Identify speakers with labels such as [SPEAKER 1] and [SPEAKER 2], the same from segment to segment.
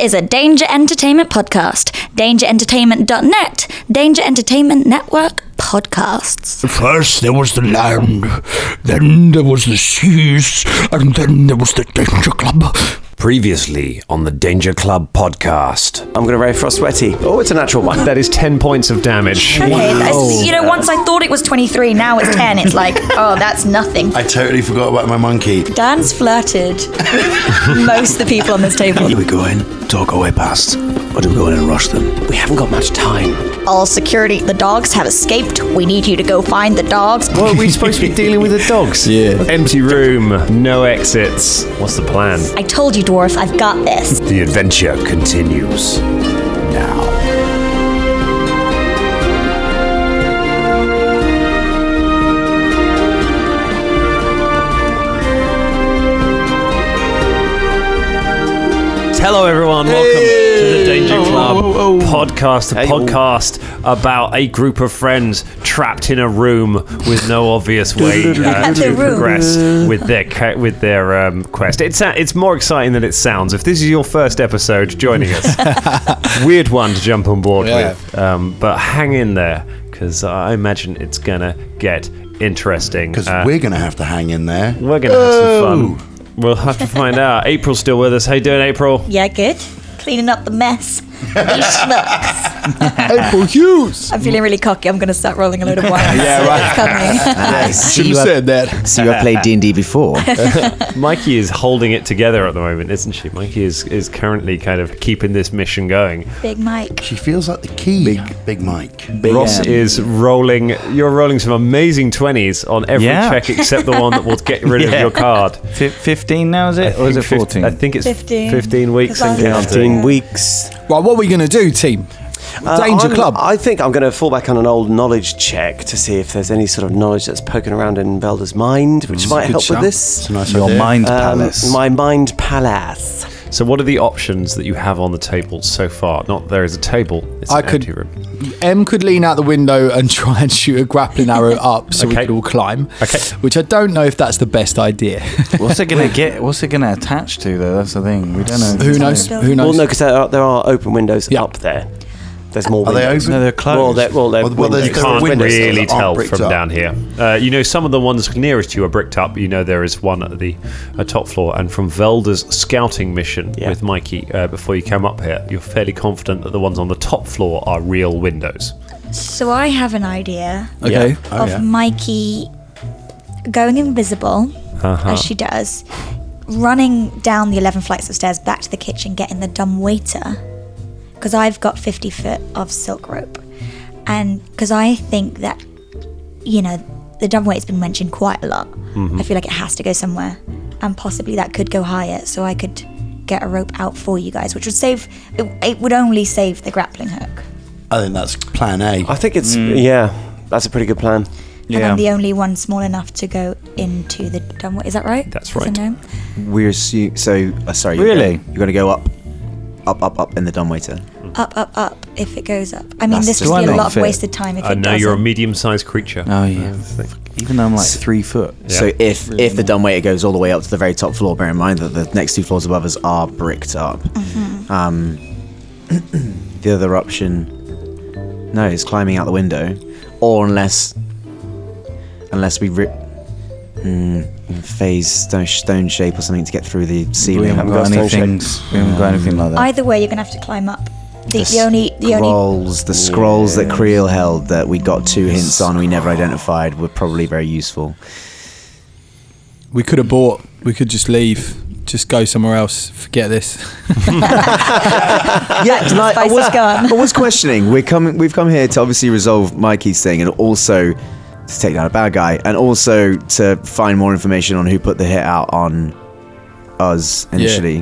[SPEAKER 1] is a Danger Entertainment podcast. DangerEntertainment.net, Danger Entertainment Network podcasts.
[SPEAKER 2] First there was the land, then there was the seas, and then there was the Danger Club.
[SPEAKER 3] Previously on the Danger Club podcast.
[SPEAKER 4] I'm going to roll for a sweaty. Oh, it's a natural one.
[SPEAKER 5] That is 10 points of damage.
[SPEAKER 1] Okay, that's, you know, once I thought it was 23, now it's 10. It's like, oh, that's nothing.
[SPEAKER 6] I totally forgot about my monkey.
[SPEAKER 1] Dan's flirted with most of the people on this table.
[SPEAKER 6] Do we go in, talk our way past, or do we go in and rush them?
[SPEAKER 4] We haven't got much time.
[SPEAKER 1] All security, the dogs have escaped. We need you to go find the dogs.
[SPEAKER 5] Well, we're supposed to be dealing with the dogs.
[SPEAKER 7] Yeah.
[SPEAKER 5] Empty room, no exits. What's the plan?
[SPEAKER 1] I told you, dwarf, I've got this.
[SPEAKER 3] The adventure continues now.
[SPEAKER 5] Hello, everyone. Welcome to the Danger Club podcast, a
[SPEAKER 4] Hey.
[SPEAKER 5] podcast about a group of friends trapped in a room with no obvious way uh,
[SPEAKER 1] The
[SPEAKER 5] to
[SPEAKER 1] room.
[SPEAKER 5] progress with their ca- with their um, quest. It's uh, it's more exciting than it sounds. If this is your first episode joining us, weird one to jump on board
[SPEAKER 7] Yeah.
[SPEAKER 5] with, um, but hang in there because I imagine it's gonna get interesting.
[SPEAKER 6] Because
[SPEAKER 5] Uh,
[SPEAKER 6] we're going to have to hang in there.
[SPEAKER 5] we're gonna have some fun. We'll have to find out. April's still with us. How you doing, April?
[SPEAKER 1] Yeah, good. Cleaning up the mess. You schmucks.
[SPEAKER 7] April Hughes.
[SPEAKER 1] I'm feeling really cocky. I'm going to start rolling a load of wine. yeah, right.
[SPEAKER 8] Ah,
[SPEAKER 4] Nice.
[SPEAKER 7] Should have said that.
[SPEAKER 4] So you have played D and D before?
[SPEAKER 5] Mikey is holding it together at the moment, isn't she? Mikey is, is currently kind of keeping this mission going.
[SPEAKER 1] Big Mike.
[SPEAKER 6] She feels like the key. Big, Big Mike. Big
[SPEAKER 5] Ross is rolling. You're rolling some amazing twenties on every
[SPEAKER 8] Yeah.
[SPEAKER 5] check except the one that will get rid of
[SPEAKER 8] Yeah.
[SPEAKER 5] your card.
[SPEAKER 8] Fi 15 now, is it? Or is it 14?
[SPEAKER 5] I think it's
[SPEAKER 1] 15.
[SPEAKER 5] 15, weeks and
[SPEAKER 1] Because I was-
[SPEAKER 5] counting.
[SPEAKER 4] 15 weeks.
[SPEAKER 7] Right, what are we going to do, team?
[SPEAKER 4] Uh,
[SPEAKER 7] Danger
[SPEAKER 4] I'm-
[SPEAKER 7] Club.
[SPEAKER 4] I think I'm going to fall back on an old knowledge check to see if there's any sort of knowledge that's poking around in Velda's mind, which might help with
[SPEAKER 7] Mm, shout.
[SPEAKER 4] this. Um,
[SPEAKER 8] Your mind
[SPEAKER 6] Um,
[SPEAKER 8] palace.
[SPEAKER 4] My mind palace.
[SPEAKER 5] So, what are the options that you have on the table so far? Not there is a table. It's
[SPEAKER 7] I
[SPEAKER 5] an
[SPEAKER 7] could-
[SPEAKER 5] empty room.
[SPEAKER 7] M could lean out the window and try and shoot a grappling arrow up so we
[SPEAKER 5] Okay.
[SPEAKER 7] could all climb.
[SPEAKER 5] Okay.
[SPEAKER 7] Which I don't know if that's the best idea.
[SPEAKER 8] what's it gonna get? What's it gonna attach to though? That's the thing. We don't know.
[SPEAKER 7] Who knows? Who
[SPEAKER 4] Well,
[SPEAKER 7] knows?
[SPEAKER 4] no, because there, are- there are open windows
[SPEAKER 7] Yeah.
[SPEAKER 4] up there. There's more.
[SPEAKER 6] Are they
[SPEAKER 4] windows.
[SPEAKER 6] open?
[SPEAKER 8] No, they're closed.
[SPEAKER 4] Well, they're, well, they're
[SPEAKER 6] Well, well,
[SPEAKER 4] windows.
[SPEAKER 6] there's-
[SPEAKER 5] You
[SPEAKER 6] There are
[SPEAKER 5] can't
[SPEAKER 6] windows that
[SPEAKER 5] really
[SPEAKER 6] aren't
[SPEAKER 5] tell
[SPEAKER 6] bricked
[SPEAKER 5] from
[SPEAKER 6] up.
[SPEAKER 5] down here. Uh, you know, some of the ones nearest you are bricked up. You know, there is one at the uh, top floor. And from Velda's scouting mission
[SPEAKER 4] Yeah.
[SPEAKER 5] with Mikey uh, before you came up here, you're fairly confident that the ones on the top floor are real windows.
[SPEAKER 1] So I have an idea
[SPEAKER 7] okay.
[SPEAKER 1] of Mikey going invisible, as she does, running down the 11 flights of stairs back to the kitchen, getting the dumb waiter, because I've got 50 foot of silk rope. And because I think that, you know, the dumb waiter's been mentioned quite a lot. I feel like it has to go somewhere, and possibly that could go higher, so I could get a rope out for you guys, which would save, it, it would only save the grappling hook.
[SPEAKER 6] I think that's plan A.
[SPEAKER 4] I think it's
[SPEAKER 7] Mm.
[SPEAKER 4] yeah. That's a pretty good plan.
[SPEAKER 1] And
[SPEAKER 8] Yeah.
[SPEAKER 1] I'm the only one small enough to go into the dumb Is that right?
[SPEAKER 5] That's
[SPEAKER 1] Is it
[SPEAKER 5] right.
[SPEAKER 1] known?
[SPEAKER 9] We're assu- so uh, sorry.
[SPEAKER 8] Really?
[SPEAKER 9] You're going, you're going to go up, up, up, up in the dumbwaiter.
[SPEAKER 1] Up, up, up. If it goes up. I mean,
[SPEAKER 9] That's
[SPEAKER 1] this
[SPEAKER 9] just
[SPEAKER 1] would be a
[SPEAKER 8] not
[SPEAKER 1] lot of
[SPEAKER 8] fair.
[SPEAKER 1] wasted time if
[SPEAKER 5] I
[SPEAKER 1] it
[SPEAKER 5] know
[SPEAKER 1] doesn't.
[SPEAKER 5] you're a medium-sized creature.
[SPEAKER 8] Oh yeah. Even though I'm like three foot.
[SPEAKER 9] So if if the dumbwaiter goes all the way up to the very top floor, bear in mind that the next two floors above us are bricked up.
[SPEAKER 1] Mm-hmm.
[SPEAKER 9] Um, the other option, no, is climbing out the window, or unless unless we rip. Mm, phase stone, stone shape or something to get through the
[SPEAKER 8] We
[SPEAKER 9] ceiling.
[SPEAKER 8] haven't
[SPEAKER 4] got
[SPEAKER 8] got
[SPEAKER 4] stone
[SPEAKER 8] anything. We haven't got anything like that.
[SPEAKER 1] Either way, you're gonna have to climb up. The, the, only, the only.
[SPEAKER 9] scrolls, the scrolls that Creel held that we got two hints on, we never identified, were probably very useful.
[SPEAKER 7] We could abort. We could just leave. Just go somewhere else. Forget this.
[SPEAKER 9] yeah, tonight I
[SPEAKER 1] Spice
[SPEAKER 9] was,
[SPEAKER 1] is gone.
[SPEAKER 9] I was questioning. We're coming. We've come here to obviously resolve Mikey's thing, and also to take down a bad guy, and also to find more information on who put the hit out on us initially,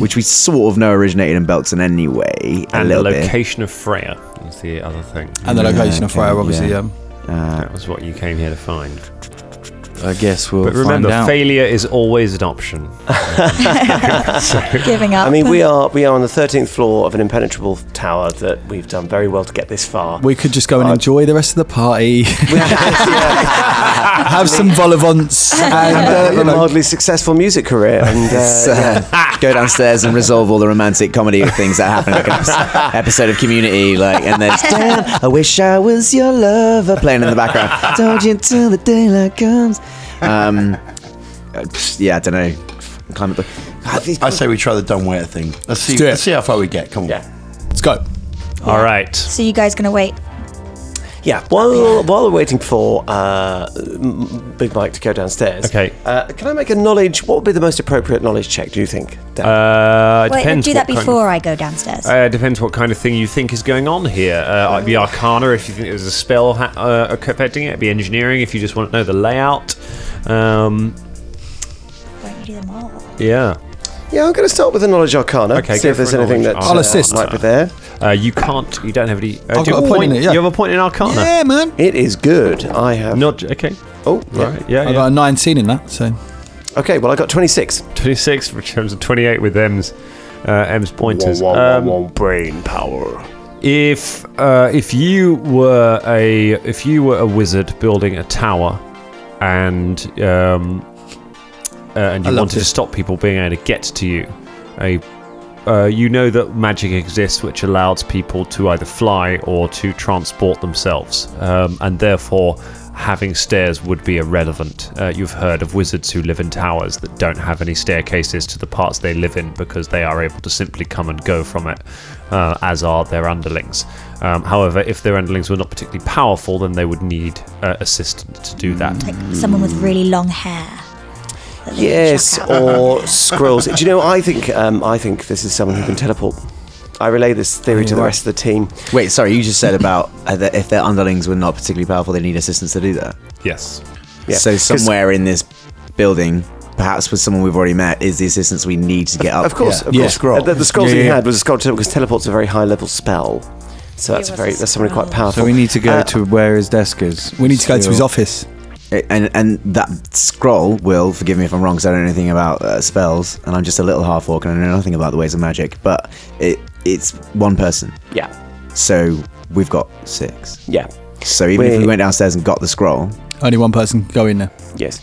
[SPEAKER 9] which we sort of know originated in Belton anyway. A
[SPEAKER 5] and the
[SPEAKER 9] little bit.
[SPEAKER 5] location of Freya is the
[SPEAKER 7] Uh,
[SPEAKER 5] other thing.
[SPEAKER 7] And the location of
[SPEAKER 9] okay,
[SPEAKER 4] um,
[SPEAKER 7] Freya, obviously.
[SPEAKER 9] yeah.
[SPEAKER 7] Um,
[SPEAKER 5] that was what you came here to find.
[SPEAKER 8] I guess we'll
[SPEAKER 5] But remember,
[SPEAKER 8] find out.
[SPEAKER 5] failure is always an option.
[SPEAKER 1] Giving up.
[SPEAKER 4] I mean, we are we are on the thirteenth floor of an impenetrable tower that we've done very well to get this far.
[SPEAKER 7] We could just go and enjoy the rest of the party, have some vol au vents, and uh,
[SPEAKER 4] have
[SPEAKER 7] you
[SPEAKER 4] a
[SPEAKER 7] know,
[SPEAKER 4] mildly successful music career, and uh,
[SPEAKER 9] So, go downstairs and resolve all the romantic comedy things that happen like an episode- episode of Community, like and there's damn, I wish I was your lover playing in the background. Told you till the daylight comes. Um, uh, pfft, yeah, I don't know. Climate.
[SPEAKER 10] I say we try the dumb waiter thing. Let's see.
[SPEAKER 7] do it.
[SPEAKER 10] Let's see how far we get. Come on.
[SPEAKER 4] yeah.
[SPEAKER 7] let's go.
[SPEAKER 5] All right.
[SPEAKER 1] so you guys gonna wait?
[SPEAKER 4] Yeah, while, while we're waiting for uh, M- Big Mike to go downstairs.
[SPEAKER 5] Okay.
[SPEAKER 4] Uh, can I make a knowledge? What would be the most appropriate knowledge check? Do you think? Dan?
[SPEAKER 5] Uh, it
[SPEAKER 1] Wait,
[SPEAKER 5] depends
[SPEAKER 1] do that
[SPEAKER 5] what kind of-
[SPEAKER 1] before I go downstairs.
[SPEAKER 5] Uh, depends what kind of thing you think is going on here. Uh, like the Arcana, if you think there's a spell ha- uh, affecting it, it'd be engineering, if you just want to know the layout. Um,
[SPEAKER 1] Why don't you do them all?
[SPEAKER 5] yeah.
[SPEAKER 4] yeah, I'm going to start with the knowledge arcana.
[SPEAKER 5] Okay,
[SPEAKER 4] See
[SPEAKER 5] go
[SPEAKER 4] if there's
[SPEAKER 5] for a
[SPEAKER 4] anything
[SPEAKER 5] knowledge
[SPEAKER 4] that
[SPEAKER 5] arcana.
[SPEAKER 7] I'll assist.
[SPEAKER 4] might be there.
[SPEAKER 5] Uh, you can't, you don't have any. Uh,
[SPEAKER 7] I've
[SPEAKER 5] do you
[SPEAKER 7] got
[SPEAKER 5] have
[SPEAKER 7] a point in it, yeah.
[SPEAKER 5] You have a point in Arcana?
[SPEAKER 7] Yeah, man.
[SPEAKER 4] It is good. I have.
[SPEAKER 5] Not, okay.
[SPEAKER 4] Oh, yeah.
[SPEAKER 5] Right, yeah.
[SPEAKER 7] I
[SPEAKER 5] yeah.
[SPEAKER 7] got a 19 in that, so
[SPEAKER 4] Okay. Well, I got 26.
[SPEAKER 5] 26, which comes to 28 with M's, uh, M's pointers. Um,
[SPEAKER 4] brain power.
[SPEAKER 5] If uh, if you were a if you were a wizard building a tower, and um, uh, and you
[SPEAKER 7] love
[SPEAKER 5] wanted to
[SPEAKER 7] this.
[SPEAKER 5] stop people being able to get to you, a uh, you know that magic exists, which allows people to either fly or to transport themselves, um, and therefore having stairs would be irrelevant. Uh, you've heard of wizards who live in towers that don't have any staircases to the parts they live in because they are able to simply come and go from it, uh, as are their underlings. Um, however, if their underlings were not particularly powerful, then they would need uh, assistance to do that.
[SPEAKER 1] Like someone with really long hair. that they can
[SPEAKER 4] Yes,
[SPEAKER 1] chuck out.
[SPEAKER 4] or scrolls. Do you know? I think um, I think this is someone who can teleport. I relay this theory to the rest of the team.
[SPEAKER 9] Wait, sorry, you just said about uh, that if their underlings were not particularly powerful, they need assistance to do that.
[SPEAKER 5] Yes.
[SPEAKER 4] Yeah,
[SPEAKER 9] so
[SPEAKER 4] 'cause-
[SPEAKER 9] somewhere in this building, perhaps with someone we've already met, is the assistance we need to get up.
[SPEAKER 4] Of course,
[SPEAKER 7] Yeah.
[SPEAKER 4] of
[SPEAKER 7] Yeah.
[SPEAKER 4] course.
[SPEAKER 7] Scroll.
[SPEAKER 4] Uh, The, the scrolls
[SPEAKER 7] Yeah,
[SPEAKER 4] he
[SPEAKER 7] yeah.
[SPEAKER 4] had was a scroll teleport because teleport's a very high level spell. So that's a
[SPEAKER 1] was
[SPEAKER 4] very
[SPEAKER 1] a
[SPEAKER 4] that's somebody quite
[SPEAKER 1] scroll.
[SPEAKER 4] powerful.
[SPEAKER 8] so we need to go
[SPEAKER 4] Uh,
[SPEAKER 8] to where his desk is.
[SPEAKER 7] we need to go to his
[SPEAKER 8] Still.
[SPEAKER 7] office.
[SPEAKER 9] And and that scroll will forgive me if I'm wrong because I don't know anything about uh, spells, and I'm just a little half orc and I know nothing about the ways of magic. But it it's one person,
[SPEAKER 4] Yeah,
[SPEAKER 9] so we've got six.
[SPEAKER 4] yeah,
[SPEAKER 9] So even if we
[SPEAKER 4] Wait.
[SPEAKER 9] went downstairs and got the scroll,
[SPEAKER 7] Only one person can go in there.
[SPEAKER 4] yes.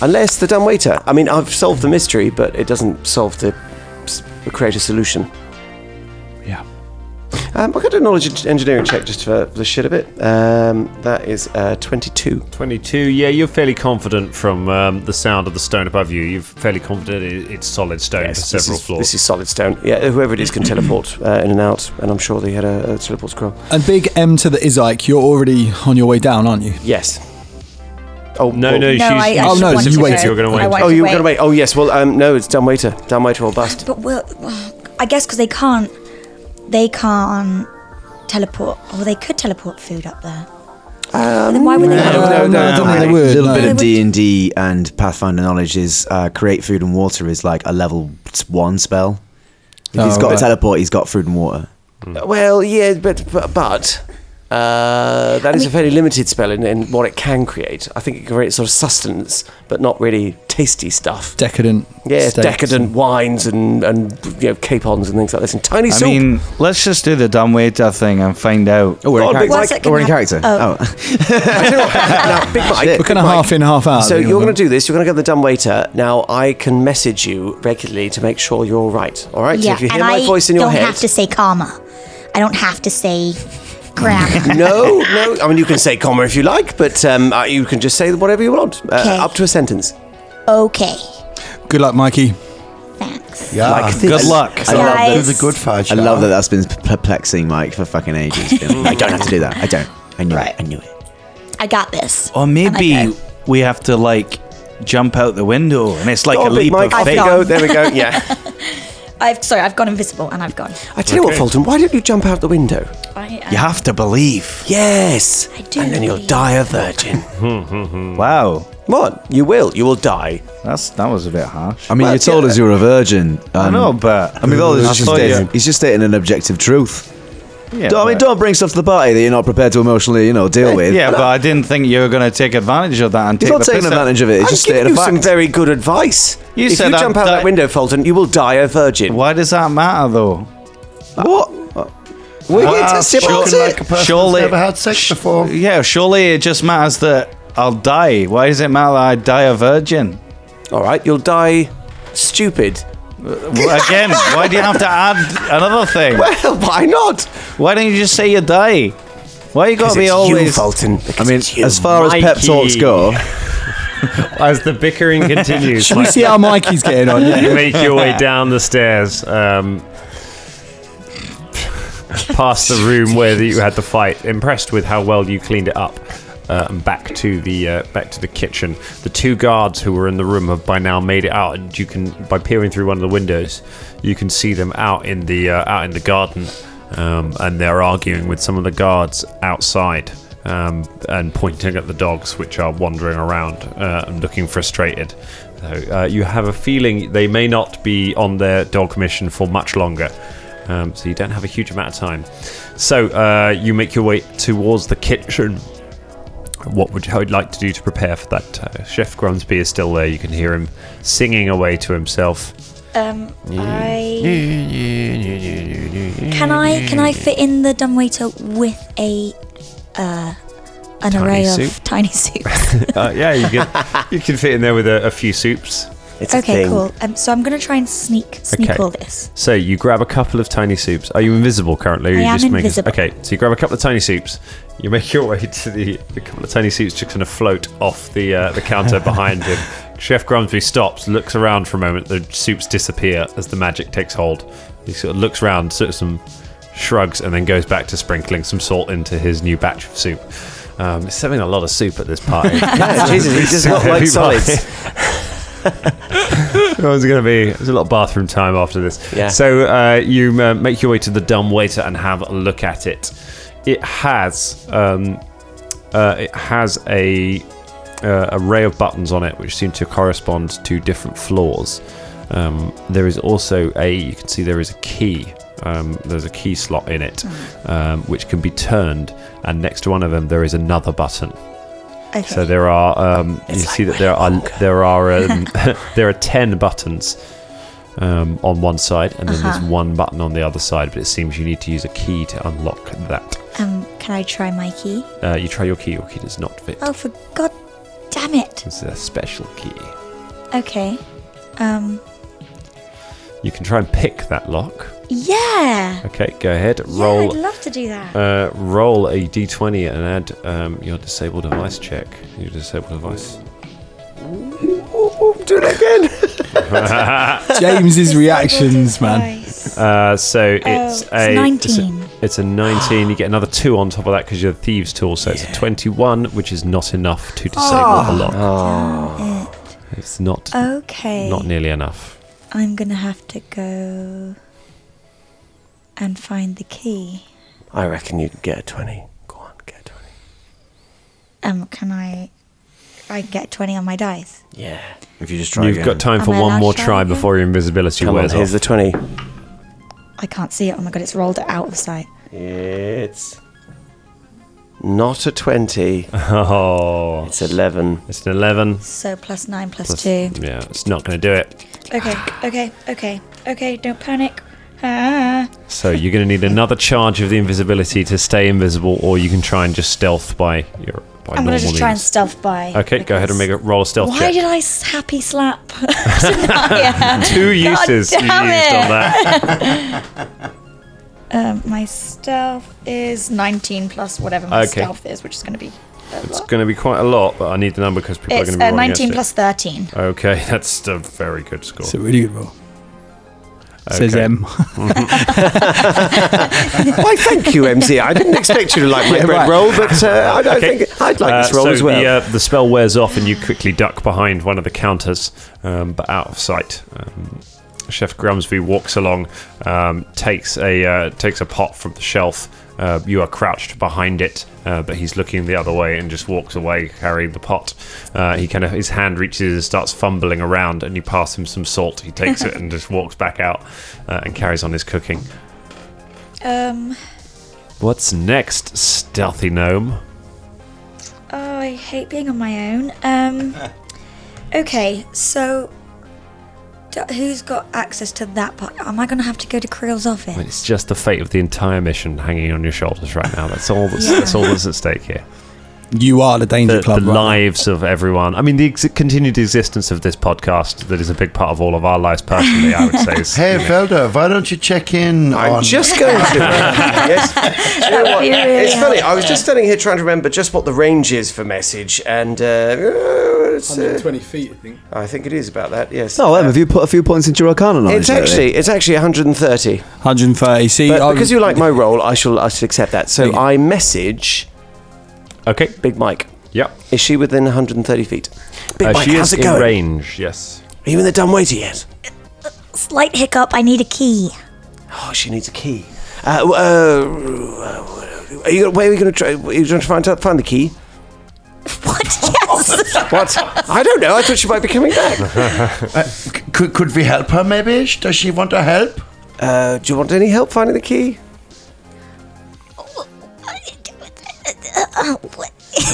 [SPEAKER 4] Unless the dumb waiter. I mean, I've solved the mystery, but it doesn't solve the s- create a solution.
[SPEAKER 7] Yeah.
[SPEAKER 4] Um, I got a knowledge eng- engineering check just for the shit of it. Um, that is uh, twenty-two.
[SPEAKER 5] 22 yeah you're fairly confident from um, the sound of the stone above you you're fairly confident it, it's solid stone for
[SPEAKER 4] this
[SPEAKER 5] several
[SPEAKER 4] is,
[SPEAKER 5] floors
[SPEAKER 4] This is solid stone. Yeah, whoever it is can teleport uh, in and out, and I'm sure they had a, a teleport scroll.
[SPEAKER 7] And big M to the Izike, you're already on your way down, aren't you?
[SPEAKER 4] Yes. Oh
[SPEAKER 5] no
[SPEAKER 4] well-
[SPEAKER 5] no, she's,
[SPEAKER 1] No, I, I
[SPEAKER 7] Oh,
[SPEAKER 1] just
[SPEAKER 7] no,
[SPEAKER 1] wanted
[SPEAKER 7] you
[SPEAKER 1] to
[SPEAKER 7] waited.
[SPEAKER 1] Go.
[SPEAKER 5] You're gonna wait.
[SPEAKER 1] I wanted
[SPEAKER 4] Oh,
[SPEAKER 1] to
[SPEAKER 4] you were
[SPEAKER 1] wait.
[SPEAKER 4] gonna wait. Oh yes. Well, um, no, it's dumb waiter. Dumb waiter or bust.
[SPEAKER 1] But well, I guess because they can't, they can't teleport. Or they could teleport food up there. But
[SPEAKER 4] Um,
[SPEAKER 1] then why would they?
[SPEAKER 7] no, no, I don't think they
[SPEAKER 9] a
[SPEAKER 7] would.
[SPEAKER 9] uh, little
[SPEAKER 7] no.
[SPEAKER 9] bit of D and D and Pathfinder knowledge is uh, create food and water is like a level one spell. If he's
[SPEAKER 7] Oh,
[SPEAKER 9] got
[SPEAKER 7] right.
[SPEAKER 9] teleport, he's got food and water.
[SPEAKER 4] Well, yeah, but but, but uh, that is a fairly limited spell in, in what it can create. I think it can create sort of sustenance, but not really tasty stuff.
[SPEAKER 7] Decadent.
[SPEAKER 4] yeah,
[SPEAKER 7] states.
[SPEAKER 4] decadent wines and and you know capons and things like this, and tiny
[SPEAKER 8] I
[SPEAKER 4] soup.
[SPEAKER 8] mean, let's just do the dumb waiter thing and find out.
[SPEAKER 9] Oh, we're in
[SPEAKER 4] God, Big
[SPEAKER 9] character.
[SPEAKER 1] Mike.
[SPEAKER 9] we're in character.
[SPEAKER 1] Oh.
[SPEAKER 9] oh.
[SPEAKER 4] now, Big Mike,
[SPEAKER 7] We're
[SPEAKER 4] Big
[SPEAKER 7] kind of
[SPEAKER 4] Mike,
[SPEAKER 7] half in, half out.
[SPEAKER 4] So
[SPEAKER 7] I think,
[SPEAKER 4] you're
[SPEAKER 7] at
[SPEAKER 4] going
[SPEAKER 7] the
[SPEAKER 4] to do this. You're going to get the dumb waiter. Now I can message you regularly to make sure you're all right. All right. so
[SPEAKER 1] Yeah,
[SPEAKER 4] if you hear
[SPEAKER 1] and
[SPEAKER 4] my
[SPEAKER 1] I
[SPEAKER 4] voice in your
[SPEAKER 1] don't
[SPEAKER 4] head,
[SPEAKER 1] have to say karma. I don't have to say gram.
[SPEAKER 4] no, no. I mean, you can say comma if you like, but um, uh, you can just say whatever you want, uh,
[SPEAKER 1] Okay.
[SPEAKER 4] up to a sentence.
[SPEAKER 1] okay,
[SPEAKER 7] moment. Good luck, Mikey.
[SPEAKER 1] thanks.
[SPEAKER 10] Yeah.
[SPEAKER 4] Like
[SPEAKER 10] this.
[SPEAKER 8] Good luck.
[SPEAKER 9] I love
[SPEAKER 1] Guys.
[SPEAKER 9] that.
[SPEAKER 10] is a good fudge.
[SPEAKER 9] I love that that's been perplexing Mike for fucking ages. Been like, I don't have to do that. I don't. I knew it. I knew it.
[SPEAKER 1] I got this.
[SPEAKER 8] Or
[SPEAKER 1] And I
[SPEAKER 8] maybe
[SPEAKER 1] go.
[SPEAKER 8] we have to like jump out the window and it's like
[SPEAKER 4] Oh,
[SPEAKER 8] a
[SPEAKER 4] Big
[SPEAKER 8] leap
[SPEAKER 4] Mike,
[SPEAKER 8] of
[SPEAKER 4] off you
[SPEAKER 8] faith.
[SPEAKER 4] go. There we go. Yeah.
[SPEAKER 1] I've sorry, I've gone invisible and I've gone.
[SPEAKER 4] I tell you what, Fulton. Why don't you jump out the window?
[SPEAKER 1] I, I,
[SPEAKER 8] You have to believe.
[SPEAKER 4] Yes.
[SPEAKER 1] I do
[SPEAKER 4] And then you'll
[SPEAKER 1] believe-
[SPEAKER 4] die a virgin.
[SPEAKER 8] Wow.
[SPEAKER 4] what? You will. You will die.
[SPEAKER 8] That's that was a bit harsh.
[SPEAKER 9] I mean, you told us you were a virgin. um,
[SPEAKER 8] I know, but
[SPEAKER 9] I mean, well,
[SPEAKER 8] I
[SPEAKER 9] he's just,
[SPEAKER 8] thought
[SPEAKER 9] stating,
[SPEAKER 8] you-
[SPEAKER 9] he's just stating an objective truth. Yeah, I mean, don't bring stuff to the party that you're not prepared to emotionally, you know, deal with.
[SPEAKER 8] Yeah, but I didn't think you were going to take advantage of that. And
[SPEAKER 9] He's
[SPEAKER 8] take
[SPEAKER 9] not
[SPEAKER 8] the
[SPEAKER 9] taking
[SPEAKER 8] piss out-
[SPEAKER 9] advantage of it. It's
[SPEAKER 4] I'm
[SPEAKER 9] just
[SPEAKER 4] giving
[SPEAKER 9] stating a
[SPEAKER 4] you some
[SPEAKER 9] fact.
[SPEAKER 4] very good advice.
[SPEAKER 8] You
[SPEAKER 4] if
[SPEAKER 8] said
[SPEAKER 4] you
[SPEAKER 8] I'd
[SPEAKER 4] jump out
[SPEAKER 8] die-
[SPEAKER 4] that window, Fulton, you will die a virgin.
[SPEAKER 8] Why does that matter, though?
[SPEAKER 9] What?
[SPEAKER 8] Well,
[SPEAKER 10] you
[SPEAKER 8] that's
[SPEAKER 10] tested about
[SPEAKER 8] surely-
[SPEAKER 10] it. Like a person that's
[SPEAKER 8] surely-
[SPEAKER 10] never had sex before.
[SPEAKER 8] Yeah, surely it just matters that I'll die. Why does it matter that I die a virgin?
[SPEAKER 4] All right, you'll die stupid.
[SPEAKER 8] Again, why do you have to add another thing?
[SPEAKER 4] Well, why not?
[SPEAKER 8] Why don't you just say you die? Why you got to be always?
[SPEAKER 9] I mean, as far as pep
[SPEAKER 5] Mikey.
[SPEAKER 9] talks go,
[SPEAKER 5] As the bickering continues,
[SPEAKER 7] Should we see how Mikey's getting on?
[SPEAKER 5] you make your way down the stairs, um, past the room where the, you had the fight. Impressed with how well you cleaned it up, uh, and back to the uh, back to the kitchen. The two guards who were in the room have by now made it out, and you can by peering through one of the windows, you can see them out in the uh, out in the garden, um, and they're arguing with some of the guards outside. Um, and pointing at the dogs, which are wandering around uh, and looking frustrated. So, uh, you have a feeling they may not be on their dog mission for much longer. Um, so you don't have a huge amount of time. So uh, you make your way towards the kitchen. What would you like to do to prepare for that? Uh, Chef Grunsby is still there. You can hear him singing away to himself.
[SPEAKER 1] Um, I can I can I fit in the dumbwaiter with a uh, an
[SPEAKER 5] Tiny
[SPEAKER 1] array
[SPEAKER 5] soup?
[SPEAKER 1] of tiny soups?
[SPEAKER 5] uh, yeah, you can you can fit in there with a, a few soups.
[SPEAKER 4] It's
[SPEAKER 1] okay, cool. Um, so I'm gonna try and sneak sneak all this.
[SPEAKER 5] So you grab a couple of tiny soups. Are you invisible currently?
[SPEAKER 1] I
[SPEAKER 5] or you
[SPEAKER 1] am
[SPEAKER 5] making-
[SPEAKER 1] invisible.
[SPEAKER 5] okay, so you grab a couple of tiny soups. You make your way to the a couple of tiny soups, just kind of float off the uh, the counter behind him. Chef Grumsby stops, looks around for a moment. The soups disappear as the magic takes hold. He sort of looks around, sort of some shrugs, and then goes back to sprinkling some salt into his new batch of soup. Um, it's having a lot of soup at this party.
[SPEAKER 4] Yeah, Jesus, he does not like solids.
[SPEAKER 5] Everyone's going to Oh, be. There's a lot of bathroom time after this.
[SPEAKER 4] Yeah.
[SPEAKER 5] So uh, you uh, make your way to the dumb waiter and have a look at it. It has um, uh, it has a uh, array of buttons on it which seem to correspond to different floors. Um, there is also a. You can see there is a key. Um, there's a key slot in it, um, which can be turned, and next to one of them there is another button.
[SPEAKER 1] Okay.
[SPEAKER 5] So there are. Um, you see that there are there are um, there are ten buttons um, on one side, and then
[SPEAKER 1] Uh-huh.
[SPEAKER 5] there's one button on the other side. But it seems you need to use a key to unlock that.
[SPEAKER 1] Um, can I try my key?
[SPEAKER 5] Uh, you try your key. Your key does not fit.
[SPEAKER 1] Oh, for God, damn it!
[SPEAKER 5] It's a special key.
[SPEAKER 1] Okay. Um,
[SPEAKER 5] You can try and pick that lock.
[SPEAKER 1] yeah.
[SPEAKER 5] Okay, go ahead.
[SPEAKER 1] Yeah,
[SPEAKER 5] Roll.
[SPEAKER 1] I'd love to do that.
[SPEAKER 5] Uh, roll a d20 and add um, your disabled device check. Your disabled device.
[SPEAKER 4] Do it again.
[SPEAKER 7] James's reactions, man.
[SPEAKER 5] Uh, so it's
[SPEAKER 1] Oh, it's
[SPEAKER 5] a
[SPEAKER 1] 19.
[SPEAKER 5] It's a, it's a nineteen. You get another two on top of that because you're a thieves' tool. So it's a twenty-one, which is not enough
[SPEAKER 1] Oh.
[SPEAKER 5] to disable the lock.
[SPEAKER 4] Oh.
[SPEAKER 5] It's not
[SPEAKER 1] Okay.
[SPEAKER 5] Ah. not nearly enough.
[SPEAKER 1] I'm gonna have to go and find the key.
[SPEAKER 4] I reckon you can get a 20. Go on, get a 20.
[SPEAKER 1] Um, can I? I get twenty on my dice.
[SPEAKER 4] Yeah.
[SPEAKER 9] if you just try
[SPEAKER 5] You've
[SPEAKER 9] again.
[SPEAKER 5] got time
[SPEAKER 1] Am
[SPEAKER 5] for
[SPEAKER 1] I
[SPEAKER 5] one
[SPEAKER 1] allowed
[SPEAKER 5] more
[SPEAKER 1] to try
[SPEAKER 5] try
[SPEAKER 1] again?
[SPEAKER 5] before your invisibility
[SPEAKER 4] Come on,
[SPEAKER 5] wears
[SPEAKER 4] here's
[SPEAKER 5] off.
[SPEAKER 4] the 20.
[SPEAKER 1] I can't see it. Oh my god, it's rolled out of sight.
[SPEAKER 4] It's not a 20.
[SPEAKER 5] oh,
[SPEAKER 4] It's 11.
[SPEAKER 5] it's an eleven.
[SPEAKER 1] So plus nine plus,
[SPEAKER 5] Plus-
[SPEAKER 1] two.
[SPEAKER 5] Yeah, it's not going to do it.
[SPEAKER 1] Okay, okay, okay, okay. Don't panic. Ah.
[SPEAKER 5] So you're going to need another charge of the invisibility to stay invisible, or you can try and just stealth by your. By
[SPEAKER 1] I'm gonna
[SPEAKER 5] normal
[SPEAKER 1] just try and
[SPEAKER 5] means.
[SPEAKER 1] stealth by.
[SPEAKER 5] Okay, go ahead and make a roll a stealth
[SPEAKER 1] Why
[SPEAKER 5] check.
[SPEAKER 1] did I s- happy slap? Tonight?
[SPEAKER 5] Two uses you used
[SPEAKER 1] damn
[SPEAKER 5] on
[SPEAKER 1] it.
[SPEAKER 5] that.
[SPEAKER 1] um, my stealth is 19 plus whatever my
[SPEAKER 5] Okay.
[SPEAKER 1] stealth is, which is going to be. A
[SPEAKER 5] It's
[SPEAKER 1] lot.
[SPEAKER 5] going to be quite a lot, but I need the number because people
[SPEAKER 1] It's
[SPEAKER 5] are going to be
[SPEAKER 1] uh,
[SPEAKER 5] rolling
[SPEAKER 1] 19
[SPEAKER 5] against
[SPEAKER 1] plus 13.
[SPEAKER 5] It. Okay, that's a very good score.
[SPEAKER 7] It's a really good roll. Says
[SPEAKER 5] Okay.
[SPEAKER 7] M.
[SPEAKER 4] Why, thank you, MC. I didn't expect you to like my
[SPEAKER 7] Yeah,
[SPEAKER 4] bread
[SPEAKER 7] right.
[SPEAKER 4] roll, but uh, I don't think I'd like
[SPEAKER 5] Uh,
[SPEAKER 4] this roll
[SPEAKER 5] so
[SPEAKER 4] as well.
[SPEAKER 5] the, uh, the spell wears off, and you quickly duck behind one of the counters, um, but out of sight. Um, Chef Grumsby walks along, um, takes a uh, takes a pot from the shelf. Uh, you are crouched behind it, uh, but he's looking the other way and just walks away carrying the pot. Uh, he kind of his hand reaches and starts fumbling around, and you pass him some salt. He takes it and just walks back out uh, and carries on his cooking.
[SPEAKER 1] Um,
[SPEAKER 5] What's next, stealthy gnome?
[SPEAKER 1] Oh, I hate being on my own. Um, okay, so d- who's got access to that part? Am I going to have to go to Creel's office?
[SPEAKER 5] I mean, it's just the fate of the entire mission hanging on your shoulders right now. That's all. That's,
[SPEAKER 1] Yeah.
[SPEAKER 5] that's all that's at stake here.
[SPEAKER 7] You are the danger
[SPEAKER 5] the,
[SPEAKER 7] club.
[SPEAKER 5] the lives of everyone. I mean, the ex- continued existence of this podcast that is a big part of all of our lives personally. I would say. Is,
[SPEAKER 10] Hey, Velda, why don't you check in I'm on...
[SPEAKER 4] just going to. yes. Do you know what? It's funny. I was just standing here trying to remember just what the range is for message, and uh, uh, it's, uh,
[SPEAKER 7] 120 feet, I think.
[SPEAKER 4] I think it is about that. Yes.
[SPEAKER 9] Oh, Em, have you put a few points into your Arcana knowledge?
[SPEAKER 4] It's actually it's actually 130.
[SPEAKER 7] 130. See,
[SPEAKER 4] But
[SPEAKER 7] I
[SPEAKER 4] because
[SPEAKER 7] was-
[SPEAKER 4] you like my role, I shall I shall accept that. So I message.
[SPEAKER 5] Okay.
[SPEAKER 4] Big Mike.
[SPEAKER 5] Yep.
[SPEAKER 4] Is she within 130 feet? Big
[SPEAKER 5] Uh,
[SPEAKER 4] Mike,
[SPEAKER 5] she
[SPEAKER 4] how's
[SPEAKER 5] is
[SPEAKER 4] it
[SPEAKER 5] in
[SPEAKER 4] going?
[SPEAKER 5] range. Yes.
[SPEAKER 4] Are you in the dumbwaiter yet?
[SPEAKER 1] Slight hiccup. I need a key.
[SPEAKER 4] Oh, she needs a key. Uh, w- uh, are you, where are you going to try? Are you going to find find the key?
[SPEAKER 1] Yes.
[SPEAKER 4] What? I don't know. I thought she might be coming back.
[SPEAKER 10] Uh, c- could, could we help her, maybe? Does she want our help?
[SPEAKER 4] Uh, do you want any help finding the key? I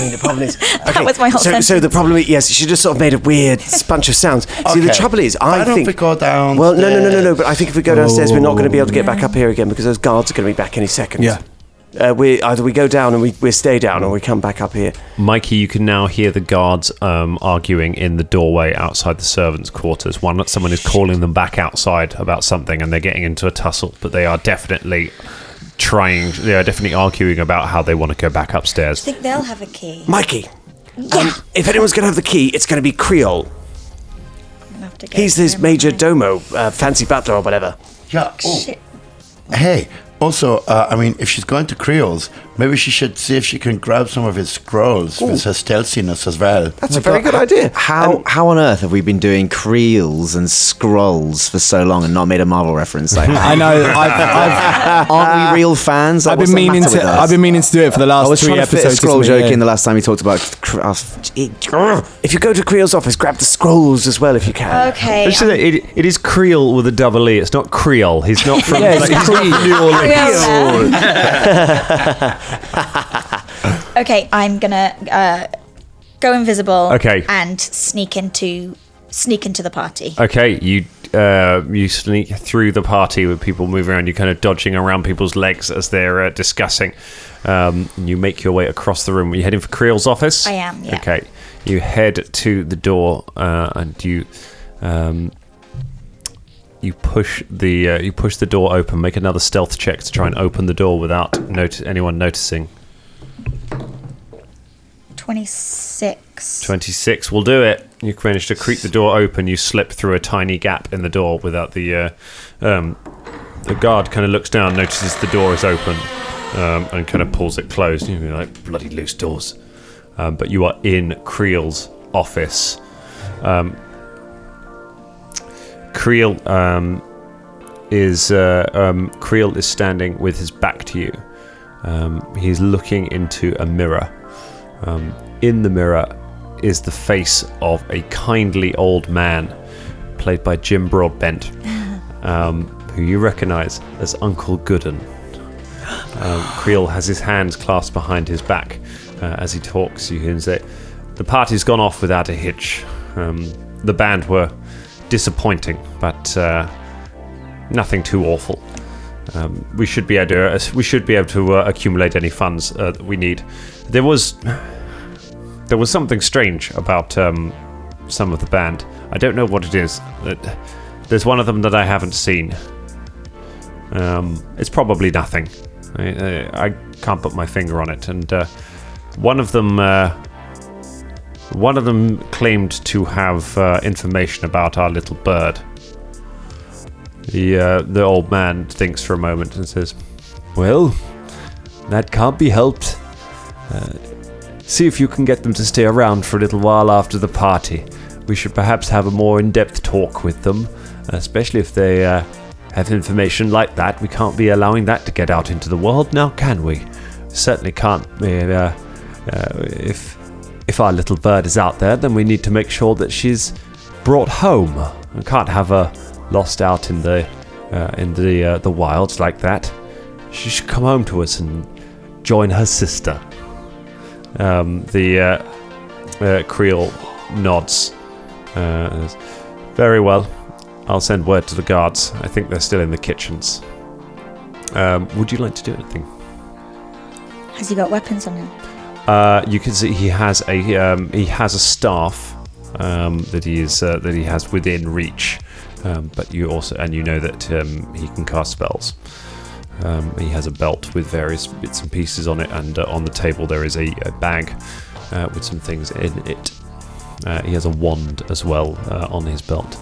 [SPEAKER 4] mean, the problem is that
[SPEAKER 1] was my whole
[SPEAKER 4] so, so the problem is yes, she just sort of made a weird s- bunch of sounds. See, the
[SPEAKER 10] Okay.
[SPEAKER 4] trouble is, I
[SPEAKER 10] Why don't
[SPEAKER 4] think
[SPEAKER 10] we go down?
[SPEAKER 4] Well, no, no, no, no, no. But I think if we go downstairs, we're not going to be able to get back up here again because those guards are going to be back any second.
[SPEAKER 7] Yeah.
[SPEAKER 4] Uh, we either we go down and we, we stay down, or we come back up here.
[SPEAKER 5] Mikey, you can now hear the guards um, arguing in the doorway outside the servants' quarters. One, someone is calling them back outside about something, and they're getting into a tussle. But they are definitely trying. They are definitely arguing about how they want to go back upstairs.
[SPEAKER 1] think they'll have a key.
[SPEAKER 4] Mikey, um, if anyone's going to have the key, it's going to be Creole.
[SPEAKER 1] I'm gonna have to go
[SPEAKER 4] He's
[SPEAKER 1] to
[SPEAKER 4] this
[SPEAKER 1] him.
[SPEAKER 4] major domo, uh, fancy butler or whatever.
[SPEAKER 10] Yeah. oh,
[SPEAKER 1] Shit.
[SPEAKER 10] Hey, also, uh, I mean, if she's going to Creel's, maybe she should see if she can grab some of his scrolls with her stealthiness as well.
[SPEAKER 4] That's a very good idea.
[SPEAKER 9] How how on earth have we been doing creels and scrolls for so long and not made a Marvel reference? Like,
[SPEAKER 7] I know. I've, I've,
[SPEAKER 9] aren't we real fans? Like,
[SPEAKER 7] I've
[SPEAKER 9] what's
[SPEAKER 7] been
[SPEAKER 9] the
[SPEAKER 7] meaning
[SPEAKER 9] matter
[SPEAKER 7] to.
[SPEAKER 9] with us?
[SPEAKER 7] I've been meaning to do it for the
[SPEAKER 9] I
[SPEAKER 7] last
[SPEAKER 9] was
[SPEAKER 7] three
[SPEAKER 9] trying to fit
[SPEAKER 7] episodes.
[SPEAKER 9] a scroll
[SPEAKER 7] isn't it?
[SPEAKER 9] joke
[SPEAKER 7] Yeah.
[SPEAKER 9] in the last time we talked about. cr- uh,
[SPEAKER 4] If you go to Creole's office, grab the scrolls as well if you can.
[SPEAKER 1] Okay.
[SPEAKER 5] It's just that it, it is Creole with a double E. It's not Creole. He's not from,
[SPEAKER 7] Yeah,
[SPEAKER 5] like,
[SPEAKER 7] it's
[SPEAKER 5] he's not from New Orleans.
[SPEAKER 1] Creole. Okay, I'm gonna uh, go invisible.
[SPEAKER 5] Okay.
[SPEAKER 1] And sneak into sneak into the party.
[SPEAKER 5] Okay, you uh, you sneak through the party with people moving around. You're kind of dodging around people's legs as they're uh, discussing. Um, and you make your way across the room. Are you heading for Creel's office?
[SPEAKER 1] I am, yeah.
[SPEAKER 5] Okay, you head to the door uh, and you um, you push the uh, you push the door open. Make another stealth check to try and open the door without noti- anyone noticing.
[SPEAKER 1] Twenty six.
[SPEAKER 5] 26 will do it. You manage to creep the door open. You slip through a tiny gap in the door without the. Uh, um, the guard kind of looks down, notices the door is open, um, and kind of pulls it closed. You're like, bloody loose doors. Um, but you are in Creel's office. Um, Creel um, is uh, um, Creel is standing with his back to you. Um, he's looking into a mirror. Um, in the mirror is the face of a kindly old man, played by Jim Broadbent, um, who you recognise as Uncle Gooden. Um, Creel has his hands clasped behind his back uh, as he talks. You hear him say, "The party's gone off without a hitch. Um, the band were disappointing, but uh, nothing too awful." Um, we should be able to, uh, we should be able to uh, accumulate any funds uh, that we need. There was there was something strange about um, some of the band. I don't know what it is. Uh, There's one of them that I haven't seen. Um, it's probably nothing. I, uh, I, I can't put my finger on it. And uh, one of them, uh, one of them claimed to have uh, information about our little bird. The uh, the old man thinks for a moment and says, "Well, that can't be helped. Uh, see if you can get them to stay around for a little while after the party. We should perhaps have a more in-depth talk with them, especially if they uh, have information like that. We can't be allowing that to get out into the world now, can we? Certainly can't. Uh, uh, if if our little bird is out there, then we need to make sure that she's brought home. We can't have her lost out in the uh, in the uh, the wilds like that. She should come home to us and join her sister. Um, the uh, uh, Creole nods. Uh, says, Very well. I'll send word to the guards. I think they're still in the kitchens. Um, would you like to do anything?
[SPEAKER 1] Has he got weapons on him?
[SPEAKER 5] Uh, you can see he has a um, he has a staff um, that he is uh, that he has within reach, um, but you also and you know that um, he can cast spells. Um, he has a belt with various bits and pieces on it, and uh, on the table there is a, a bag uh, with some things in it. Uh, he has a wand as well uh, on his belt.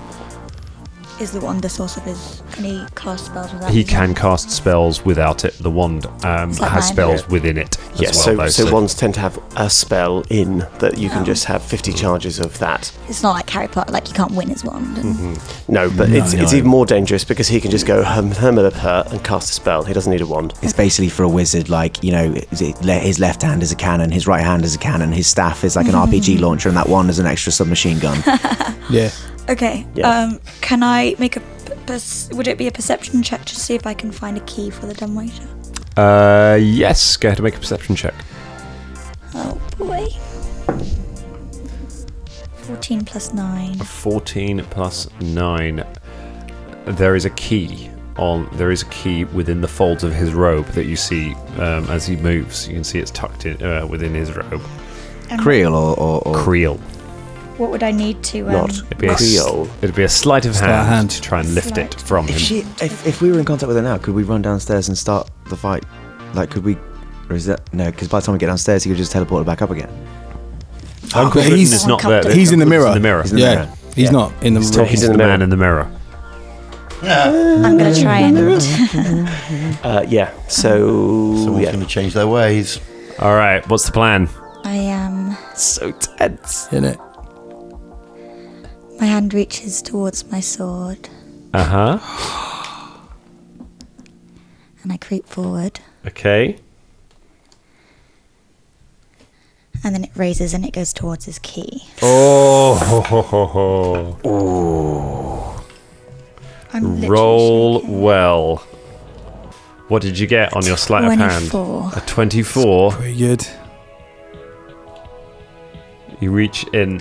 [SPEAKER 1] Is the wand the source of his? Can he cast spells without?
[SPEAKER 5] He
[SPEAKER 1] using-
[SPEAKER 5] can cast spells without it. The wand um,
[SPEAKER 1] It's like
[SPEAKER 5] has
[SPEAKER 1] mine.
[SPEAKER 5] spells within it. As
[SPEAKER 4] Yes,
[SPEAKER 5] well,
[SPEAKER 4] so,
[SPEAKER 5] though,
[SPEAKER 4] so, ones tend to have a spell in that you can just have 50 charges of that.
[SPEAKER 1] It's not like Harry Potter. Like you can't win his wand. and-
[SPEAKER 4] No, but
[SPEAKER 1] No,
[SPEAKER 4] it's, it's
[SPEAKER 1] no.
[SPEAKER 4] even more dangerous because he can just go hum, hum, hum, hum, and cast a spell. He doesn't need a wand.
[SPEAKER 9] It's basically for a wizard, like, you know, is it le- his left hand is a cannon, his right hand is a cannon, his staff is like an RPG launcher, and that wand is an extra submachine gun.
[SPEAKER 7] yeah.
[SPEAKER 1] Okay.
[SPEAKER 9] Yeah.
[SPEAKER 1] Um, can I make a? p- pers- would it be a perception check to see if I can find a key for the dumbwaiter?
[SPEAKER 5] Uh, yes, go ahead and make a perception check.
[SPEAKER 1] Oh boy. Fourteen plus nine.
[SPEAKER 5] 14 plus 9 there is a key on there is a key within the folds of his robe that you see um, as he moves you can see it's tucked in uh, within his robe
[SPEAKER 1] Um, Creole
[SPEAKER 9] or, or,
[SPEAKER 5] creole
[SPEAKER 1] What would I need to? Um,
[SPEAKER 5] it'd be, a, s- it'd be a sleight of
[SPEAKER 9] Sleight
[SPEAKER 5] hand,
[SPEAKER 9] of hand.
[SPEAKER 5] to try and lift it from him
[SPEAKER 9] If, she, if, if we were in contact with her now, could we run downstairs and start the fight? Like, could we. Or is that. No, because by the time we get downstairs, he could just teleport her back up again.
[SPEAKER 7] But Oh, he's He's in the mirror. yeah. He's not in the
[SPEAKER 5] he's
[SPEAKER 7] room.
[SPEAKER 5] talking to the man in the mirror
[SPEAKER 1] I'm gonna try and.
[SPEAKER 4] Uh, yeah, so.
[SPEAKER 10] Someone's going to change their ways.
[SPEAKER 5] all right what's the plan
[SPEAKER 1] I um, am.
[SPEAKER 5] so tense
[SPEAKER 7] in it
[SPEAKER 1] My hand reaches towards my sword,
[SPEAKER 5] uh-huh
[SPEAKER 1] and I creep forward,
[SPEAKER 5] okay
[SPEAKER 1] and then it raises and it goes towards his key.
[SPEAKER 5] oh ho, ho, ho, ho. Ooh.
[SPEAKER 1] I'm literally
[SPEAKER 5] Roll well. What did you get on your sleight of hand?
[SPEAKER 1] 24.
[SPEAKER 5] A 24.
[SPEAKER 7] Pretty good.
[SPEAKER 5] You reach in.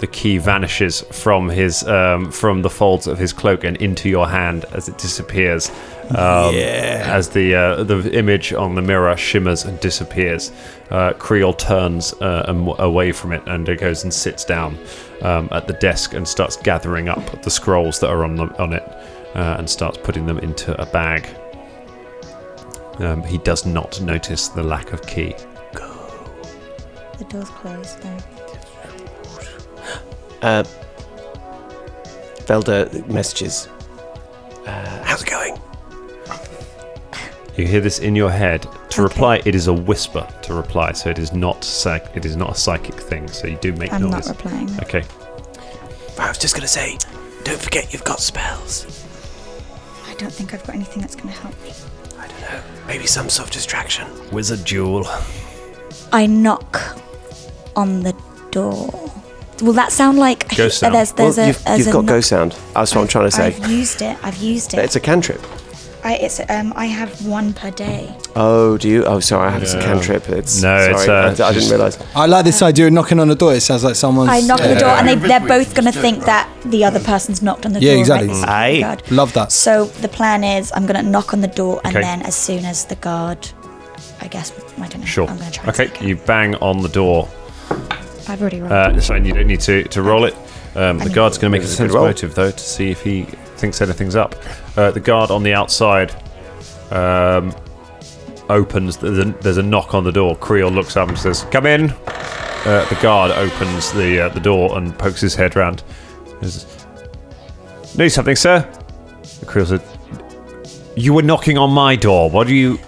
[SPEAKER 5] The key vanishes from his um, from the folds of his cloak and into your hand as it disappears. Um,
[SPEAKER 7] Yeah.
[SPEAKER 5] As the uh, the image on the mirror shimmers and disappears, uh, Creole turns uh, am- away from it and it goes and sits down um, at the desk and starts gathering up the scrolls that are on the, on it uh, and starts putting them into a bag. Um, he does not notice the lack of key.
[SPEAKER 1] The door's closed. Though.
[SPEAKER 4] Uh, Velda messages. Uh, how's it going?
[SPEAKER 5] You hear this in your head. To reply, it is a whisper to reply, so it is not psych- it is not a psychic thing. So you do make
[SPEAKER 1] I'm not
[SPEAKER 5] noise.
[SPEAKER 1] replying.
[SPEAKER 5] Okay.
[SPEAKER 4] I was just going to say, don't forget you've got spells.
[SPEAKER 1] I don't think I've got anything that's gonna help me.
[SPEAKER 4] Maybe some sort of distraction.
[SPEAKER 5] Wizard duel.
[SPEAKER 1] I knock on the door. Will that sound like
[SPEAKER 4] Ghost
[SPEAKER 1] Uh,
[SPEAKER 4] sound.
[SPEAKER 1] There's, there's
[SPEAKER 4] well,
[SPEAKER 1] a,
[SPEAKER 4] you've,
[SPEAKER 1] there's
[SPEAKER 4] you've
[SPEAKER 1] a
[SPEAKER 4] got
[SPEAKER 1] knock-
[SPEAKER 4] ghost sound. That's what I'm trying to say.
[SPEAKER 1] I've used it. I've used it.
[SPEAKER 4] It's a cantrip.
[SPEAKER 1] I, it's um. I have one per day.
[SPEAKER 4] Oh, do you? Oh, sorry, I have it's a
[SPEAKER 7] Yeah.
[SPEAKER 4] cantrip. It's
[SPEAKER 5] No,
[SPEAKER 4] sorry,
[SPEAKER 5] it's,
[SPEAKER 4] I-
[SPEAKER 5] uh,
[SPEAKER 4] I, didn't
[SPEAKER 5] just-
[SPEAKER 4] realise.
[SPEAKER 7] I like this idea of knocking on the door. It sounds like someone's.
[SPEAKER 1] I knock on the
[SPEAKER 7] Yeah.
[SPEAKER 1] door, and they they're both gonna think that the other person's knocked on the
[SPEAKER 7] Yeah,
[SPEAKER 1] door.
[SPEAKER 7] exactly.
[SPEAKER 1] Right?
[SPEAKER 7] Aye.
[SPEAKER 1] Guard.
[SPEAKER 7] Love that.
[SPEAKER 1] So the plan is, I'm gonna knock on the door, and
[SPEAKER 5] Okay.
[SPEAKER 1] then as soon as the guard, I guess I don't know.
[SPEAKER 5] Sure.
[SPEAKER 1] I'm gonna try.
[SPEAKER 5] Okay. You bang on the door.
[SPEAKER 1] I've already rolled.
[SPEAKER 5] Uh, sorry, you don't need to, to roll it. Um, the
[SPEAKER 1] Okay.
[SPEAKER 5] guard's going to make a
[SPEAKER 1] It's a good
[SPEAKER 5] sense
[SPEAKER 1] roll.
[SPEAKER 5] motive though to see if he thinks anything's up. Uh, the guard on the outside um, opens. There's a, there's a knock on the door. Creole looks up and says, "Come in." Uh, the guard opens the uh, the door and pokes his head round. He says, Need something, sir? Creel said, You were knocking on my door. What do you.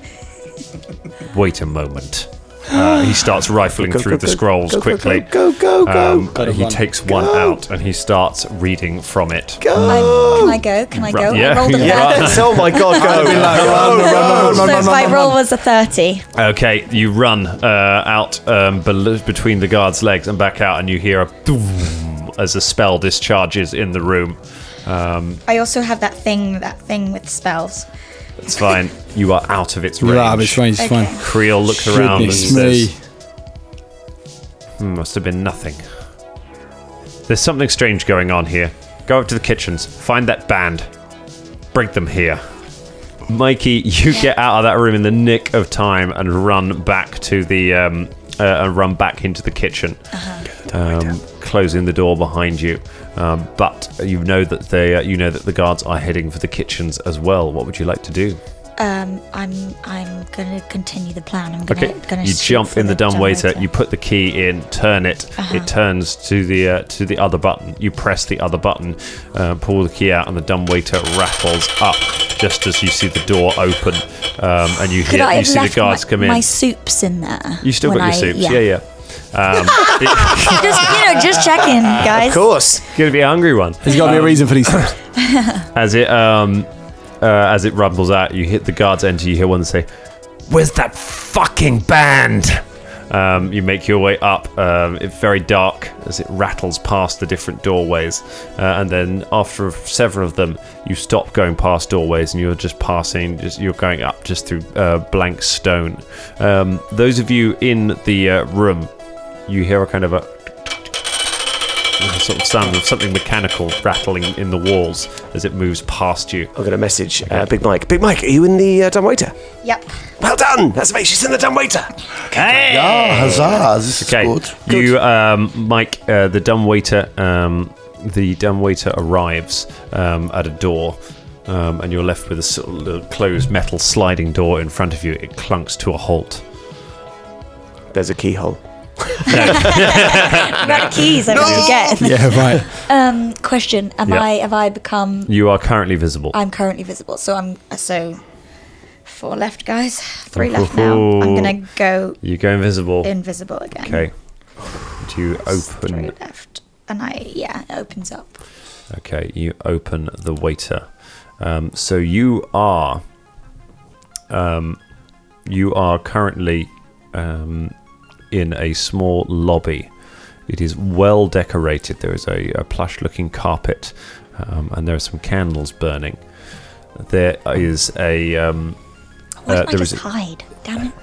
[SPEAKER 5] Wait a moment. Uh, he starts rifling
[SPEAKER 6] Go, go,
[SPEAKER 5] through the
[SPEAKER 6] go,
[SPEAKER 5] scrolls
[SPEAKER 6] go, go,
[SPEAKER 5] quickly. Um,
[SPEAKER 6] go, go, go, go. Gotta
[SPEAKER 5] he
[SPEAKER 6] run.
[SPEAKER 5] takes one out and he starts reading from it.
[SPEAKER 1] I, can I go? Can I go?
[SPEAKER 5] Right, yeah.
[SPEAKER 1] I rolled a
[SPEAKER 5] Yeah.
[SPEAKER 1] 30.
[SPEAKER 5] Yes, oh my God, go. I'd be like, Go, run, run, run, run,
[SPEAKER 1] So
[SPEAKER 5] run,
[SPEAKER 1] if my
[SPEAKER 5] run,
[SPEAKER 1] roll was a 30.
[SPEAKER 5] Okay, you run uh, out um, bel- between the guard's legs and back out, and you hear a boom as a spell discharges in the room. Um,
[SPEAKER 1] I also have that thing, that thing with spells.
[SPEAKER 5] It's fine. You are out of its range.
[SPEAKER 7] You're out of its range, it's Okay. fine.
[SPEAKER 5] Creel looks around and
[SPEAKER 7] Goodness
[SPEAKER 5] says, "Hmm, "Must have been nothing. There's something strange going on here. Go up to the kitchens. Find that band. Bring them here." Mikey, you get out of that room in the nick of time and run back to the um, uh, and run back into the kitchen, um, closing the door behind you. Um, but you know that they, uh, you know that the guards are heading for the kitchens as well. What would you like to do?
[SPEAKER 1] Um, I'm I'm gonna continue the plan. I'm gonna, gonna
[SPEAKER 5] you
[SPEAKER 1] shoot
[SPEAKER 5] jump
[SPEAKER 1] for
[SPEAKER 5] in the dumbwaiter.
[SPEAKER 1] dumbwaiter.
[SPEAKER 5] You put the key in, turn it.
[SPEAKER 1] Uh-huh.
[SPEAKER 5] It turns to the uh, to the other button. You press the other button, uh, pull the key out, and the dumbwaiter rattles up just as you see the door open um, and you
[SPEAKER 1] Could
[SPEAKER 5] hear
[SPEAKER 1] I
[SPEAKER 5] you
[SPEAKER 1] have
[SPEAKER 5] see the
[SPEAKER 1] left
[SPEAKER 5] guards
[SPEAKER 1] my,
[SPEAKER 5] come in.
[SPEAKER 1] my soups in there?
[SPEAKER 5] you still
[SPEAKER 1] when
[SPEAKER 5] got your
[SPEAKER 1] I-
[SPEAKER 5] soups, yeah, yeah. Um,
[SPEAKER 1] just you know, just checking, guys.
[SPEAKER 5] course, gonna be a hungry one.
[SPEAKER 7] There's got to be a reason for these things.
[SPEAKER 5] As it um, uh, as it rumbles out, you hit the guards enter. You hear one say, "Where's that fucking band?" Um, you make your way up. Um, it's very dark as it rattles past the different doorways, uh, and then after several of them, you stop going past doorways, and you're just passing. Just you're going up just through uh, blank stone. Um, those of you in the uh, room, you hear a kind of a the sort of sound of something mechanical rattling in the walls as it moves past you.
[SPEAKER 4] I've got a message, uh, Big Mike. Big Mike, are you in the uh, dumbwaiter?
[SPEAKER 1] Yep.
[SPEAKER 4] Well done. That's me. She's in the dumbwaiter.
[SPEAKER 5] Hey!
[SPEAKER 4] Yeah,
[SPEAKER 10] huzzah! This
[SPEAKER 5] okay. You, um, Mike, uh, the dumbwaiter, um, the dumbwaiter arrives um, at a door, um, and you're left with a sort of little closed metal sliding door in front of you. It clunks to a halt.
[SPEAKER 4] There's a keyhole.
[SPEAKER 1] About keys, I no! get.
[SPEAKER 5] Yeah, right.
[SPEAKER 1] Um, question: Am
[SPEAKER 5] Yeah.
[SPEAKER 1] I have I become?
[SPEAKER 5] You are currently visible.
[SPEAKER 1] I'm currently visible, so I'm so four left, guys. Three left now. I'm gonna go
[SPEAKER 5] You go invisible.
[SPEAKER 1] invisible again.
[SPEAKER 5] Okay. Do you open?
[SPEAKER 1] And I yeah, it opens up.
[SPEAKER 5] Okay, you open the waiter. Um, so you are, um, you are currently um, in a small lobby. It is well decorated. There is a, a plush-looking carpet, um, and there are some candles burning. There is a. Um,
[SPEAKER 1] Why
[SPEAKER 5] uh,
[SPEAKER 1] didn't I
[SPEAKER 5] there is
[SPEAKER 1] just hide? Damn it!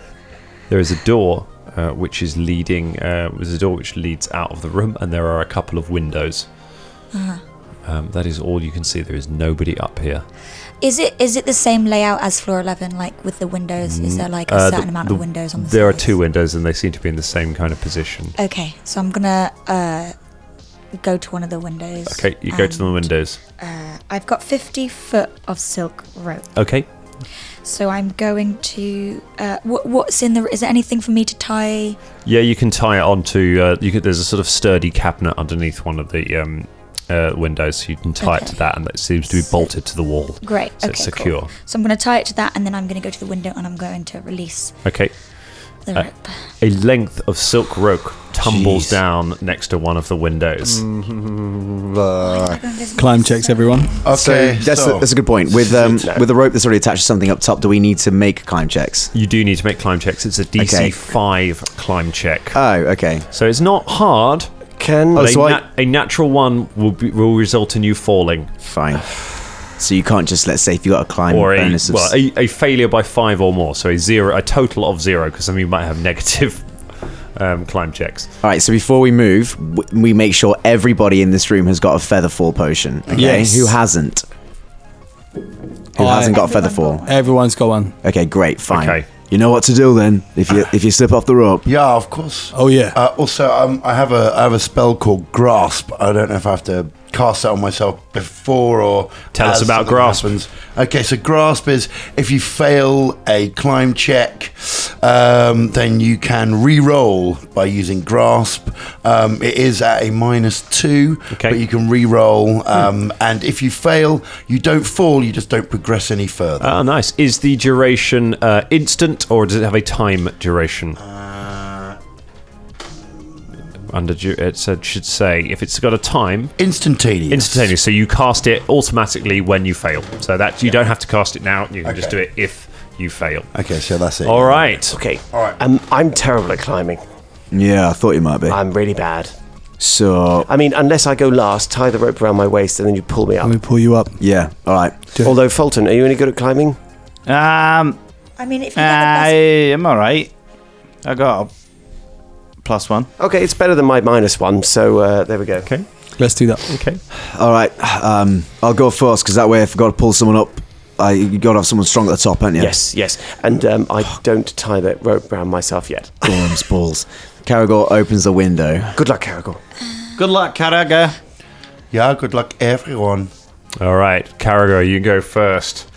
[SPEAKER 5] there is a door uh, which is leading. Uh, there's a door which leads out of the room, and there are a couple of windows.
[SPEAKER 1] Uh-huh.
[SPEAKER 5] Um, that is all you can see. There is nobody up here.
[SPEAKER 1] Is it is it the same layout as floor eleven, like with the windows? Is there like a
[SPEAKER 5] Uh, the-
[SPEAKER 1] certain amount
[SPEAKER 5] the-
[SPEAKER 1] of windows on the?
[SPEAKER 5] There are two windows, and they seem to be in the same kind of position.
[SPEAKER 1] Okay, so I'm gonna uh, go to one of the windows.
[SPEAKER 5] Okay, you go to the windows.
[SPEAKER 1] Uh, I've got fifty foot of silk rope,
[SPEAKER 5] Okay,
[SPEAKER 1] so I'm going to. Uh, what, what's in the? Is there anything for me to tie?
[SPEAKER 5] yeah, you can tie it onto. Uh, you could, there's a sort of sturdy cabinet underneath one of the um, uh, windows, so you can tie it to that, and that seems to be bolted to the wall.
[SPEAKER 1] Great.
[SPEAKER 5] so
[SPEAKER 1] okay,
[SPEAKER 5] it's
[SPEAKER 1] cool.
[SPEAKER 5] secure.
[SPEAKER 1] So I'm gonna tie it to that, and then I'm gonna go to the window, and I'm going to release.
[SPEAKER 5] Okay.
[SPEAKER 1] The
[SPEAKER 5] Uh,
[SPEAKER 1] rope.
[SPEAKER 5] a length of silk rope tumbles down next to one of the windows.
[SPEAKER 7] Climb checks, everyone.
[SPEAKER 9] So that's, a, that's a good point. With um, with the rope that's already attached to something up top, do we need to make climb checks?
[SPEAKER 5] You do need to make climb checks. It's a DC
[SPEAKER 9] Okay.
[SPEAKER 5] five climb check.
[SPEAKER 9] Oh, okay.
[SPEAKER 5] So it's not hard.
[SPEAKER 4] Can
[SPEAKER 9] Oh,
[SPEAKER 5] a,
[SPEAKER 9] so I-
[SPEAKER 5] nat- a natural one will be, will result in you falling.
[SPEAKER 9] Fine. So you can't just let's say if you got a climb
[SPEAKER 5] or a,
[SPEAKER 9] bonus of
[SPEAKER 5] well, a, a failure by five or more, so a zero, a total of zero, because some of you might have negative um, climb checks.
[SPEAKER 9] All right, so before we move, w- we make sure everybody in this room has got a feather fall potion. Okay,
[SPEAKER 7] Yes.
[SPEAKER 9] who hasn't? Who
[SPEAKER 7] Oh, I-
[SPEAKER 9] hasn't got a feather fall?
[SPEAKER 7] Everyone's got one.
[SPEAKER 9] Okay, great, fine. You know what to do then if you if you slip off the rope.
[SPEAKER 10] Yeah, of course.
[SPEAKER 7] Oh yeah.
[SPEAKER 10] Uh, also, um, I have a I have a spell called Grasp. I don't know if I have to cast that on myself before or
[SPEAKER 5] Tell us
[SPEAKER 10] as
[SPEAKER 5] about
[SPEAKER 10] something
[SPEAKER 5] Grasp.
[SPEAKER 10] happens. Okay, so Grasp is if you fail a climb check, um, then you can re-roll by using Grasp. Um, it is at a minus two, but you can re-roll. Um, And if you fail, you don't fall. You just don't progress any further.
[SPEAKER 5] Ah, nice. Is the duration uh, instant, or does it have a time duration? Under du- it said- should say if it's got a time
[SPEAKER 10] instantaneous.
[SPEAKER 5] Instantaneous. So you cast it automatically when you fail. So that you don't have to cast it now. You can just do it if you fail.
[SPEAKER 10] Okay, so that's it.
[SPEAKER 5] All right.
[SPEAKER 4] Okay. All right. Um, I'm terrible at climbing.
[SPEAKER 9] Yeah, I thought you might be.
[SPEAKER 4] I'm really bad.
[SPEAKER 9] So
[SPEAKER 4] I mean, unless I go last, tie the rope around my waist, and then you pull me up.
[SPEAKER 7] Let me pull you up.
[SPEAKER 9] Yeah. All right.
[SPEAKER 4] Although Fulton, are you any good at climbing?
[SPEAKER 8] Um,
[SPEAKER 1] I mean, if you get the
[SPEAKER 8] I
[SPEAKER 4] Uh,
[SPEAKER 1] best
[SPEAKER 8] am all right. I got a plus one.
[SPEAKER 4] Okay, it's better than my minus one, so uh, there we go. Okay.
[SPEAKER 7] Let's do that.
[SPEAKER 5] Okay.
[SPEAKER 9] All right, um, I'll go first because that way, if I've got to pull someone up, I you got to have someone strong at the top, haven't you?
[SPEAKER 4] Yes, yes. And um, I don't tie that rope round myself yet.
[SPEAKER 9] Gorm's balls. Caragor opens the window.
[SPEAKER 4] Good luck, Caragor.
[SPEAKER 8] Good luck, Karaga.
[SPEAKER 10] Yeah, good luck, everyone.
[SPEAKER 5] All right, Carragher, you go first.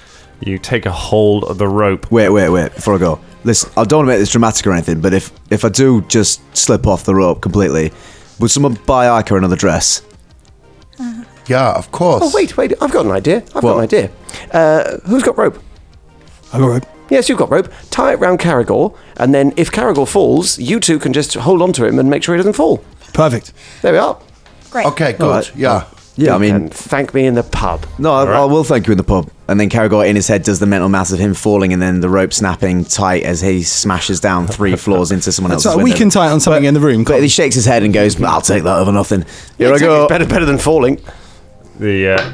[SPEAKER 5] You take a hold of the rope.
[SPEAKER 9] Wait, wait, wait. Before I go, listen. I don't want to make this dramatic or anything, but if if I do just slip off the rope completely, would someone buy Ica another dress?
[SPEAKER 10] Yeah, of course.
[SPEAKER 4] Oh, wait, wait. I've got an idea. I've got
[SPEAKER 9] What?
[SPEAKER 4] an idea. Uh, who's got rope?
[SPEAKER 7] I'm all right.
[SPEAKER 4] Yes, you've got rope. Tie it round Caragor, and then if Caragor falls, you two can just hold on to him and make sure he doesn't fall.
[SPEAKER 7] Perfect.
[SPEAKER 4] There we are.
[SPEAKER 1] great.
[SPEAKER 10] Okay, good.
[SPEAKER 9] right.
[SPEAKER 10] Yeah.
[SPEAKER 9] Yeah, I mean,
[SPEAKER 4] and thank me in the pub.
[SPEAKER 9] no, I,
[SPEAKER 5] right.
[SPEAKER 9] I will thank you in the pub. And then Caragor in his head does the mental math of him falling and then the rope snapping tight as he smashes down three floors into someone else's
[SPEAKER 7] So we
[SPEAKER 9] window.
[SPEAKER 7] can tie it on something in the room.
[SPEAKER 9] But he shakes his head and goes, "I'll take that over nothing." Here I
[SPEAKER 4] Exactly,
[SPEAKER 9] go.
[SPEAKER 4] it's Better, better than falling.
[SPEAKER 5] The uh,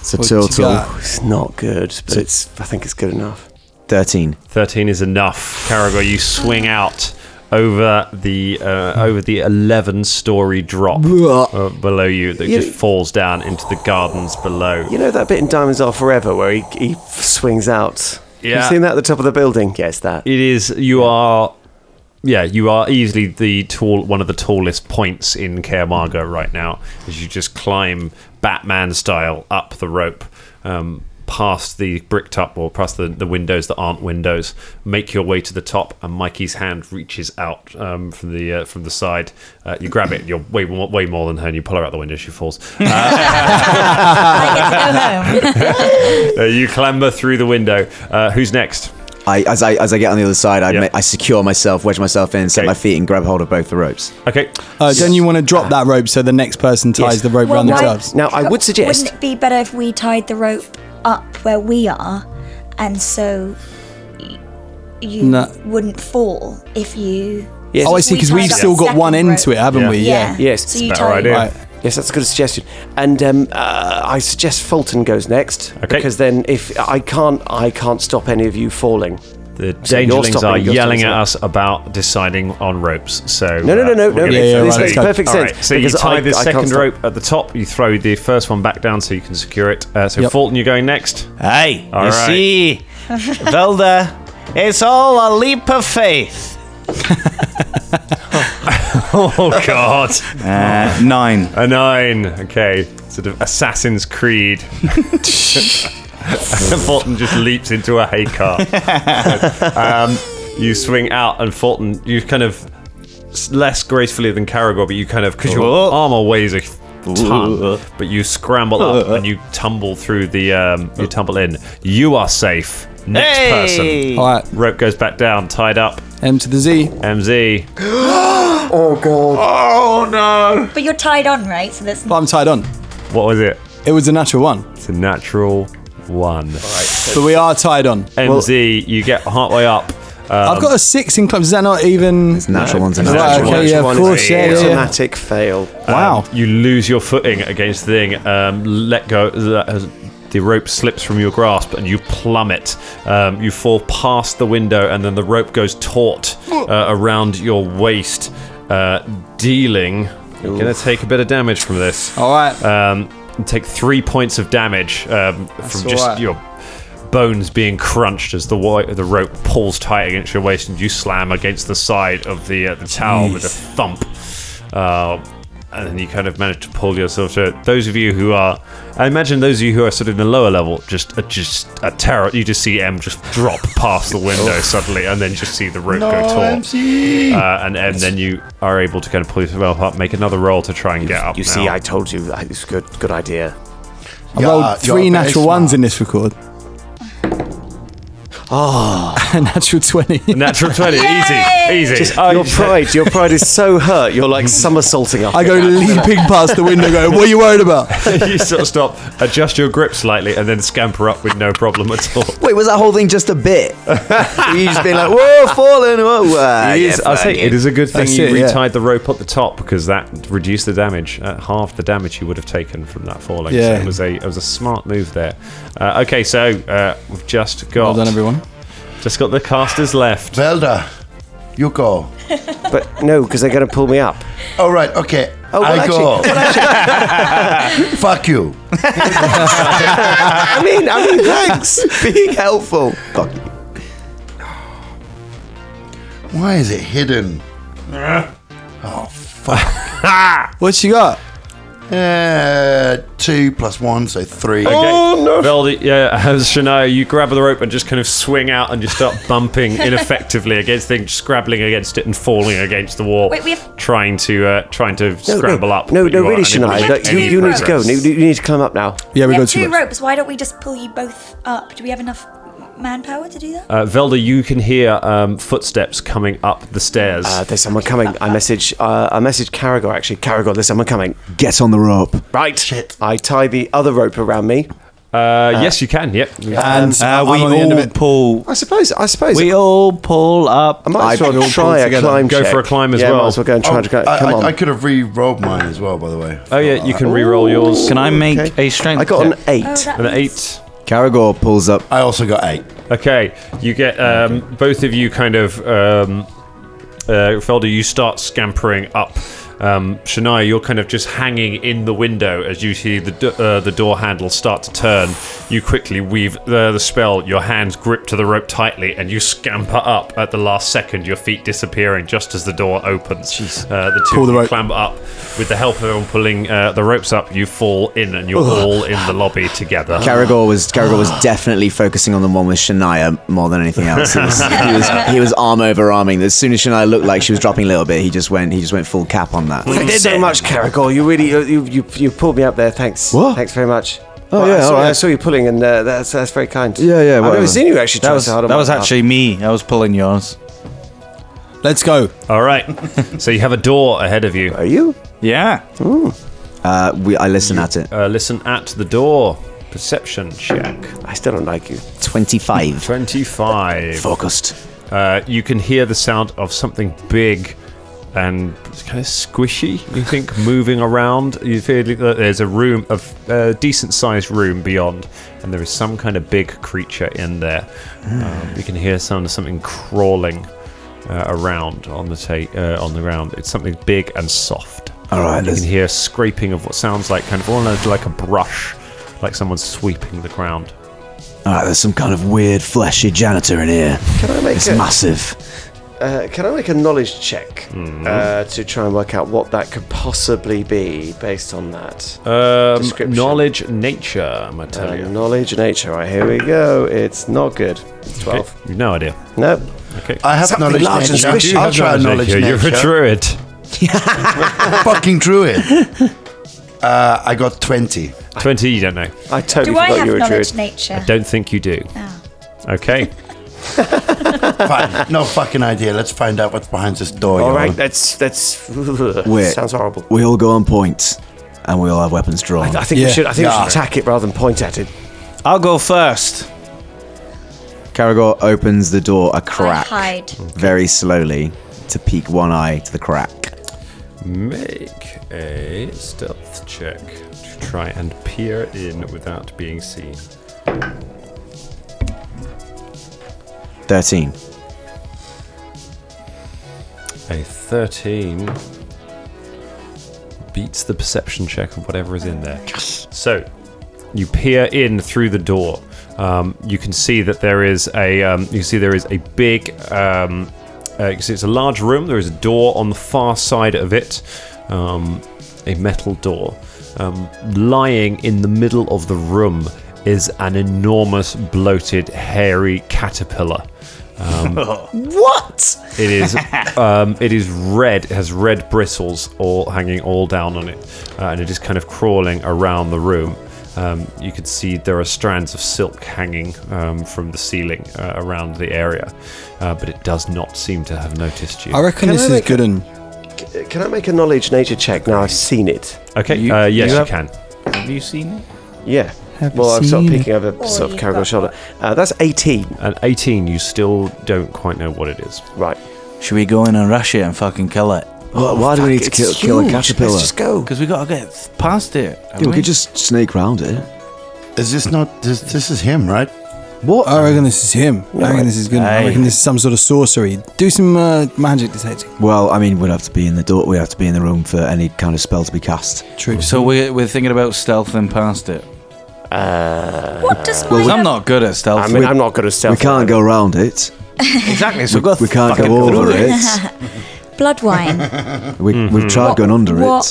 [SPEAKER 9] It's a
[SPEAKER 7] What you
[SPEAKER 9] total
[SPEAKER 7] got?
[SPEAKER 4] It's not good, but it's. I think it's good enough.
[SPEAKER 9] thirteen.
[SPEAKER 5] 13 is enough. Caragor, you swing out over the uh, over the 11 story drop uh, below you that
[SPEAKER 4] You-
[SPEAKER 5] just falls down into the gardens below.
[SPEAKER 4] You know that bit in Diamonds Are Forever where he, he swings out?
[SPEAKER 5] Yeah.
[SPEAKER 4] You've seen that at the top of the building? Yes, that.
[SPEAKER 5] It is you are yeah, you are easily the tall one of the tallest points in Caremargo right now as you just climb Batman style up the rope. Um past the bricked up or past the, the windows that aren't windows make your way to the top and mikey's hand reaches out um, from the uh, from the side uh, you grab it you're way more, way more than her and you pull her out the window she falls
[SPEAKER 1] I get to go home.
[SPEAKER 5] uh, you clamber through the window uh, who's next
[SPEAKER 9] I, as I as I get on the other side, I,
[SPEAKER 5] Yeah.
[SPEAKER 9] ma- I secure myself, wedge myself in, set
[SPEAKER 5] Okay.
[SPEAKER 9] my feet, and grab hold of both the ropes.
[SPEAKER 5] okay
[SPEAKER 7] Uh, Then you want to drop that rope so the next person ties
[SPEAKER 4] Yes.
[SPEAKER 7] the rope
[SPEAKER 1] Well,
[SPEAKER 7] around
[SPEAKER 1] why-
[SPEAKER 7] themselves.
[SPEAKER 4] Now, I would suggest.
[SPEAKER 1] Wouldn't it be better if we tied the rope up where we are, and so y- you
[SPEAKER 7] No.
[SPEAKER 1] wouldn't fall if you?
[SPEAKER 4] Yes.
[SPEAKER 7] Oh, I see.
[SPEAKER 1] We
[SPEAKER 7] Because
[SPEAKER 1] tied
[SPEAKER 7] we've
[SPEAKER 1] up
[SPEAKER 7] still
[SPEAKER 1] the
[SPEAKER 7] got one
[SPEAKER 1] second
[SPEAKER 7] end to
[SPEAKER 1] rope.
[SPEAKER 7] it, haven't
[SPEAKER 5] Yeah.
[SPEAKER 7] we?
[SPEAKER 1] Yeah.
[SPEAKER 4] Yes.
[SPEAKER 1] So you
[SPEAKER 5] Better
[SPEAKER 1] tie.
[SPEAKER 5] idea.
[SPEAKER 7] Right.
[SPEAKER 4] Yes, that's a good suggestion. And um, uh, I suggest Fulton goes next
[SPEAKER 5] Okay.
[SPEAKER 4] because then if I can't, I can't stop any of you falling.
[SPEAKER 5] The
[SPEAKER 4] So you're
[SPEAKER 5] dangerlings
[SPEAKER 4] stopping-
[SPEAKER 5] are
[SPEAKER 4] you're
[SPEAKER 5] yelling at
[SPEAKER 4] stopping
[SPEAKER 5] us about deciding on ropes. So uh,
[SPEAKER 4] No, no, no, no,
[SPEAKER 5] we're
[SPEAKER 4] no.
[SPEAKER 5] gonna-
[SPEAKER 7] Yeah, yeah,
[SPEAKER 4] this
[SPEAKER 7] right,
[SPEAKER 4] makes
[SPEAKER 7] okay.
[SPEAKER 4] perfect
[SPEAKER 5] All
[SPEAKER 4] sense
[SPEAKER 5] right, so you tie the
[SPEAKER 4] I can't
[SPEAKER 5] second
[SPEAKER 4] stop.
[SPEAKER 5] rope at the top. You throw the first one back down so you can secure it. Uh, so
[SPEAKER 7] Yep.
[SPEAKER 5] Fulton, you're going next.
[SPEAKER 8] Hey,
[SPEAKER 5] All
[SPEAKER 8] you
[SPEAKER 5] right.
[SPEAKER 8] see, Velda, it's all a leap of faith.
[SPEAKER 5] Oh God,
[SPEAKER 8] Uh, nine.
[SPEAKER 5] a nine. Okay, sort of Assassin's Creed. Fulton just leaps into a hay cart. um, you swing out, and Fulton, you kind of s- less gracefully than Caragor, but you kind of because your
[SPEAKER 8] Oh.
[SPEAKER 5] armor weighs a ton,
[SPEAKER 8] Ooh.
[SPEAKER 5] but you scramble up and you tumble through the um, you tumble in. You are safe. Next
[SPEAKER 8] Hey!
[SPEAKER 5] person.
[SPEAKER 7] All right.
[SPEAKER 5] Rope goes back down, tied up.
[SPEAKER 7] M to the Z.
[SPEAKER 5] MZ.
[SPEAKER 1] But you're tied on, right? So that's
[SPEAKER 7] But I'm tied on.
[SPEAKER 5] What was it?
[SPEAKER 7] It was a natural one.
[SPEAKER 5] It's a natural one.
[SPEAKER 7] But we are tied on.
[SPEAKER 5] MZ, you get halfway up.
[SPEAKER 7] I've got a six in clubs. Is that not even.
[SPEAKER 9] Natural ones and
[SPEAKER 7] Right,
[SPEAKER 9] natural
[SPEAKER 7] okay,
[SPEAKER 9] ones.
[SPEAKER 7] yeah,
[SPEAKER 4] One
[SPEAKER 7] of
[SPEAKER 4] is
[SPEAKER 7] course, yeah, yeah, yeah.
[SPEAKER 4] Automatic fail.
[SPEAKER 5] Oh,
[SPEAKER 7] Wow.
[SPEAKER 5] Um, You lose your footing against the thing. Um, let go. The the rope slips from your grasp and you plummet. Um, you fall past the window and then the rope goes taut uh, around your waist, uh, dealing. You're going to take a bit of damage from this.
[SPEAKER 7] All right.
[SPEAKER 5] Um, you take three points of damage um, from
[SPEAKER 7] all
[SPEAKER 5] just
[SPEAKER 7] right.
[SPEAKER 5] your bones being crunched as the wi- the rope pulls tight against your waist and you slam against the side of the uh, the tower with a thump. Uh, and then you kind of manage to pull yourself to it. Those of you who are, I imagine those of you who are sort of in the lower level, just are just a terror. You just see M just drop past the
[SPEAKER 4] Oh.
[SPEAKER 5] window suddenly, and then just see the rope go taut. Uh, and, and then you are able to kind of pull yourself up, make another roll to try and get up.
[SPEAKER 4] You
[SPEAKER 5] now.
[SPEAKER 4] see, I told you I- it's a good, good idea.
[SPEAKER 7] I
[SPEAKER 10] Yeah,
[SPEAKER 7] rolled
[SPEAKER 10] you're very
[SPEAKER 7] three natural
[SPEAKER 10] smart.
[SPEAKER 9] Ah.
[SPEAKER 7] ones in this record. natural 20.
[SPEAKER 5] Natural 20, easy, easy.
[SPEAKER 4] Just, your pride, your pride is so hurt. You're like somersaulting up.
[SPEAKER 7] I go leaping past the window going, what are you worried about?
[SPEAKER 5] you sort of stop, adjust your grip slightly, and then scamper up with no problem at all.
[SPEAKER 9] Wait, was that whole thing just a bit? you just being like, whoa, falling, whoa. Uh,
[SPEAKER 5] It is,
[SPEAKER 9] yeah,
[SPEAKER 5] I say
[SPEAKER 9] fuck
[SPEAKER 5] it is a good thing
[SPEAKER 7] That's
[SPEAKER 5] you
[SPEAKER 7] it, yeah.
[SPEAKER 5] retied the rope at the top because that reduced the damage, uh, half the damage you would have taken from that falling.
[SPEAKER 7] Yeah.
[SPEAKER 5] So it was a it was a smart move there. Uh, okay, so uh, we've just got
[SPEAKER 7] Well done, everyone.
[SPEAKER 5] just got the casters left.
[SPEAKER 10] Velda, you go.
[SPEAKER 4] But no, because they're going to pull me up. Oh,
[SPEAKER 10] All right, okay. I go. Fuck you.
[SPEAKER 4] I mean, I mean, thanks.
[SPEAKER 9] Being helpful. Fuck you.
[SPEAKER 10] Why is it hidden? Oh, fuck.
[SPEAKER 7] What you got?
[SPEAKER 10] Uh, two plus one, so three. Oh,
[SPEAKER 5] Okay.
[SPEAKER 1] Oh,
[SPEAKER 5] Veldy, yeah, as Shania, you grab the rope and just kind of swing out and just start bumping ineffectively against things, scrabbling against it and falling against the wall,
[SPEAKER 1] Wait, we have-
[SPEAKER 5] trying to uh, trying to
[SPEAKER 4] No,
[SPEAKER 5] scramble
[SPEAKER 4] no,
[SPEAKER 5] up.
[SPEAKER 4] No,
[SPEAKER 5] but
[SPEAKER 4] no,
[SPEAKER 5] you
[SPEAKER 4] really,
[SPEAKER 5] aren't able to
[SPEAKER 4] Shania.
[SPEAKER 5] make
[SPEAKER 4] Like, you,
[SPEAKER 5] any
[SPEAKER 4] you need to go.
[SPEAKER 5] progress.
[SPEAKER 4] You, you need to climb up now.
[SPEAKER 7] Yeah,
[SPEAKER 1] we
[SPEAKER 7] we, got
[SPEAKER 1] have two
[SPEAKER 7] too much.
[SPEAKER 1] ropes. Why don't we just pull you both up? Do we have enough manpower to do that?
[SPEAKER 5] Uh, Velda, you can hear um, footsteps coming up the stairs.
[SPEAKER 4] Uh, there's someone coming. I message. Uh, I message Caragor actually. Caragor, there's someone coming.
[SPEAKER 9] Get on the rope.
[SPEAKER 4] Right. Shit. I tie the other rope around me.
[SPEAKER 5] Uh, yes, you can. Yep.
[SPEAKER 7] And
[SPEAKER 8] Uh,
[SPEAKER 7] I'm
[SPEAKER 8] we
[SPEAKER 7] on the end of
[SPEAKER 8] all
[SPEAKER 7] it.
[SPEAKER 8] pull.
[SPEAKER 4] I suppose. I suppose.
[SPEAKER 8] We all pull up.
[SPEAKER 4] I might as
[SPEAKER 8] I-
[SPEAKER 4] well try a
[SPEAKER 7] together.
[SPEAKER 4] climb.
[SPEAKER 5] Go
[SPEAKER 4] check.
[SPEAKER 5] for a climb as
[SPEAKER 4] yeah,
[SPEAKER 5] well.
[SPEAKER 4] Might as well go and try
[SPEAKER 10] Oh,
[SPEAKER 4] to go.
[SPEAKER 10] I,
[SPEAKER 4] Come
[SPEAKER 10] I-
[SPEAKER 4] on.
[SPEAKER 10] I could have re-rolled mine as well, by the way.
[SPEAKER 5] oh yeah, you can re-roll yours.
[SPEAKER 8] Can I make a strength?
[SPEAKER 4] I got an
[SPEAKER 8] check?
[SPEAKER 4] eight.
[SPEAKER 1] Oh, that
[SPEAKER 5] An
[SPEAKER 1] means-
[SPEAKER 5] eight.
[SPEAKER 9] Caragor pulls up.
[SPEAKER 10] I also got eight.
[SPEAKER 5] Okay, you get um, both of you kind of. Um, uh, Felder, you start scampering up. Um, Shania, you're kind of just hanging in the window as you see the do- uh, the door handle start to turn. You quickly weave the, the spell. Your hands grip to the rope tightly, and you scamper up at the last second. Your feet disappearing just as the door opens. Uh, the two
[SPEAKER 7] Pull
[SPEAKER 5] of
[SPEAKER 7] the
[SPEAKER 5] you
[SPEAKER 7] rope.
[SPEAKER 5] clamber up with the help of everyone pulling uh, the ropes up. You fall in, and you're all in the lobby together.
[SPEAKER 9] Caragor was Caragor was definitely focusing on the one with Shania more than anything else. He was, he was, he was arm over arming. As soon as Shania looked like she was dropping a little bit, he just went he just went full cap on that.
[SPEAKER 4] Thanks so much, Caragor. You really you, you you- you pulled me up there. Thanks.
[SPEAKER 9] What?
[SPEAKER 4] Thanks very much.
[SPEAKER 9] Oh,
[SPEAKER 4] Well,
[SPEAKER 9] yeah,
[SPEAKER 4] I saw,
[SPEAKER 9] all right.
[SPEAKER 4] I saw you pulling, and uh, that's that's very kind.
[SPEAKER 9] Yeah, yeah,
[SPEAKER 4] I've never
[SPEAKER 9] whatever.
[SPEAKER 4] seen you actually try
[SPEAKER 8] That was
[SPEAKER 4] so hard. on
[SPEAKER 8] that was
[SPEAKER 4] my-
[SPEAKER 8] actually me. I was pulling yours.
[SPEAKER 7] Let's go.
[SPEAKER 5] All right, so you have a door ahead of you.
[SPEAKER 4] Are you?
[SPEAKER 8] Yeah.
[SPEAKER 9] Uh, we, I listen at it.
[SPEAKER 5] Uh, listen at the door. Perception check.
[SPEAKER 4] I still don't like you.
[SPEAKER 9] Twenty five.
[SPEAKER 5] 25.
[SPEAKER 9] Focused.
[SPEAKER 5] Uh, you can hear the sound of something big and kind of squishy, you think, moving around. You feel that there's a room, a f- a decent sized room beyond, and there is some kind of big creature in there.
[SPEAKER 9] Hmm.
[SPEAKER 5] Um, you can hear the sound of something crawling uh, around on the, ta- uh, on the ground. It's something big and soft.
[SPEAKER 9] All right,
[SPEAKER 5] You
[SPEAKER 9] let's-
[SPEAKER 5] can hear scraping of what sounds like kind of almost like a brush, like someone sweeping the ground.
[SPEAKER 9] All right, there's some kind of weird fleshy janitor in here.
[SPEAKER 4] Can I make
[SPEAKER 9] It's
[SPEAKER 4] a,
[SPEAKER 9] massive.
[SPEAKER 4] uh, Can I make a knowledge check uh, to try and work out what that could possibly be based on that?
[SPEAKER 5] Um,
[SPEAKER 4] Description.
[SPEAKER 5] knowledge, nature. I'm gonna tell
[SPEAKER 4] Uh,
[SPEAKER 5] you.
[SPEAKER 4] knowledge and nature. Right here we go. It's not good. It's twelve.
[SPEAKER 5] You've No idea.
[SPEAKER 4] Nope.
[SPEAKER 10] I have
[SPEAKER 4] Something
[SPEAKER 10] knowledge
[SPEAKER 4] large and
[SPEAKER 10] nature.
[SPEAKER 4] squishy.
[SPEAKER 10] I'll try a knowledge
[SPEAKER 5] Nature, You're
[SPEAKER 10] nature.
[SPEAKER 5] a druid.
[SPEAKER 10] Fucking druid. Uh, I got 20.
[SPEAKER 5] Twenty. You don't know.
[SPEAKER 4] I totally
[SPEAKER 1] Do I
[SPEAKER 4] forgot
[SPEAKER 1] have
[SPEAKER 4] you were a
[SPEAKER 1] knowledge
[SPEAKER 4] druid.
[SPEAKER 1] nature?
[SPEAKER 5] Don't think you do. Okay.
[SPEAKER 10] Fine. No fucking idea. Let's find out what's behind this door.
[SPEAKER 4] All
[SPEAKER 10] y'all.
[SPEAKER 4] right. That's that's.
[SPEAKER 9] Wait.
[SPEAKER 4] Sounds horrible.
[SPEAKER 9] We all go on point, and we all have weapons drawn.
[SPEAKER 4] I think
[SPEAKER 7] Yeah.
[SPEAKER 4] we should. I think we
[SPEAKER 10] Yeah.
[SPEAKER 4] should attack it rather than point at it.
[SPEAKER 8] I'll go first.
[SPEAKER 9] Caragor opens the door a crack
[SPEAKER 1] I hide.
[SPEAKER 9] very slowly to peek one eye to the crack.
[SPEAKER 5] Make a stealth check to try and peer in without being seen.
[SPEAKER 9] Thirteen.
[SPEAKER 5] A thirteen beats the perception check of whatever is in there. So you peer in through the door. Um, you can see that there is a um, you can see there is a big um, uh, you can see it's a large room. There is a door on the far side of it, um, a metal door. Um, lying in the middle of the room is an enormous, bloated, hairy caterpillar. It is um, it is red. It has red bristles all hanging all down on it, uh, and it is kind of crawling around the room. Um, you can see there are strands of silk hanging um, from the ceiling uh, around the area, uh, but it does not seem to have noticed you.
[SPEAKER 4] and. Uh, Can I make a knowledge nature check now? I've seen it.
[SPEAKER 5] Okay, uh, yes, you can.
[SPEAKER 11] Have you seen it?
[SPEAKER 4] Yeah.
[SPEAKER 11] Have
[SPEAKER 4] well, I'm sort
[SPEAKER 11] seen
[SPEAKER 4] of
[SPEAKER 11] it.
[SPEAKER 4] picking up a sort of
[SPEAKER 11] Oh, you've
[SPEAKER 4] cargo
[SPEAKER 11] got
[SPEAKER 4] shoulder. Uh, that's 18.
[SPEAKER 5] And 18, you still don't quite know what it is.
[SPEAKER 4] Right.
[SPEAKER 11] Should we go in and rush it and fucking kill it?
[SPEAKER 9] Why- why do we need to kill- kill a caterpillar? Let's just
[SPEAKER 11] go. Because we gotta get th- past it.
[SPEAKER 9] we could just snake round it.
[SPEAKER 10] Is this not this? This is him, right?
[SPEAKER 9] What?
[SPEAKER 7] I reckon this is him. I reckon this is good. I
[SPEAKER 9] Hey.
[SPEAKER 7] reckon this is some sort of sorcery. Do some uh, magic detecting.
[SPEAKER 9] Well, I mean, we'd have to be in the door. We'd have to be in the room for any kind of spell to be cast.
[SPEAKER 7] True.
[SPEAKER 11] So we're, we're thinking about stealthing past it. Uh,
[SPEAKER 1] What does
[SPEAKER 11] well,
[SPEAKER 1] my-
[SPEAKER 11] I'm not good at stealth.
[SPEAKER 4] I mean, I'm not good at
[SPEAKER 9] we can't go round it.
[SPEAKER 11] Exactly.
[SPEAKER 9] so we, we can't
[SPEAKER 11] fucking
[SPEAKER 9] go over
[SPEAKER 11] through
[SPEAKER 9] it.
[SPEAKER 1] Blood wine.
[SPEAKER 9] We, We've tried going under it.
[SPEAKER 1] what?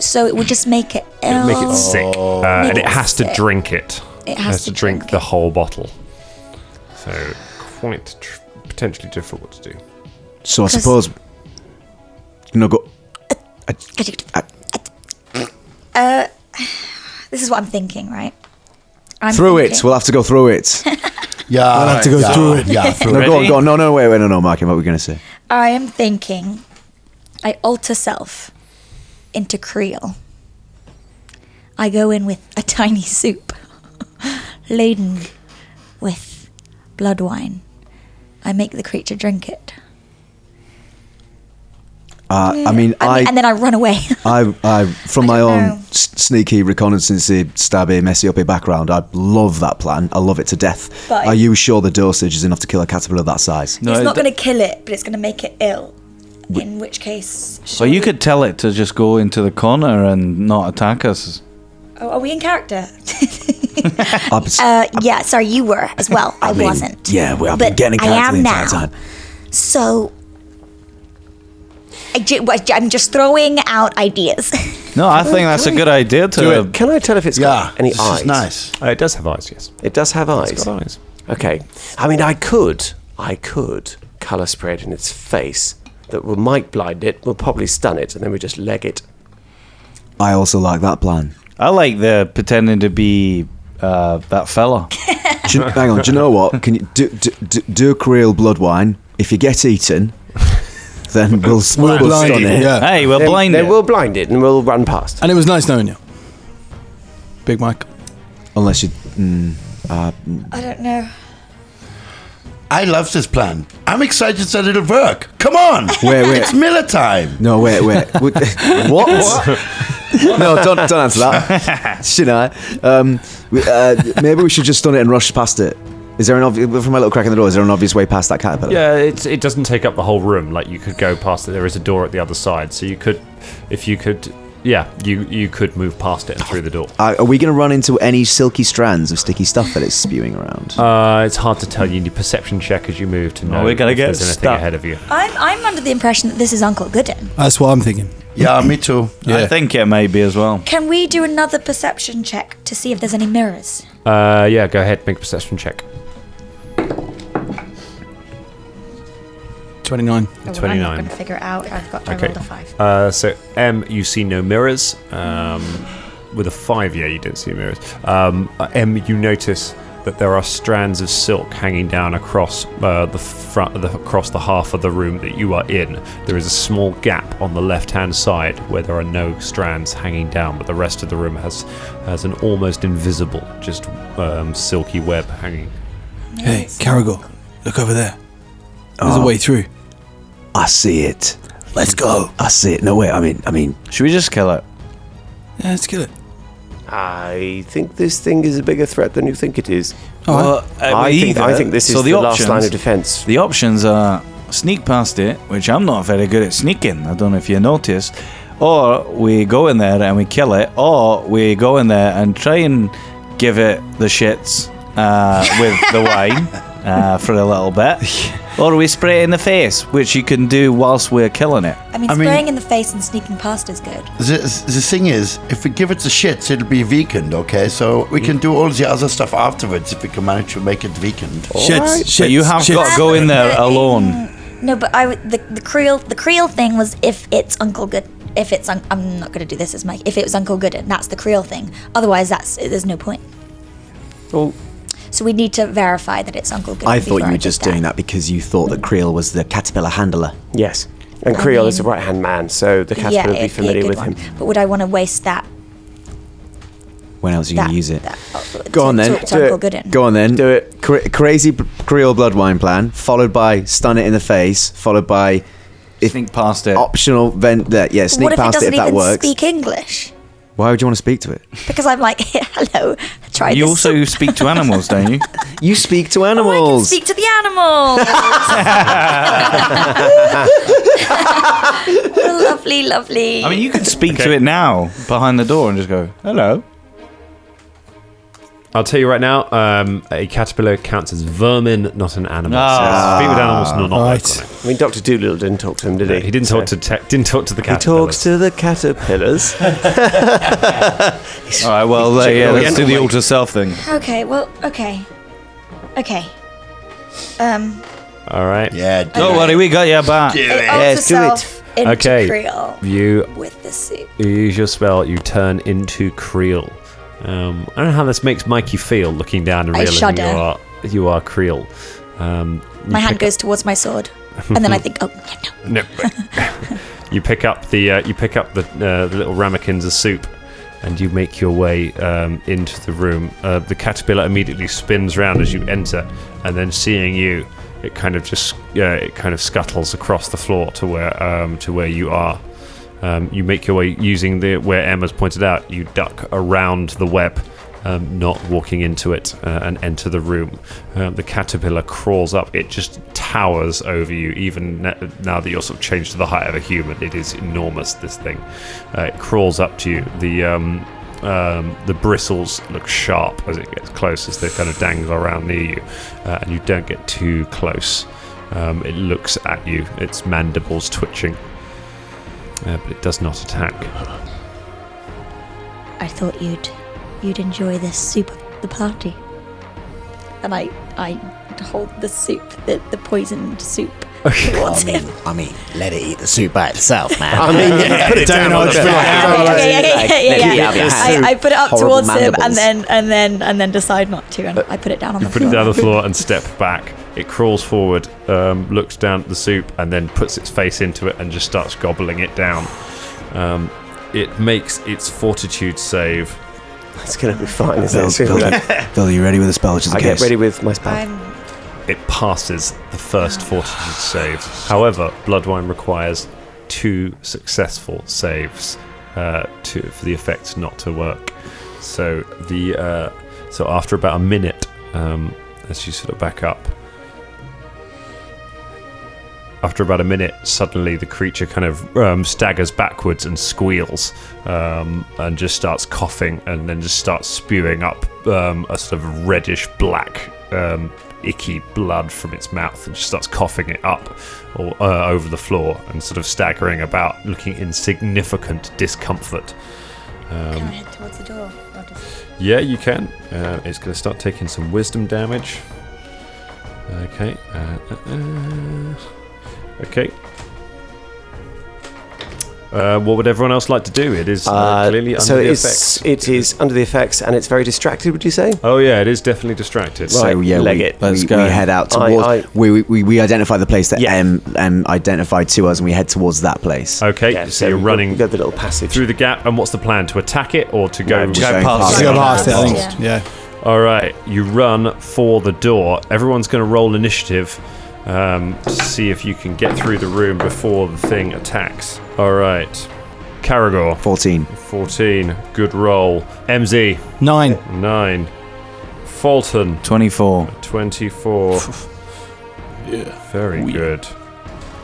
[SPEAKER 1] So it would just make it ill.
[SPEAKER 5] Make it sick. Uh,
[SPEAKER 1] Oh. Make
[SPEAKER 5] and
[SPEAKER 1] it
[SPEAKER 5] it has to
[SPEAKER 1] sick.
[SPEAKER 5] drink it.
[SPEAKER 1] It has to
[SPEAKER 5] drink, the whole bottle. So, quite tr- potentially difficult to do.
[SPEAKER 9] So I
[SPEAKER 5] 'Cause-
[SPEAKER 9] suppose. No, go.
[SPEAKER 1] Uh, this is what I'm thinking, right? I'm
[SPEAKER 9] through it.
[SPEAKER 1] thinking-
[SPEAKER 9] We'll have to go through it.
[SPEAKER 10] yeah,
[SPEAKER 1] We'll have to go yeah, through it. yeah, through
[SPEAKER 9] no,
[SPEAKER 1] it.
[SPEAKER 9] go on,
[SPEAKER 1] Ready?
[SPEAKER 9] go on. No, no, wait, wait, no, no, Marky, what were we going to say?
[SPEAKER 1] I am thinking I alter self into Creole. I go in with a tiny soup laden with blood wine. I make the creature drink it.
[SPEAKER 9] Uh, I mean,
[SPEAKER 1] I
[SPEAKER 9] I,
[SPEAKER 1] mean, and then I run away.
[SPEAKER 9] I, I, from my own s- sneaky, reconnaissancey, stabby, messy uppy background, I love that plan. I love it to death.
[SPEAKER 1] But-
[SPEAKER 9] Are you sure the dosage is enough to kill a caterpillar that size?
[SPEAKER 1] it's not going to kill it, but it's going to make it ill. In which case,
[SPEAKER 11] Well, you could tell it to just go into the corner and not attack us.
[SPEAKER 1] oh, are we in character?
[SPEAKER 9] I've been-
[SPEAKER 1] Uh, yeah, sorry, you were as well. I,
[SPEAKER 9] I mean,
[SPEAKER 1] wasn't.
[SPEAKER 9] Yeah, well, I've been
[SPEAKER 1] But
[SPEAKER 9] getting
[SPEAKER 1] I
[SPEAKER 9] character the
[SPEAKER 1] am
[SPEAKER 9] entire
[SPEAKER 1] now.
[SPEAKER 9] time.
[SPEAKER 1] So, I ju- well, I'm just throwing out ideas.
[SPEAKER 11] No, I think that's a good idea to.
[SPEAKER 4] Do it. Can I tell if it's got any
[SPEAKER 11] uh, this is
[SPEAKER 4] eyes?
[SPEAKER 11] nice.
[SPEAKER 5] Uh, it does have eyes, yes.
[SPEAKER 4] It does have eyes.
[SPEAKER 5] It's got eyes.
[SPEAKER 4] Okay. I mean, I could, I could colour spray it in its face that will might blind it, will probably stun it, and then we just leg it.
[SPEAKER 9] I also like that plan.
[SPEAKER 11] I like the pretending to be uh, that fella.
[SPEAKER 9] Do you- hang on, do you know what? Can you do, do, do, do a Creole blood wine? If you get eaten, then we'll, we'll, blind it.
[SPEAKER 4] Then- then We'll blind it and we'll run past.
[SPEAKER 7] And it was nice knowing you, Big Mike.
[SPEAKER 9] Unless you. Mm, uh,
[SPEAKER 1] I don't know.
[SPEAKER 10] I love this plan. I'm excited that it'll work. Come on.
[SPEAKER 9] Wait, wait.
[SPEAKER 10] It's Miller time.
[SPEAKER 9] no, wait, wait. Would- what? no, don't, don't answer that. Should I? Um, we, uh, maybe we should just stun it and rush past it. Is there an obvious from my little crack in the door? Is there an obvious way past that caterpillar?
[SPEAKER 5] Yeah, it's, it doesn't take up the whole room. Like you could go past it. There is a door at the other side, so you could, if you could, yeah, you you could move past it and through the door.
[SPEAKER 9] Uh, are we going to run into any silky strands of sticky stuff that it's spewing around?
[SPEAKER 5] Uh, it's hard to tell. You need a perception check as you move to know
[SPEAKER 11] Oh, we're gonna
[SPEAKER 5] if
[SPEAKER 11] get
[SPEAKER 5] there's anything
[SPEAKER 11] stuck.
[SPEAKER 5] ahead of you.
[SPEAKER 1] I'm I'm under the impression that this is Uncle Gooden.
[SPEAKER 7] That's what I'm thinking.
[SPEAKER 10] Yeah, me too.
[SPEAKER 11] I think it may be as well.
[SPEAKER 1] Can we do another perception check to see if there's any mirrors?
[SPEAKER 5] Uh, yeah, go ahead, make a perception check.
[SPEAKER 7] Twenty-nine.
[SPEAKER 1] I'm not
[SPEAKER 5] 29.
[SPEAKER 1] going to figure it out. I've got I
[SPEAKER 5] Okay.
[SPEAKER 1] rolled a five.
[SPEAKER 5] Uh, so M, you see no mirrors. Um, with a five, yeah, you don't see mirrors. Um, uh, M, you notice that there are strands of silk hanging down across uh, the front, the, across the half of the room that you are in. There is a small gap on the left-hand side where there are no strands hanging down, but the rest of the room has has an almost invisible, just um, silky web hanging.
[SPEAKER 7] Hey, Carrigal, look over there. There's
[SPEAKER 9] Oh.
[SPEAKER 7] a way through.
[SPEAKER 9] I see it. Let's go. I see it. No, wait. I mean, I mean.
[SPEAKER 11] Should we just kill it?
[SPEAKER 7] Yeah, let's kill it.
[SPEAKER 4] I think this thing is a bigger threat than you think it is.
[SPEAKER 11] Well, uh,
[SPEAKER 4] I, think,
[SPEAKER 11] either.
[SPEAKER 4] I think this is
[SPEAKER 11] So
[SPEAKER 4] the, last line of defense.
[SPEAKER 11] The options are sneak past it, which I'm not very good at sneaking. I don't know if you noticed, or we go in there and we kill it, or we go in there and try and give it the shits uh, with the wine uh, for a little bit, or we spray it in the face, which you can do whilst we're killing it.
[SPEAKER 1] I mean,
[SPEAKER 10] I mean-
[SPEAKER 1] spraying in the face and sneaking past is good.
[SPEAKER 10] Uh, The, the thing is, if we give it the shits, it'll be weakened, okay? So we can do all the other stuff afterwards if we can manage to make it weakened.
[SPEAKER 11] But you have got to go in there alone.
[SPEAKER 1] No, but I would- the the Creole the Creole thing was if it's Uncle Good if it's un- I'm not going to do this as Mike. If it was Uncle Gooden, that's the Creole thing. Otherwise, that's there's no point.
[SPEAKER 4] Well,
[SPEAKER 1] So we need to verify that it's Uncle Gooden.
[SPEAKER 9] I thought
[SPEAKER 1] before
[SPEAKER 9] you were
[SPEAKER 1] did
[SPEAKER 9] just doing that because you thought that Creel was the caterpillar handler.
[SPEAKER 4] Yes. And
[SPEAKER 1] I
[SPEAKER 4] Creole is a
[SPEAKER 1] mean-
[SPEAKER 4] right hand man, so the caterpillar would be
[SPEAKER 1] Um, it'd a
[SPEAKER 4] familiar
[SPEAKER 1] good
[SPEAKER 4] with
[SPEAKER 1] one.
[SPEAKER 4] him.
[SPEAKER 1] But would I want to waste that?
[SPEAKER 9] When else are you going
[SPEAKER 1] That- uh,
[SPEAKER 9] to use it?
[SPEAKER 1] to-
[SPEAKER 9] Go on then.
[SPEAKER 1] to- to
[SPEAKER 9] do
[SPEAKER 1] Uncle
[SPEAKER 9] it.
[SPEAKER 1] Gooden.
[SPEAKER 9] Go on then. Do it. Cra- crazy b- Creole bloodwine plan, followed by stun it in the face, followed by if sneak past it. Optional vent. There. Yeah, sneak
[SPEAKER 1] what if it
[SPEAKER 9] past
[SPEAKER 1] doesn't
[SPEAKER 9] it if that
[SPEAKER 1] even
[SPEAKER 9] works.
[SPEAKER 1] speak English?
[SPEAKER 9] Why would you want to speak to it?
[SPEAKER 1] Because I'm like, hello, try
[SPEAKER 11] you
[SPEAKER 1] this.
[SPEAKER 11] also speak to animals, don't you?
[SPEAKER 9] You speak to animals.
[SPEAKER 1] Speak to the animals. lovely, lovely.
[SPEAKER 11] I mean, you could speak to it now behind the door and just go, hello.
[SPEAKER 5] I'll tell you right now, um, a caterpillar counts as vermin, not an animal.
[SPEAKER 4] Ah.
[SPEAKER 5] So speak with animals, no, not
[SPEAKER 4] Right.
[SPEAKER 5] iconic.
[SPEAKER 4] I mean, Doctor Doolittle didn't talk to him, did he?
[SPEAKER 5] He didn't talk to te- didn't talk to the
[SPEAKER 4] He
[SPEAKER 5] caterpillar.
[SPEAKER 4] talks to the caterpillars.
[SPEAKER 11] All right, well, uh, yeah, let's do the
[SPEAKER 4] Oriental,
[SPEAKER 11] alter self thing.
[SPEAKER 1] okay, well, okay, okay. Um,
[SPEAKER 5] All right.
[SPEAKER 10] Yeah.
[SPEAKER 11] Don't worry, we got your back.
[SPEAKER 1] it alters self into
[SPEAKER 5] okay.
[SPEAKER 1] Creole
[SPEAKER 5] You
[SPEAKER 1] with the soup.
[SPEAKER 5] you use your spell. You turn into Creel. Um, I don't know how this makes Mikey feel, looking down and
[SPEAKER 1] I
[SPEAKER 5] realizing you
[SPEAKER 1] shudder.
[SPEAKER 5] are you are Creel. Um, you
[SPEAKER 1] My hand
[SPEAKER 5] pick up-
[SPEAKER 1] goes towards my sword, and then I think, oh, yeah, no.
[SPEAKER 5] No. you pick up the uh, you pick up the, uh, the little ramekins of soup, and you make your way um, into the room. Uh, the caterpillar immediately spins round as you enter, and then seeing you, it kind of just yeah, it kind of scuttles across the floor to where um, to where you are. Um, you make your way using the where Emma's pointed out. You duck around the web. Um, not walking into it uh, and enter the room. Um, the caterpillar crawls up. It just towers over you, even na- now that you're sort of changed to the height of a human. It is enormous, this thing. Uh, it crawls up to you. The, um, um, the bristles look sharp as it gets close, as they kind of dangle around near you, uh, and you don't get too close. Um, it looks at you, its mandibles twitching, uh, but it does not attack.
[SPEAKER 1] I thought you'd you'd enjoy this soup at the party. And I I hold the soup, the, the poisoned soup towards him.
[SPEAKER 9] I mean, let it eat the soup by itself, man.
[SPEAKER 1] I mean, yeah,
[SPEAKER 9] put it down on the floor.
[SPEAKER 1] Okay, yeah, yeah, yeah, yeah, yeah. I, I put it up
[SPEAKER 9] Horrible
[SPEAKER 1] towards him and
[SPEAKER 9] mandibles.
[SPEAKER 1] then and then and then decide not to and I put it down on
[SPEAKER 5] You
[SPEAKER 1] the
[SPEAKER 5] put
[SPEAKER 1] floor.
[SPEAKER 5] it down the floor and step back. It crawls forward, um, looks down at the soup, and then puts its face into it and just starts gobbling it down. Um, it makes its fortitude save.
[SPEAKER 4] It's going to be fine,
[SPEAKER 5] isn't it?
[SPEAKER 6] Bill, Bill, Bill, you ready with the spell? Which is the
[SPEAKER 5] I get
[SPEAKER 6] case?
[SPEAKER 5] ready
[SPEAKER 4] with my spell.
[SPEAKER 5] It passes the first fortitude save. However, Bloodwine requires two successful saves uh, to, for the effect not to work. So the uh, so after about a minute, um, as you sort of back up, after about a minute, suddenly the creature kind of um, staggers backwards and squeals, um, and just starts coughing, and then just starts spewing up um, a sort of reddish black, um, icky blood from its mouth, and just starts coughing it up or uh, over the floor, and sort of staggering about, looking in significant discomfort. Um,
[SPEAKER 1] head towards the door.
[SPEAKER 5] yeah, you can. Uh, it's going to start taking some wisdom damage. Okay. Uh, uh, uh, okay. Uh, what would everyone else like to do? It is uh, clearly under
[SPEAKER 4] so
[SPEAKER 5] the
[SPEAKER 4] it's,
[SPEAKER 5] effects.
[SPEAKER 4] it is under the effects and it's very distracted, would you say?
[SPEAKER 5] Oh yeah, it is definitely distracted.
[SPEAKER 4] Right,
[SPEAKER 9] so yeah,
[SPEAKER 4] leg
[SPEAKER 9] we,
[SPEAKER 4] it.
[SPEAKER 9] we-
[SPEAKER 4] Let's
[SPEAKER 9] we
[SPEAKER 4] go.
[SPEAKER 9] head out
[SPEAKER 4] I-
[SPEAKER 9] towards.
[SPEAKER 4] I-
[SPEAKER 9] we, we- we we identify the place that M M identified to us, and we head towards that place.
[SPEAKER 5] Okay, so, you're running
[SPEAKER 4] the little passage
[SPEAKER 5] through the gap, and what's the plan? To attack it or to go,
[SPEAKER 9] No, just Go going past past it. it. Go past it, I think.
[SPEAKER 5] Yeah. All right, you run for the door. Everyone's going to roll initiative um, to see if you can get through the room before the thing attacks. All right, Caragor.
[SPEAKER 9] Fourteen.
[SPEAKER 5] Fourteen. Good roll. MZ.
[SPEAKER 7] Nine.
[SPEAKER 5] Nine. Fulton.
[SPEAKER 11] Twenty-four.
[SPEAKER 5] Twenty-four. yeah. Very good.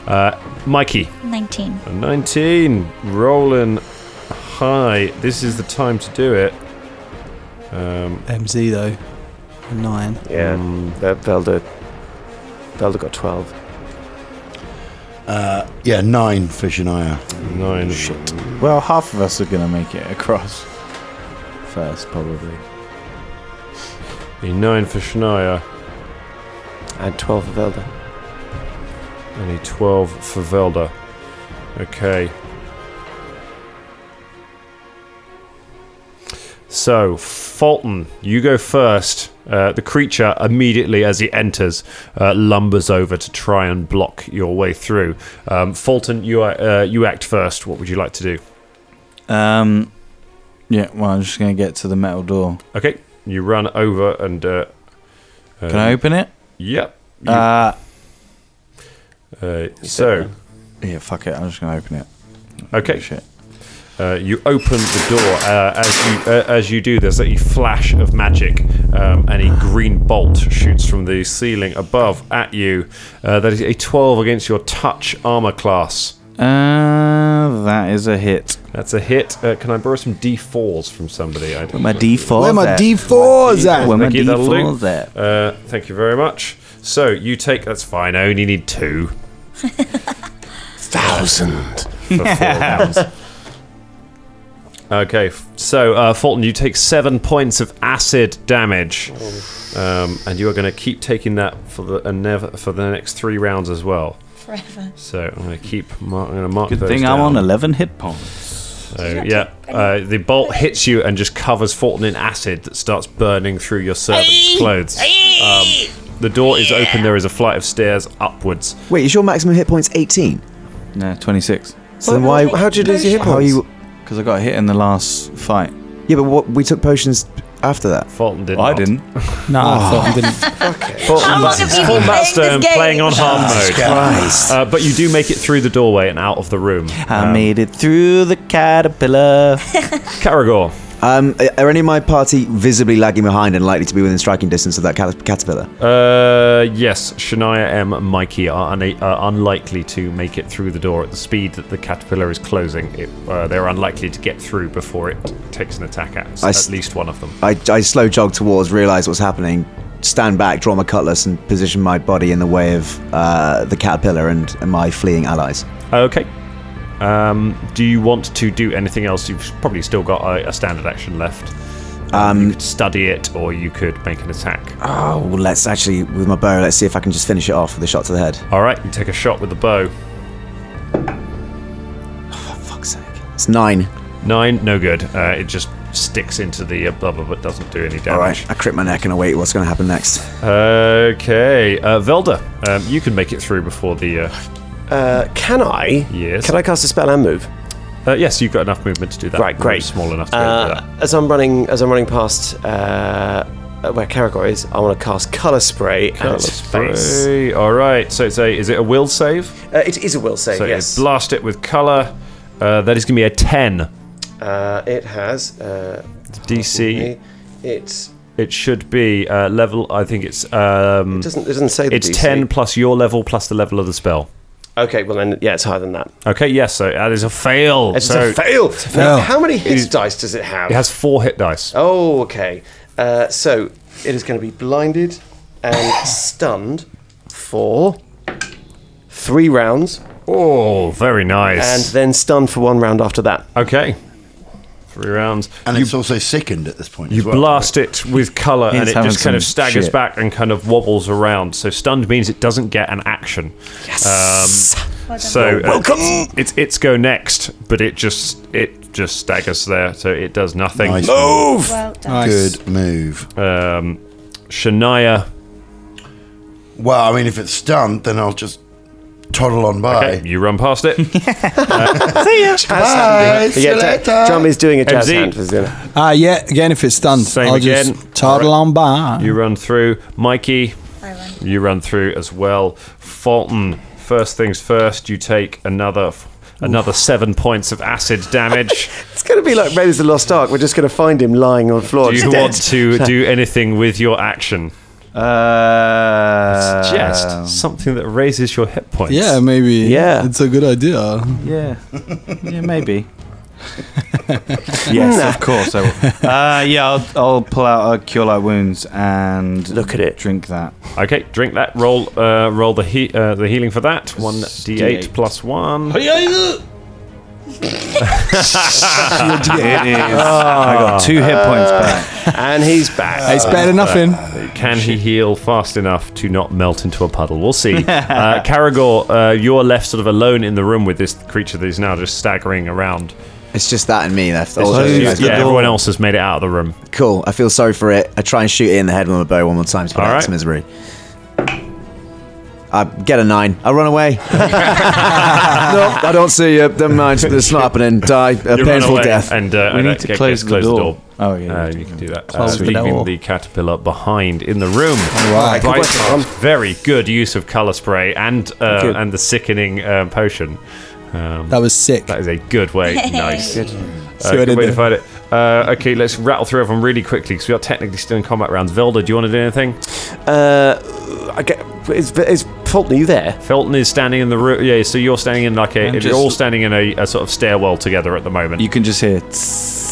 [SPEAKER 5] Uh, Mikey.
[SPEAKER 1] 19.
[SPEAKER 5] A 19. Rolling high. This is the time to do it. Um,
[SPEAKER 7] MZ though, a nine.
[SPEAKER 4] Yeah.
[SPEAKER 5] Mm.
[SPEAKER 4] Uh, Velda. Velda got 12.
[SPEAKER 10] Uh, yeah, nine fish and I are.
[SPEAKER 5] Nine.
[SPEAKER 10] Shit.
[SPEAKER 11] Well, half of us are going to make it across first, probably.
[SPEAKER 5] a 9 for Shania.
[SPEAKER 4] And 12 for Velda.
[SPEAKER 5] And a 12 for Velda. Okay. So, Fulton, you go first. Uh, the creature immediately, as he enters, uh, lumbers over to try and block your way through. Um, Fulton, you are, uh, you act first. What would you like to do?
[SPEAKER 11] Um, yeah, well, I'm just going to get to the metal door.
[SPEAKER 5] Okay, you run over and. Uh, um,
[SPEAKER 11] Can I open it?
[SPEAKER 5] Yep. You-
[SPEAKER 11] Uh,
[SPEAKER 5] uh, so.
[SPEAKER 11] Yeah, fuck it. I'm just going to open it.
[SPEAKER 5] Okay. Uh, you open the door. Uh, as you uh, as you do, there's a flash of magic, um, and a green bolt shoots from the ceiling above at you. Uh, that is a 12 against your touch armor class.
[SPEAKER 11] Uh, that is a hit.
[SPEAKER 5] That's a hit. Uh, can I borrow some d4s from somebody? I
[SPEAKER 11] Where my D4s
[SPEAKER 5] Where
[SPEAKER 11] Where my at? D4s at? Where my
[SPEAKER 5] Thank you, that'll do.
[SPEAKER 11] D4s at?
[SPEAKER 5] Uh, thank you very much. So you take. That's fine. I only need two. Thousand for four rounds. Okay, f- so uh, Fulton, you take seven points of acid damage, um, and you are going to keep taking that for the and never for the next three rounds as well.
[SPEAKER 1] Forever.
[SPEAKER 5] So I'm going to keep. Mar- I'm going to mark.
[SPEAKER 11] Good
[SPEAKER 5] those
[SPEAKER 11] thing I'm on
[SPEAKER 5] down.
[SPEAKER 11] 11 hit points.
[SPEAKER 5] So, yeah, uh, the bolt hits you and just covers Fulton in acid that starts burning through your servant's clothes. Um, the door is open. There is a flight of stairs upwards.
[SPEAKER 9] Wait, is your maximum hit points 18?
[SPEAKER 11] No, 26.
[SPEAKER 9] So then why? How did you lose your hit points? How you?
[SPEAKER 11] Because I got hit in the last fight.
[SPEAKER 9] Yeah, but what, we took potions after that.
[SPEAKER 5] Fulton did.
[SPEAKER 11] I didn't.
[SPEAKER 7] Ah.
[SPEAKER 9] Nah, Fulton didn't.
[SPEAKER 5] Fulton
[SPEAKER 9] long have you
[SPEAKER 5] Fulton
[SPEAKER 9] been
[SPEAKER 5] Baxter
[SPEAKER 9] playing this game?
[SPEAKER 5] playing on hard
[SPEAKER 9] Jesus
[SPEAKER 5] mode.
[SPEAKER 11] Ah.
[SPEAKER 9] Christ.
[SPEAKER 5] Uh, but you do make it through the doorway and out of the room.
[SPEAKER 11] I made it through the caterpillar.
[SPEAKER 5] Caragor.
[SPEAKER 9] Um, are any of my party visibly lagging behind and likely to be within striking distance of that cat- caterpillar?
[SPEAKER 5] Uh, yes, Shania M. and Mikey are, una- are unlikely to make it through the door at the speed that the caterpillar is closing. It, uh, they're unlikely to get through before it takes an attack at,
[SPEAKER 9] I
[SPEAKER 5] at
[SPEAKER 9] s-
[SPEAKER 5] least one of them.
[SPEAKER 9] I, I slow jog towards, realize what's happening, stand back, draw my cutlass, and position my body in the way of uh, the caterpillar and, and my fleeing allies.
[SPEAKER 5] Okay. Um, do you want to do anything else? You've probably still got a, a standard action left. Um, you could study it, or you could make an attack.
[SPEAKER 4] Uh,
[SPEAKER 9] Oh, well, let's actually, with my bow, let's see if I can just finish it off with a shot to the head.
[SPEAKER 5] All right, you take a shot with the bow.
[SPEAKER 9] fuck's sake. It's nine.
[SPEAKER 5] Nine, no good. Uh, it just sticks into the uh, blubber, but doesn't do any damage.
[SPEAKER 9] All right, I crit my neck and I wait what's going to happen next.
[SPEAKER 5] Okay, uh, Velda, um, you can make it through before the. Uh...
[SPEAKER 4] Uh, can I?
[SPEAKER 5] Yes.
[SPEAKER 4] Can I cast a spell and move?
[SPEAKER 5] Uh, yes, you've got enough movement to do that.
[SPEAKER 4] Right,
[SPEAKER 5] You're
[SPEAKER 4] great.
[SPEAKER 5] Small enough to.
[SPEAKER 4] Uh,
[SPEAKER 5] do that.
[SPEAKER 4] As I'm running, as I'm running past uh, where Caragor is, I want to cast Color Spray. at
[SPEAKER 5] Colour
[SPEAKER 4] its face.
[SPEAKER 5] spray. All right. So it's a. Is it a will save?
[SPEAKER 4] Uh, it is a will save.
[SPEAKER 5] so
[SPEAKER 4] yes.
[SPEAKER 5] you blast it with color. Uh, that is going to be a ten.
[SPEAKER 4] Uh, it has. Uh,
[SPEAKER 5] DC.
[SPEAKER 4] It's.
[SPEAKER 5] It should be uh, level. I think it's. Um, it
[SPEAKER 4] doesn't- it doesn't say the
[SPEAKER 5] It's
[SPEAKER 4] DC.
[SPEAKER 5] ten plus your level plus the level of the spell.
[SPEAKER 4] Okay, well then, yeah, it's higher than that.
[SPEAKER 5] Okay. Yes. so that is a fail.
[SPEAKER 4] It's
[SPEAKER 5] so
[SPEAKER 4] a fail.
[SPEAKER 5] It's a
[SPEAKER 4] Now,
[SPEAKER 5] fail.
[SPEAKER 4] how many hit
[SPEAKER 5] It-
[SPEAKER 4] dice does it have?
[SPEAKER 5] It has four hit dice.
[SPEAKER 4] Oh, okay. Uh, so it is going to be blinded and stunned for three rounds.
[SPEAKER 5] Oh, very nice.
[SPEAKER 4] And then stunned for one round after that.
[SPEAKER 5] Okay. Three rounds.
[SPEAKER 10] And it's also sickened at this point.
[SPEAKER 5] You
[SPEAKER 10] as well.
[SPEAKER 5] blast it with color,
[SPEAKER 10] He's
[SPEAKER 5] and it
[SPEAKER 10] having
[SPEAKER 5] just kind of
[SPEAKER 10] some
[SPEAKER 5] staggers
[SPEAKER 10] shit.
[SPEAKER 5] back and kind of wobbles around. So stunned means it doesn't get an action. Yes.
[SPEAKER 12] Well done.
[SPEAKER 5] so
[SPEAKER 12] You're welcome.
[SPEAKER 5] It's, it's its go next, but it just it just staggers there, so it does nothing.
[SPEAKER 10] Nice Uh, move. Well done. Nice. Good move.
[SPEAKER 5] Um, Shania.
[SPEAKER 10] Well, I mean, if it's stunned, then I'll just toddle on by.
[SPEAKER 5] Okay, you run past it.
[SPEAKER 10] See ya. Bye.
[SPEAKER 4] hand.
[SPEAKER 10] See you
[SPEAKER 4] Yeah,
[SPEAKER 10] later.
[SPEAKER 4] Drum is doing a jazz
[SPEAKER 5] MZ.
[SPEAKER 4] hand. for Zilla.
[SPEAKER 7] Ah, yeah. Again, if it's done,
[SPEAKER 5] Same
[SPEAKER 7] I'll
[SPEAKER 5] again.
[SPEAKER 7] just toddle on by.
[SPEAKER 5] You run through. Mikey, you run through as well. Fulton, first things first, you take another another seven points of acid damage.
[SPEAKER 4] It's going to be like Raiders of the Lost Ark. We're just going to find him lying on the floor.
[SPEAKER 5] do you
[SPEAKER 4] just dead.
[SPEAKER 5] want to do anything with your action? Um,
[SPEAKER 11] Uh,
[SPEAKER 5] Suggest something that raises your hit points.
[SPEAKER 7] Yeah, um, maybe. It's a good idea.
[SPEAKER 11] Yeah. yeah, maybe. yes, of course I will. Uh, yeah, I'll, I'll pull out a cure light wounds and look
[SPEAKER 4] at it.
[SPEAKER 11] Drink that.
[SPEAKER 5] Okay, drink that. Roll, uh, roll the he- uh, the healing for that. One d8
[SPEAKER 11] D8.
[SPEAKER 5] plus one.
[SPEAKER 11] I got two hit points back.
[SPEAKER 4] And he's back.
[SPEAKER 7] It's better than nothing.
[SPEAKER 5] Can he heal fast enough to not melt into a puddle? We'll see. Uh, Caragor, uh, you're left sort of alone in the room with this creature that is now just staggering around.
[SPEAKER 9] It's just that and me left.
[SPEAKER 5] It's
[SPEAKER 9] Also,
[SPEAKER 5] just-
[SPEAKER 9] you
[SPEAKER 5] yeah,
[SPEAKER 9] guys got-
[SPEAKER 5] everyone else has made it out of the room.
[SPEAKER 9] Cool. I feel sorry for it. I try and shoot it in the head with my bow one more time to put
[SPEAKER 5] All
[SPEAKER 9] out
[SPEAKER 5] right.
[SPEAKER 9] its misery. I get a nine. I run away. no, I don't see you. Never mind. It's not happening. Die a
[SPEAKER 5] You run
[SPEAKER 9] painful
[SPEAKER 5] away
[SPEAKER 9] death.
[SPEAKER 5] And uh, and, uh, get- get- close the door. Oh yeah, you can do that.
[SPEAKER 9] Close
[SPEAKER 5] uh,
[SPEAKER 9] the
[SPEAKER 5] leaving
[SPEAKER 9] door.
[SPEAKER 5] the caterpillar behind in the room.
[SPEAKER 9] right.
[SPEAKER 5] By
[SPEAKER 9] Good work,
[SPEAKER 5] Charles, very good use of color spray and uh,
[SPEAKER 7] Good.
[SPEAKER 5] and the sickening uh, potion. Um,
[SPEAKER 7] That was sick.
[SPEAKER 5] That is a good way. Nice.
[SPEAKER 7] Good.
[SPEAKER 5] Uh,
[SPEAKER 7] See what I
[SPEAKER 5] good
[SPEAKER 7] did
[SPEAKER 5] way
[SPEAKER 7] there?
[SPEAKER 5] to find it. Uh, okay, let's rattle through everyone really quickly because we are technically still in combat rounds. Velda, do you want to do anything?
[SPEAKER 4] Uh, I get, is, is Fulton you there?
[SPEAKER 5] Felton is standing in the room. Yeah, so you're standing in like a.
[SPEAKER 4] I'm
[SPEAKER 5] you're
[SPEAKER 4] just-
[SPEAKER 5] all standing in a, a sort of stairwell together at the moment. You
[SPEAKER 11] can just hear.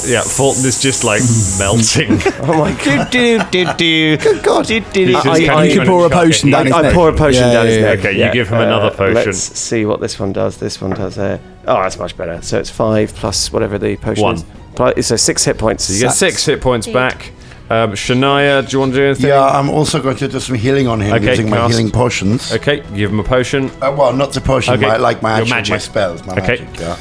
[SPEAKER 5] Yeah, Fulton is just like melting.
[SPEAKER 4] Oh my god.
[SPEAKER 11] do, do, do, Good
[SPEAKER 4] god.
[SPEAKER 11] Do,
[SPEAKER 5] He's just kind of in shock.
[SPEAKER 4] I, I pour a potion down his neck.
[SPEAKER 5] Okay,
[SPEAKER 4] yeah.
[SPEAKER 5] you give him
[SPEAKER 4] Uh,
[SPEAKER 5] another potion.
[SPEAKER 4] Let's see what this one does. This one does. Uh, oh, that's much better. So it's five plus whatever the potion
[SPEAKER 5] One.
[SPEAKER 4] is. Pl- So six hit points.
[SPEAKER 5] So you get six hit points back. Um, Shania, do you want to do anything?
[SPEAKER 10] Yeah, I'm also going to do some healing on him
[SPEAKER 5] Okay,
[SPEAKER 10] using my
[SPEAKER 5] cast-
[SPEAKER 10] healing potions.
[SPEAKER 5] Okay, give him a potion.
[SPEAKER 10] Uh, well, not the potion, my, like my,
[SPEAKER 5] your
[SPEAKER 10] actual, my spells, my
[SPEAKER 5] okay.
[SPEAKER 10] magic. Yeah.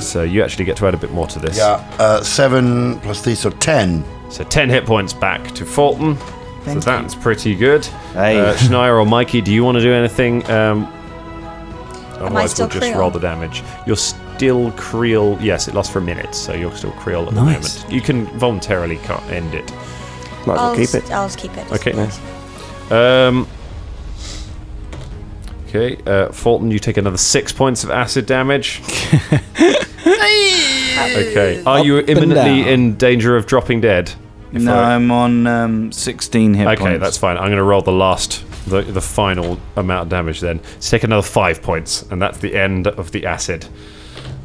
[SPEAKER 5] So you actually get to add a bit more to this.
[SPEAKER 10] Yeah, uh, seven plus three, so ten.
[SPEAKER 5] So ten hit points back to Fulton.
[SPEAKER 10] Thank
[SPEAKER 5] so that's pretty good.
[SPEAKER 10] Hey.
[SPEAKER 5] Uh, Shania or Mikey, do you want to do anything? Um, otherwise,
[SPEAKER 1] still
[SPEAKER 5] we'll just
[SPEAKER 1] Creel?
[SPEAKER 5] roll the damage. You're still Creel. Yes, it lasts for a minute, so you're still Creel at
[SPEAKER 1] Nice.
[SPEAKER 5] the moment. You can voluntarily cut, end it.
[SPEAKER 4] Might
[SPEAKER 1] I'll keep it. I'll keep it.
[SPEAKER 5] Okay. Um. Okay, uh, Fulton, you take another six points of acid damage. okay, are you
[SPEAKER 11] and
[SPEAKER 5] imminently
[SPEAKER 11] down.
[SPEAKER 5] in danger of dropping dead? If
[SPEAKER 11] No,
[SPEAKER 5] I-
[SPEAKER 11] I'm on um, 16 hit
[SPEAKER 5] okay,
[SPEAKER 11] points.
[SPEAKER 5] that's fine. I'm going to roll the last, the, the final amount of damage. Then so take another five points, and that's the end of the acid.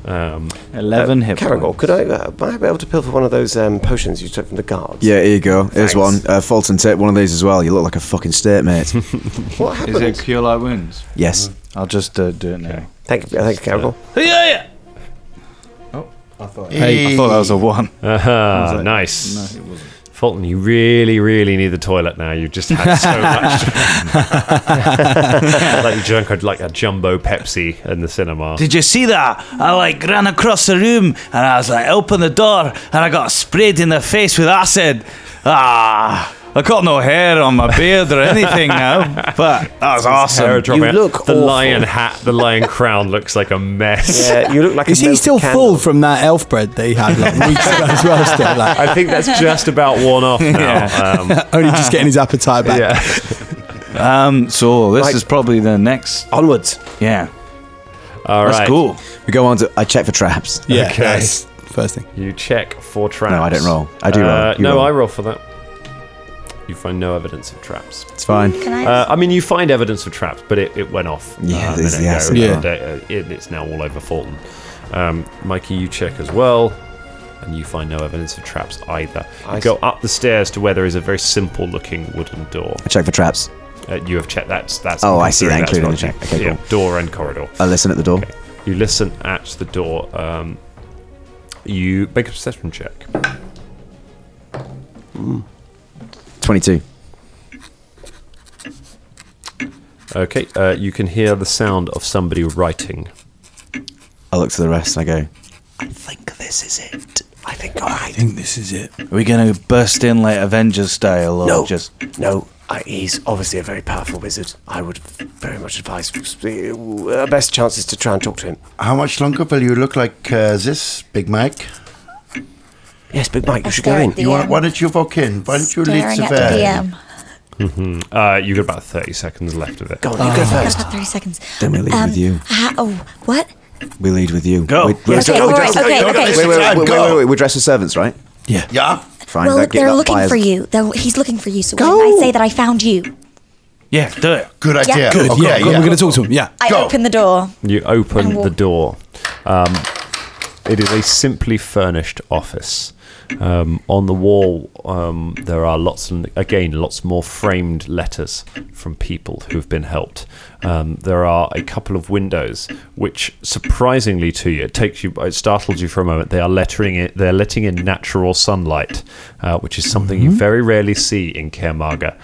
[SPEAKER 5] Um,
[SPEAKER 4] Uh, Caragol, could I, uh, might I be able to pilfer one of those um, potions you took from the guards?
[SPEAKER 9] Yeah, here you go. Here's
[SPEAKER 4] Thanks.
[SPEAKER 9] one. Uh, Fulton, take one of these as well. You look like a fucking state, mate.
[SPEAKER 4] What
[SPEAKER 11] Is
[SPEAKER 4] happened?
[SPEAKER 11] it cure light wounds?
[SPEAKER 9] yes.
[SPEAKER 11] I'll just uh, do it now.
[SPEAKER 4] Thank you, thank you, Caragol.
[SPEAKER 11] Yeah.
[SPEAKER 6] I thought.
[SPEAKER 11] Hey, I thought that was a one. I
[SPEAKER 5] Aha,
[SPEAKER 11] was like,
[SPEAKER 5] nice.
[SPEAKER 11] No, it wasn't.
[SPEAKER 5] Fulton, you really, really need the toilet now. You've just had so much. like you drank a- like a jumbo Pepsi in the cinema.
[SPEAKER 11] Did you see that? I like ran across the room and I was like, open the door and I got sprayed in the face with acid. Ah, I got no hair on my beard or anything now, but that was awesome.
[SPEAKER 5] Sarah dropping out. the lion hat, the lion crown looks like a mess.
[SPEAKER 7] Is he still full from that elf bread that he had like weeks ago as well? Still, like?
[SPEAKER 5] I think that's just about worn off now. Um,
[SPEAKER 7] only just getting his appetite back.
[SPEAKER 11] Um, so this is probably the next
[SPEAKER 4] onwards.
[SPEAKER 11] Yeah.
[SPEAKER 5] All
[SPEAKER 9] That's
[SPEAKER 5] right.
[SPEAKER 9] cool. We go on to. I check for traps.
[SPEAKER 5] Okay.
[SPEAKER 7] First thing.
[SPEAKER 5] You check for traps.
[SPEAKER 9] No, I don't roll. I do roll.
[SPEAKER 5] Uh,
[SPEAKER 9] You
[SPEAKER 5] no,
[SPEAKER 9] roll.
[SPEAKER 5] I roll for that. You find no evidence of traps. It's
[SPEAKER 9] fine. Can I-
[SPEAKER 5] Uh, I mean, you find evidence of traps, but it, it went off.
[SPEAKER 9] Yeah,
[SPEAKER 5] a
[SPEAKER 9] this-
[SPEAKER 5] minute
[SPEAKER 9] yeah,
[SPEAKER 5] ago,
[SPEAKER 9] so- Yeah.
[SPEAKER 5] and, uh, it- it's now all over Fulton. Um, Mikey, you check as well, and you find no evidence of traps either. You
[SPEAKER 9] I
[SPEAKER 5] go up the stairs to where there is a very simple-looking wooden door.
[SPEAKER 9] I check for traps.
[SPEAKER 5] Uh, you have checked. That's that's.
[SPEAKER 9] Oh, I see that
[SPEAKER 5] that's
[SPEAKER 9] included in
[SPEAKER 5] not
[SPEAKER 9] the check.
[SPEAKER 5] cheap.
[SPEAKER 9] Okay,
[SPEAKER 5] yeah, door and corridor.
[SPEAKER 9] I listen at the door.
[SPEAKER 5] You listen at the door. Um, you make a perception check.
[SPEAKER 9] 22.
[SPEAKER 5] Okay, uh, you can hear the sound of somebody writing.
[SPEAKER 9] I look to the rest and I go,
[SPEAKER 6] This is it. I think
[SPEAKER 7] I think this is it.
[SPEAKER 11] Are we going to burst in like Avengers style or
[SPEAKER 4] No.
[SPEAKER 11] just.
[SPEAKER 4] No, I, he's obviously a very powerful wizard. I would very much advise. Our best chance is to try and talk to him.
[SPEAKER 10] How much longer will you look like uh, this, Big Mike?
[SPEAKER 4] Yes, Big Mike, you should
[SPEAKER 10] go
[SPEAKER 4] go in.
[SPEAKER 10] You want, why don't you walk in? Why don't you lead the
[SPEAKER 7] uh,
[SPEAKER 5] Mm-hmm. Uh, you got about thirty seconds left of it.
[SPEAKER 4] Go on,
[SPEAKER 1] you go first. About thirty Oh, seconds.
[SPEAKER 9] Then we lead with you.
[SPEAKER 1] ha- oh, what?
[SPEAKER 9] We lead with you. Go. We,
[SPEAKER 1] Yes,
[SPEAKER 5] oh,
[SPEAKER 1] Okay, go, all right, go, okay, go, okay.
[SPEAKER 9] Wait, wait, wait,
[SPEAKER 1] Time,
[SPEAKER 9] wait,
[SPEAKER 1] go.
[SPEAKER 9] wait, wait, We're dressed as servants, right? Yeah.
[SPEAKER 10] Yeah.
[SPEAKER 9] Fine.
[SPEAKER 1] well,
[SPEAKER 9] that get-
[SPEAKER 1] they're
[SPEAKER 9] that
[SPEAKER 1] looking
[SPEAKER 9] buys-
[SPEAKER 1] for you. They're, he's looking for you. So when I say that I found you,
[SPEAKER 11] Yeah, do it.
[SPEAKER 10] Good
[SPEAKER 1] Yeah. idea.
[SPEAKER 7] Good.
[SPEAKER 1] Okay,
[SPEAKER 7] yeah,
[SPEAKER 1] yeah.
[SPEAKER 7] We're going to talk to him. Yeah.
[SPEAKER 1] I open the door.
[SPEAKER 5] You
[SPEAKER 1] And
[SPEAKER 5] open
[SPEAKER 1] walk-
[SPEAKER 5] the door. Um, it is a simply furnished office. Um, on the wall, um, there are lots and again lots more framed letters from people who have been helped. Um, there are a couple of windows, which surprisingly to you, it takes you, it startles you for a moment. They are lettering it. They're letting in natural sunlight, uh, which is something you very rarely see in Kermaga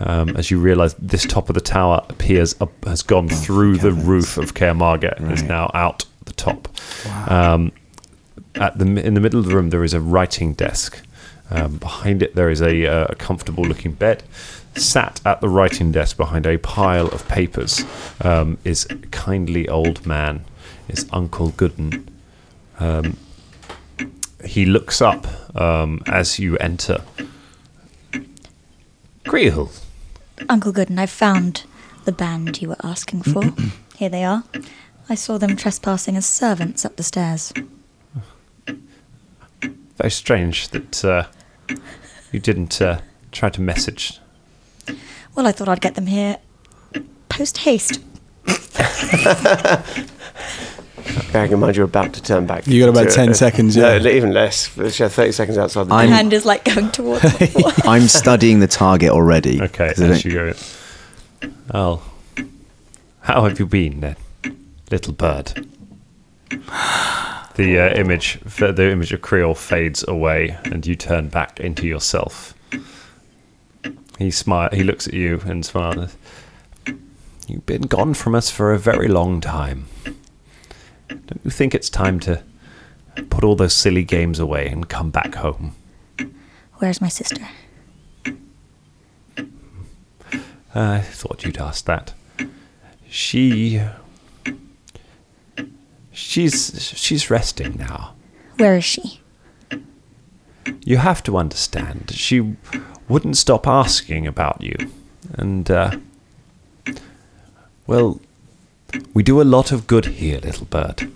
[SPEAKER 5] um, as you realise this top of the tower appears up, has gone through the roof of Kermarget and is now out the top. Um, At the mi- in the middle of the room, there is a writing desk. Um, behind it, there is a, uh, a comfortable-looking bed. Sat at the writing desk behind a pile of papers um, is a kindly old man. Is Uncle Gooden. Um, he looks up um, as you enter. Creel,
[SPEAKER 1] Uncle Gooden, I found the band you were asking for. Here they are. I saw them trespassing as servants up the stairs.
[SPEAKER 5] very strange that uh, you didn't uh, try to message.
[SPEAKER 1] Well, I thought I'd get them here post haste.
[SPEAKER 4] Bearing in mind you're about to turn back.
[SPEAKER 7] You got about
[SPEAKER 4] to- uh,
[SPEAKER 7] 10 seconds, yeah.
[SPEAKER 4] No, even less. Let's go 30 seconds outside the
[SPEAKER 1] My
[SPEAKER 4] door.
[SPEAKER 1] hand is like going towards.
[SPEAKER 9] I'm studying the target already.
[SPEAKER 5] Okay,
[SPEAKER 9] I
[SPEAKER 5] as
[SPEAKER 9] don't-
[SPEAKER 5] you go. Al, how have you been then, little bird? The uh, image, the image of Creel fades away, and you turn back into yourself. He smile. He looks at you and smiles. You've been gone from us for a very long time. Don't you think it's time to put all those silly games away and come back home?
[SPEAKER 1] Where's my sister?
[SPEAKER 5] I thought you'd ask that. She. She's she's resting now.
[SPEAKER 1] Where is she?
[SPEAKER 5] You have to understand. She wouldn't stop asking about you, and uh, well, we do a lot of good here, little bird,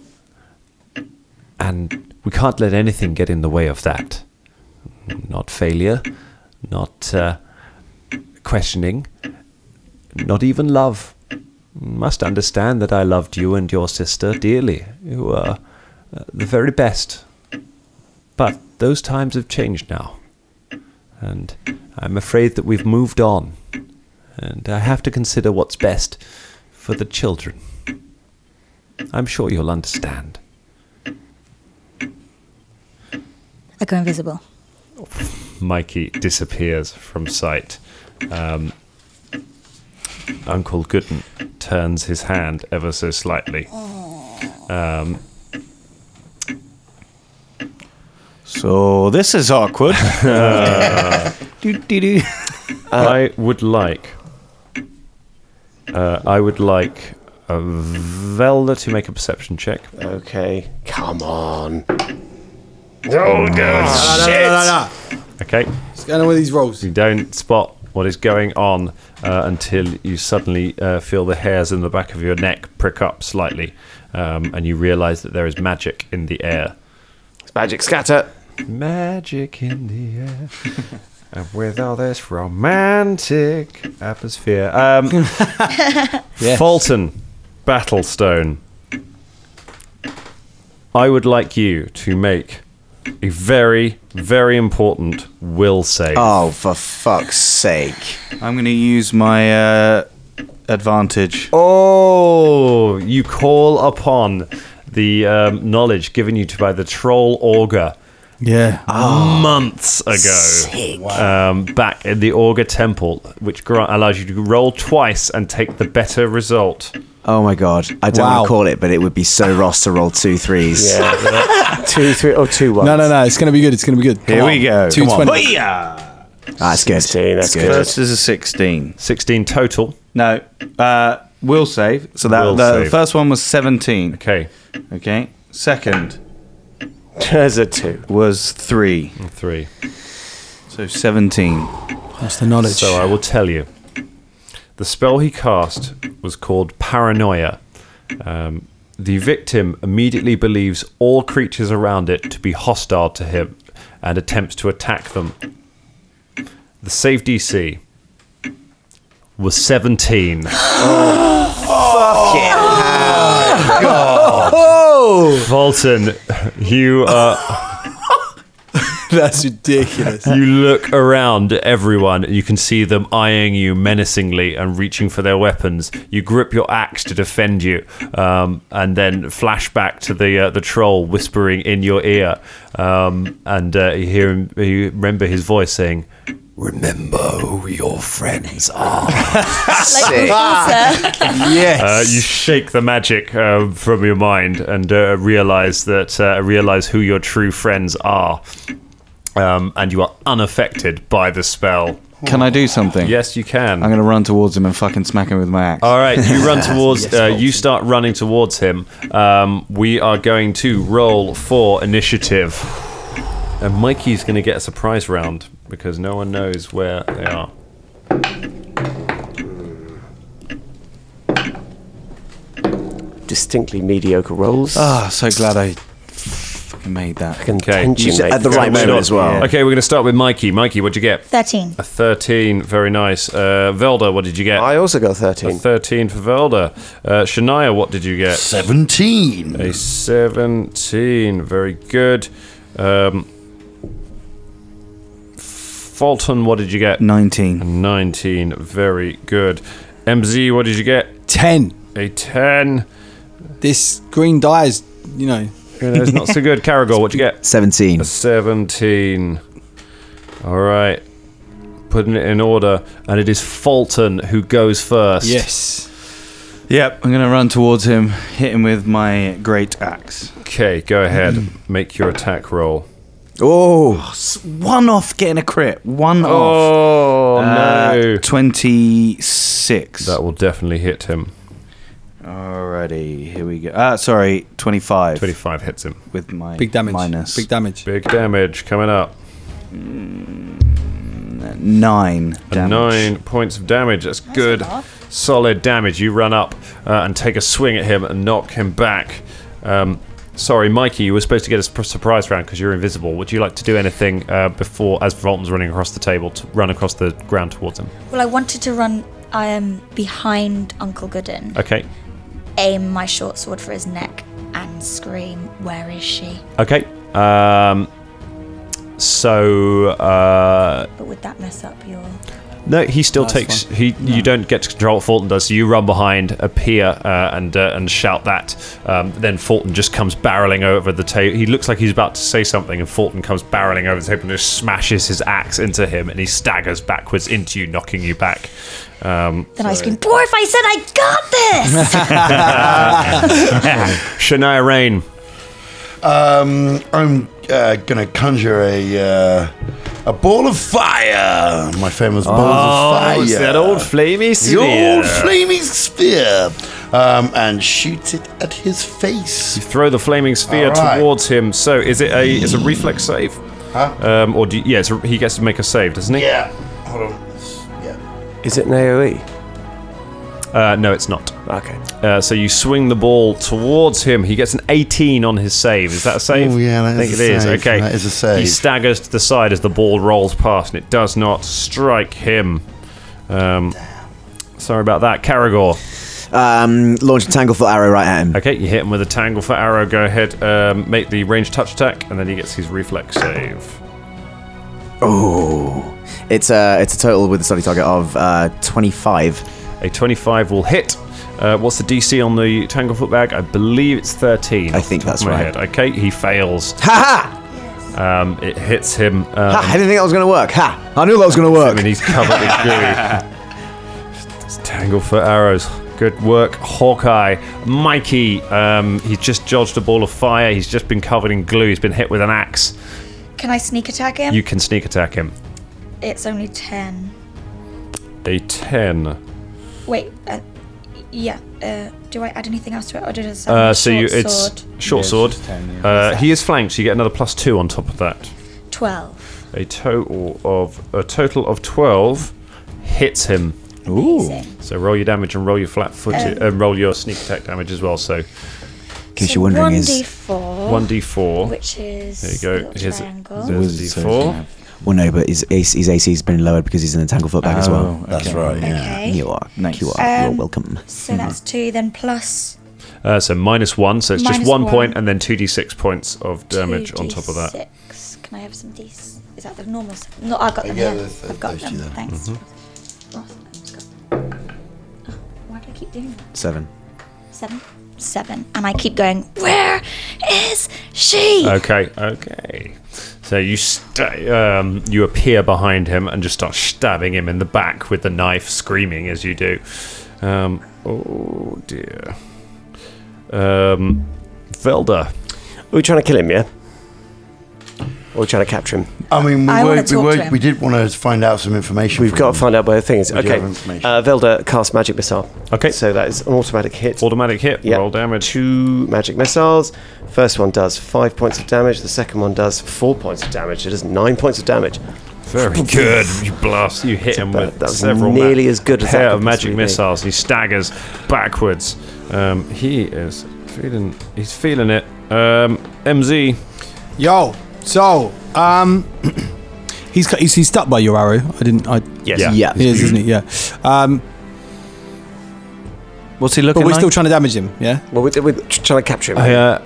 [SPEAKER 5] and we can't let anything get in the way of that. Not failure, not uh, questioning, not even love. You must understand that I loved you and your sister dearly. You were uh, the very best. But those times have changed now. And I'm afraid that we've moved on. And I have to consider what's best for the children. I'm sure you'll understand.
[SPEAKER 1] I go invisible.
[SPEAKER 5] Mikey disappears from sight. Um, Uncle Gooden turns his hand ever so slightly. Um,
[SPEAKER 11] So this is awkward.
[SPEAKER 5] I would like. Uh, I would like uh, Velda to make a perception check.
[SPEAKER 4] Okay. Come on.
[SPEAKER 5] Oh,
[SPEAKER 7] no, no, no,
[SPEAKER 5] Okay.
[SPEAKER 7] What's going on with these rolls?
[SPEAKER 5] You don't spot what is going on uh, until you suddenly uh, feel the hairs in the back of your neck prick up slightly, um, and you realise that there is magic in the air. It's
[SPEAKER 4] magic scatter.
[SPEAKER 5] Magic in the air. And with all this romantic atmosphere, um, Fulton, Battlestone. I would like you to make a very, very important will save.
[SPEAKER 9] Oh, for fuck's sake.
[SPEAKER 11] I'm going to use my uh, advantage.
[SPEAKER 5] Oh, you call upon the um, knowledge given you to by the troll augur.
[SPEAKER 7] Yeah.
[SPEAKER 5] months ago,
[SPEAKER 7] Sick.
[SPEAKER 5] um, back in the Augur Temple, which grant allows you to roll twice and take the better result.
[SPEAKER 9] Oh my god. I don't
[SPEAKER 5] Wow.
[SPEAKER 9] want to call it, but it would be so Ross to roll two threes.
[SPEAKER 4] two, three, or two,
[SPEAKER 7] No, no, no. It's going to be good. It's going to be good. Come on.
[SPEAKER 11] Oh,
[SPEAKER 7] 220.
[SPEAKER 9] That's good.
[SPEAKER 11] that's good. First is a 16.
[SPEAKER 5] 16 total.
[SPEAKER 11] No. Uh, will save. So that
[SPEAKER 5] Will
[SPEAKER 11] the
[SPEAKER 5] save.
[SPEAKER 11] first one was 17.
[SPEAKER 5] Okay.
[SPEAKER 11] Okay. Second.
[SPEAKER 4] There's a two.
[SPEAKER 11] Was three.
[SPEAKER 5] Three.
[SPEAKER 11] So 17.
[SPEAKER 7] That's the knowledge.
[SPEAKER 5] So uh, I will tell you. The spell he cast was called Paranoia. Um, the victim immediately believes all creatures around it to be hostile to him and attempts to attack them. The save DC was 17.
[SPEAKER 7] Oh!
[SPEAKER 5] Fulton, you are.
[SPEAKER 7] That's ridiculous.
[SPEAKER 5] You look around at everyone. You can see them eyeing you menacingly and reaching for their weapons. You grip your axe to defend you, um, and then flash back to the uh, the troll whispering in your ear, um, and uh, you hear him. You remember his voice saying,
[SPEAKER 3] Remember who your friends are.
[SPEAKER 12] Sick.
[SPEAKER 5] yes. Uh, you shake the magic uh, from your mind and uh, realize that uh, realize who your true friends are, um, and you are unaffected by the spell.
[SPEAKER 11] Can I do something?
[SPEAKER 5] Yes, Uh, you can.
[SPEAKER 11] I'm going to run towards him and fucking smack him with my axe.
[SPEAKER 5] All right, you run towards. uh, you start running towards him. Um, we are going to roll for initiative, and Mikey's going to get a surprise round because no one knows where they are.
[SPEAKER 4] Distinctly mediocre rolls.
[SPEAKER 11] Ah, so glad I fucking made that.
[SPEAKER 5] Okay, Okay, we're going to start with Mikey. Mikey, what'd you get?
[SPEAKER 1] 13.
[SPEAKER 5] A 13, very nice. Uh, Velda, what did you get? I
[SPEAKER 4] also got 13.
[SPEAKER 5] A 13 for Velda. Uh, Shania, what did you get?
[SPEAKER 10] 17.
[SPEAKER 5] A 17, very good. Um, Fulton, what did you get?
[SPEAKER 11] 19.
[SPEAKER 5] A 19, very good. MZ, what did you get?
[SPEAKER 7] 10.
[SPEAKER 5] A 10.
[SPEAKER 7] This green dye is, you know.
[SPEAKER 5] It's not so good. Caragor, what'd you get?
[SPEAKER 9] 17.
[SPEAKER 5] A 17. All right. Putting it in order. And it is Fulton who goes first.
[SPEAKER 11] Yes. Yep, I'm going to run towards him, hit him with my great axe.
[SPEAKER 5] Okay, go ahead. Make your attack roll.
[SPEAKER 11] Oh, s- one off getting a crit. One Uh,
[SPEAKER 5] Oh,
[SPEAKER 11] off.
[SPEAKER 5] no.
[SPEAKER 11] 26.
[SPEAKER 5] That will definitely hit him.
[SPEAKER 11] Alrighty, here we go. Ah, sorry, 25.
[SPEAKER 5] 25 hits him.
[SPEAKER 11] With my
[SPEAKER 7] Big damage.
[SPEAKER 11] minus.
[SPEAKER 7] Big damage.
[SPEAKER 5] Big damage coming up.
[SPEAKER 11] Nine.
[SPEAKER 5] A Nine points of damage. That's, good. Solid damage. You run up uh, and take a swing at him and knock him back. Um, sorry, Mikey, you were supposed to get a sp- surprise round because you're invisible. Would you like to do anything uh, before, as Volton's running across the table, to run across the ground towards him?
[SPEAKER 1] Well, I wanted to run I am behind Uncle Gooden,
[SPEAKER 5] Okay.
[SPEAKER 1] aim my short sword for his neck, and scream, Where is she?
[SPEAKER 5] Okay. Um, so. Uh,
[SPEAKER 1] But would that mess up your.
[SPEAKER 5] No, he still
[SPEAKER 1] That's
[SPEAKER 5] takes. He you don't get to control what Fulton does. So you run behind, appear, uh, and uh, and shout that. Um, then Fulton just comes barreling over the table. He looks like he's about to say something, and Fulton comes barreling over the table and just smashes his axe into him, and he staggers backwards into you, knocking you back. Um,
[SPEAKER 1] Then I scream, Poor if I said I got this!
[SPEAKER 5] Shania Rain.
[SPEAKER 10] Um, I'm uh, gonna conjure a uh, a ball of fire. My famous ball
[SPEAKER 5] Oh,
[SPEAKER 10] of fire.
[SPEAKER 5] it's that old flamey
[SPEAKER 10] The
[SPEAKER 5] sphere.
[SPEAKER 10] old flaming sphere. Um, and shoot it at his face.
[SPEAKER 5] You throw the flaming sphere
[SPEAKER 10] All right.
[SPEAKER 5] towards him. So is it a is a reflex save? Um, or do you, yeah, it's a, he gets to make a save, doesn't he?
[SPEAKER 10] Yeah. Hold on.
[SPEAKER 4] Is it an AoE?
[SPEAKER 5] Uh, no, it's not.
[SPEAKER 4] Okay.
[SPEAKER 5] Uh, so you swing the ball towards him. He gets an 18 on his save. Is that a save?
[SPEAKER 10] Oh, yeah, that
[SPEAKER 5] I think
[SPEAKER 10] is
[SPEAKER 5] it
[SPEAKER 10] a
[SPEAKER 5] is.
[SPEAKER 10] save.
[SPEAKER 5] Okay,
[SPEAKER 10] That is a save.
[SPEAKER 5] He staggers to the side as the ball rolls past, and it does not strike him. Um, sorry about that, Caragor.
[SPEAKER 9] Um, launch a Tanglefoot arrow right at him.
[SPEAKER 5] Okay, you hit him with a tangle for arrow. Go ahead, um, make the range touch attack, and then he gets his reflex save.
[SPEAKER 9] Oh. It's a, it's a total with a study target of uh, 25.
[SPEAKER 5] A 25 will hit. Uh, what's the DC on the Tanglefoot bag? I believe it's 13. I think
[SPEAKER 9] that's right.
[SPEAKER 5] Okay, he fails.
[SPEAKER 9] Ha
[SPEAKER 5] ha! Um, it hits him. Um,
[SPEAKER 9] ha! I didn't think that was going to work. Ha! I knew that was going to work. I mean,
[SPEAKER 5] he's covered with goo. It's Tanglefoot arrows. Good work, Hawkeye. Mikey, um, he's just dodged a ball of fire. He's just been covered in glue. He's been hit with an axe.
[SPEAKER 1] Can I sneak attack him?
[SPEAKER 5] You can sneak attack him.
[SPEAKER 1] It's only 10.
[SPEAKER 5] A 10.
[SPEAKER 1] Wait, uh, yeah. Uh, do I add anything else to it? Or did it
[SPEAKER 5] Uh, so you, it's short
[SPEAKER 1] Yeah,
[SPEAKER 5] sword.
[SPEAKER 1] it's 10, yeah.
[SPEAKER 5] uh, he is flanked, so you get another plus two on top of that.
[SPEAKER 1] 12.
[SPEAKER 5] A total of a total of twelve hits him.
[SPEAKER 1] Ooh.
[SPEAKER 5] So roll your damage and roll your flat footed
[SPEAKER 1] Um,
[SPEAKER 5] and roll your sneak attack damage as well. So, in
[SPEAKER 9] case
[SPEAKER 1] So you're wondering, is- 1d4,
[SPEAKER 5] one d four,
[SPEAKER 1] which is
[SPEAKER 5] there you go.
[SPEAKER 1] little
[SPEAKER 5] Here's
[SPEAKER 1] triangle.
[SPEAKER 5] there's d four.
[SPEAKER 9] Well, no, but his, AC his AC has been lowered because he's in a Tanglefoot bag as well.
[SPEAKER 11] Oh, That's okay. right, yeah.
[SPEAKER 1] Okay.
[SPEAKER 9] You are.
[SPEAKER 11] Nice.
[SPEAKER 9] You are.
[SPEAKER 1] Um,
[SPEAKER 9] You're welcome.
[SPEAKER 1] So that's two, then plus
[SPEAKER 5] Uh, so minus one, so it's
[SPEAKER 1] Minus
[SPEAKER 5] just one
[SPEAKER 1] one.
[SPEAKER 5] point and then two d six points of damage on top of that.
[SPEAKER 1] 2d6. Can I have some d? Is that the normal? s- No, I've got them.
[SPEAKER 10] Yeah,
[SPEAKER 1] Yeah,
[SPEAKER 10] there's-
[SPEAKER 1] I've got
[SPEAKER 10] there's two
[SPEAKER 1] them.
[SPEAKER 10] there.
[SPEAKER 5] Mm-hmm.
[SPEAKER 1] Thanks. Oh, why do I keep doing that?
[SPEAKER 9] Seven.
[SPEAKER 1] Seven. Seven. And I keep going, Where is she?
[SPEAKER 5] Okay, okay. So you st- um, you appear behind him and just start stabbing him in the back with the knife, screaming as you do. Um, oh dear. Um, Velda. Are
[SPEAKER 4] we trying to kill him? Yeah. Or are we trying to capture him?
[SPEAKER 10] I mean, we
[SPEAKER 4] I wanna
[SPEAKER 10] were, we,
[SPEAKER 4] talk to
[SPEAKER 10] were,
[SPEAKER 4] him.
[SPEAKER 10] we did want to find out some information.
[SPEAKER 4] We've
[SPEAKER 10] from
[SPEAKER 4] got
[SPEAKER 10] him.
[SPEAKER 4] to find out where the thing is.
[SPEAKER 10] We do
[SPEAKER 4] okay.
[SPEAKER 10] have information.
[SPEAKER 4] Uh, Velda casts magic missile.
[SPEAKER 5] Okay.
[SPEAKER 4] So that is an automatic hit.
[SPEAKER 5] Automatic hit.
[SPEAKER 4] Yeah.
[SPEAKER 5] Roll damage.
[SPEAKER 4] Two magic missiles. First one does five points of damage. The second one does four points of damage. It does nine points of damage.
[SPEAKER 5] Very good. You blast. You hit
[SPEAKER 4] That's
[SPEAKER 5] him
[SPEAKER 4] about-
[SPEAKER 5] with
[SPEAKER 4] that was
[SPEAKER 5] several
[SPEAKER 4] nearly
[SPEAKER 5] ma-
[SPEAKER 4] as good as
[SPEAKER 5] pair
[SPEAKER 4] that
[SPEAKER 5] of
[SPEAKER 4] could
[SPEAKER 5] magic
[SPEAKER 4] possibly be.
[SPEAKER 5] missiles. He staggers backwards. Um, he is feeling. He's feeling it. Um, MZ.
[SPEAKER 7] Yo, so um, he's cu- is he stuck by your arrow? I didn't. I
[SPEAKER 5] Yes. Yeah. Yeah.
[SPEAKER 7] He is, isn't he? Yeah. Um,
[SPEAKER 11] What's he
[SPEAKER 7] but we're still trying to damage him. Yeah.
[SPEAKER 4] Well, we're, we're trying to capture him.
[SPEAKER 5] I, uh,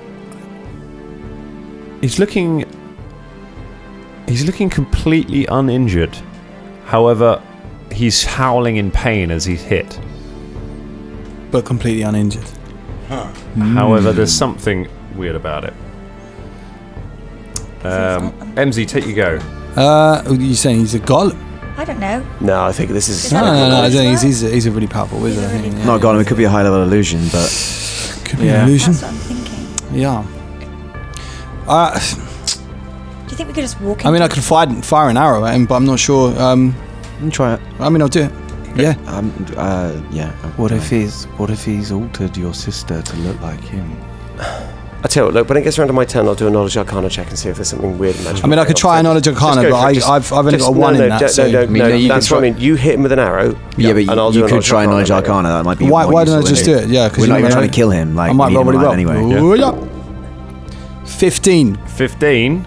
[SPEAKER 5] he's looking. He's looking completely uninjured. However, he's howling in pain as he's hit.
[SPEAKER 7] But completely uninjured.
[SPEAKER 5] However,
[SPEAKER 7] Mm.
[SPEAKER 5] there's
[SPEAKER 4] Hmm.
[SPEAKER 5] something weird about it. Um, MZ, take you go.
[SPEAKER 7] Uh, you saying he's a golem?
[SPEAKER 1] I don't know.
[SPEAKER 4] No, I think this
[SPEAKER 1] Is
[SPEAKER 7] no,
[SPEAKER 1] that
[SPEAKER 7] no,
[SPEAKER 1] a
[SPEAKER 7] no,
[SPEAKER 1] golem?
[SPEAKER 7] I don't. He's, he's, a, he's a really powerful wizard. I think.
[SPEAKER 9] Not gone. It could be a high level illusion, but
[SPEAKER 7] could be an illusion.
[SPEAKER 1] That's what I'm thinking.
[SPEAKER 7] Yeah. Uh,
[SPEAKER 1] Do you think we could just walk in?
[SPEAKER 7] I mean, I could fire, fire an arrow at him, but I'm not sure. Um,
[SPEAKER 9] try it.
[SPEAKER 7] I mean, I'll do it. Yeah.
[SPEAKER 9] Um, uh, yeah.
[SPEAKER 11] What if he's What if he's altered your sister to look like him?
[SPEAKER 4] I tell you what, look, when it gets around to my turn, I'll do a knowledge arcana check and see if there's something weird and magical.
[SPEAKER 7] I mean, I could
[SPEAKER 4] going on.
[SPEAKER 7] try a knowledge arcana,
[SPEAKER 4] go
[SPEAKER 7] but
[SPEAKER 4] for it,
[SPEAKER 7] I, I've, I've only
[SPEAKER 4] just-
[SPEAKER 7] got a one
[SPEAKER 4] no,
[SPEAKER 7] in
[SPEAKER 4] no,
[SPEAKER 7] that.
[SPEAKER 4] d-
[SPEAKER 7] so.
[SPEAKER 4] No, no, no, that's what I mean. You hit him with an arrow.
[SPEAKER 9] Yeah, but
[SPEAKER 4] and I'll
[SPEAKER 9] you
[SPEAKER 4] do a
[SPEAKER 9] could try knowledge arcana. That might be.
[SPEAKER 7] Why-
[SPEAKER 9] more
[SPEAKER 7] why don't I
[SPEAKER 9] useful
[SPEAKER 7] just
[SPEAKER 9] anyway.
[SPEAKER 7] do it? Yeah, 'cause
[SPEAKER 9] we're
[SPEAKER 7] you
[SPEAKER 9] not even
[SPEAKER 7] never
[SPEAKER 9] trying
[SPEAKER 7] know.
[SPEAKER 9] to kill him. Like,
[SPEAKER 7] I might
[SPEAKER 9] we need
[SPEAKER 7] roll
[SPEAKER 9] him
[SPEAKER 7] really well.
[SPEAKER 9] alive
[SPEAKER 7] Ooh,
[SPEAKER 9] anyway.
[SPEAKER 7] yeah. Fifteen.
[SPEAKER 5] Fifteen.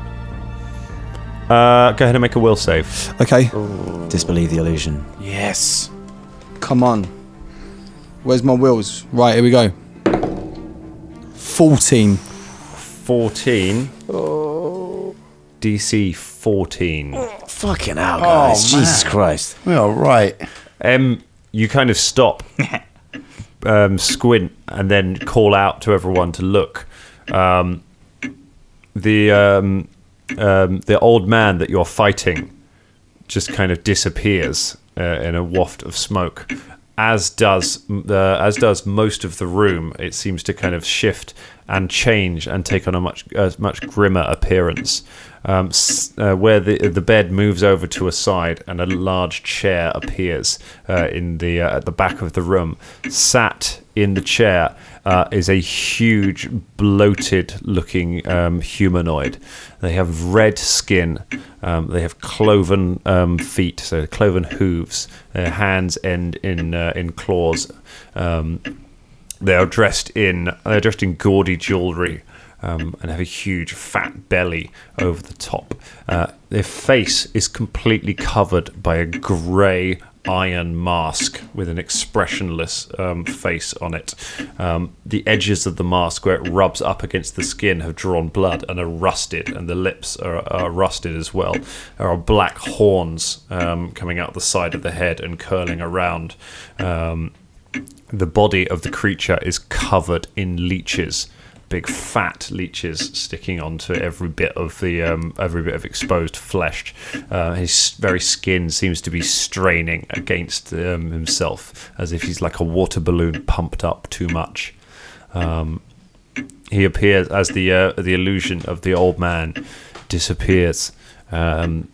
[SPEAKER 5] Uh, go ahead and make a will save.
[SPEAKER 7] Okay.
[SPEAKER 9] Disbelieve the illusion.
[SPEAKER 7] Yes. Come on. Where's my wheels? Right, here we go. 14.
[SPEAKER 5] 14. DC 14.
[SPEAKER 9] Fucking
[SPEAKER 7] Oh,
[SPEAKER 9] hell, guys. Jesus Christ.
[SPEAKER 5] Well, right. Um, you kind of stop, um, squint, and then call out to everyone to look. Um, the um, um, the old man that you're fighting just kind of disappears uh, in a waft of smoke. As does the as does most of the room, it seems to kind of shift and change and take on a much a much grimmer appearance. Um, s- uh, where the the bed moves over to a side and a large chair appears uh, in the uh, at the back of the room. Sat in the chair uh, is a huge, bloated-looking um, humanoid. They have red skin. Um, they have cloven um, feet, so cloven hooves. Their hands end in uh, in claws. Um, they are dressed in they're dressed in gaudy jewelry um, and have a huge fat belly over the top. Uh, their face is completely covered by a grey iron mask with an expressionless um, face on it. Um, the edges of the mask, where it rubs up against the skin, have drawn blood and are rusted, and the lips are, are rusted as well. There are black horns um, coming out the side of the head and curling around. Um, the body of the creature is covered in leeches, big fat leeches sticking onto every bit of the um, every bit of exposed flesh. Uh, his very skin seems to be straining against um, himself, as if he's like a water balloon pumped up too much. Um, he appears as the uh, the illusion of the old man disappears. Um,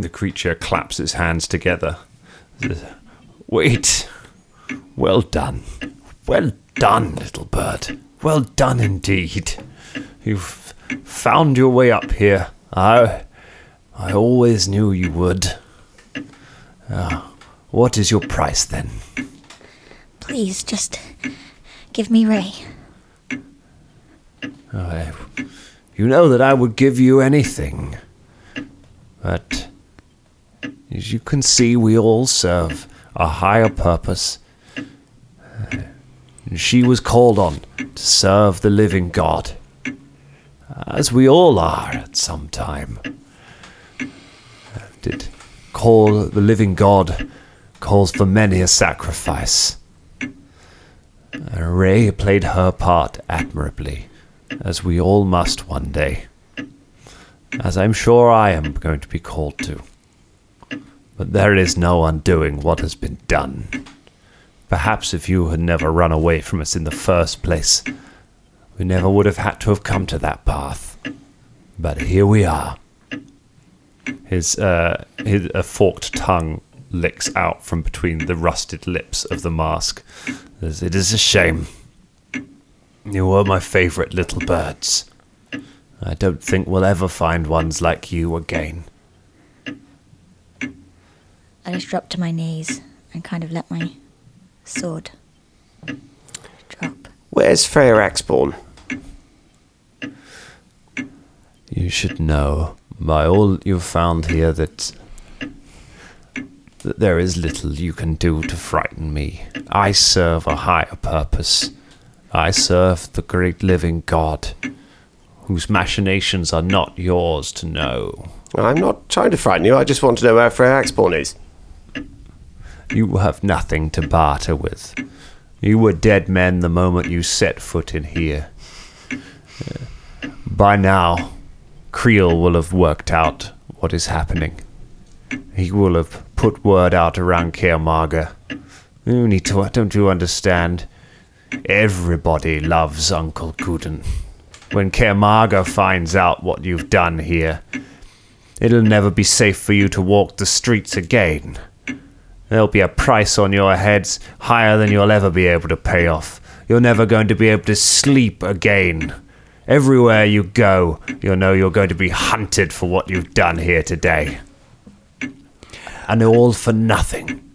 [SPEAKER 5] the creature claps its hands together. Wait. Well done. Well done, little bird. Well done indeed. You've found your way up here. I I always knew you would. Ah, what is your price then?
[SPEAKER 1] Please, just give me Ray.
[SPEAKER 3] I, you know that I would give you anything. But as you can see, we all serve a higher purpose. And she was called on to serve the living God, as we all are at some time. And it call the living God calls for many a sacrifice. Uh, Ray played her part admirably, as we all must one day. As I'm sure I am going to be called to. But there is no undoing what has been done. Perhaps if you had never run away from us in the first place, we never would have had to have come to that path. But here we are.
[SPEAKER 5] His, uh, his a forked tongue licks out from between the rusted lips of the mask.
[SPEAKER 3] As It is a shame. You were my favorite little birds. I don't think we'll ever find ones like you again.
[SPEAKER 1] I just dropped to my knees and kind of let my sword.
[SPEAKER 4] Where's Freya Axborn?
[SPEAKER 3] You should know by all you've found here that, that there is little you can do to frighten me. I serve a higher purpose. I serve the great living God, whose machinations are not yours to know.
[SPEAKER 4] I'm not trying to frighten you. I just want to know where Freya Axborn is.
[SPEAKER 3] You have nothing to barter with. You were dead men the moment you set foot in here. Uh, By now, Creel will have worked out what is happening. He will have put word out around Kaermaga. You need to, don't you understand? Everybody loves Uncle Guden. When Kaermaga finds out what you've done here, it'll never be safe for you to walk the streets again. There'll be a price on your heads higher than you'll ever be able to pay off. You're never going to be able to sleep again. Everywhere you go, you'll know you're going to be hunted for what you've done here today. And all for nothing.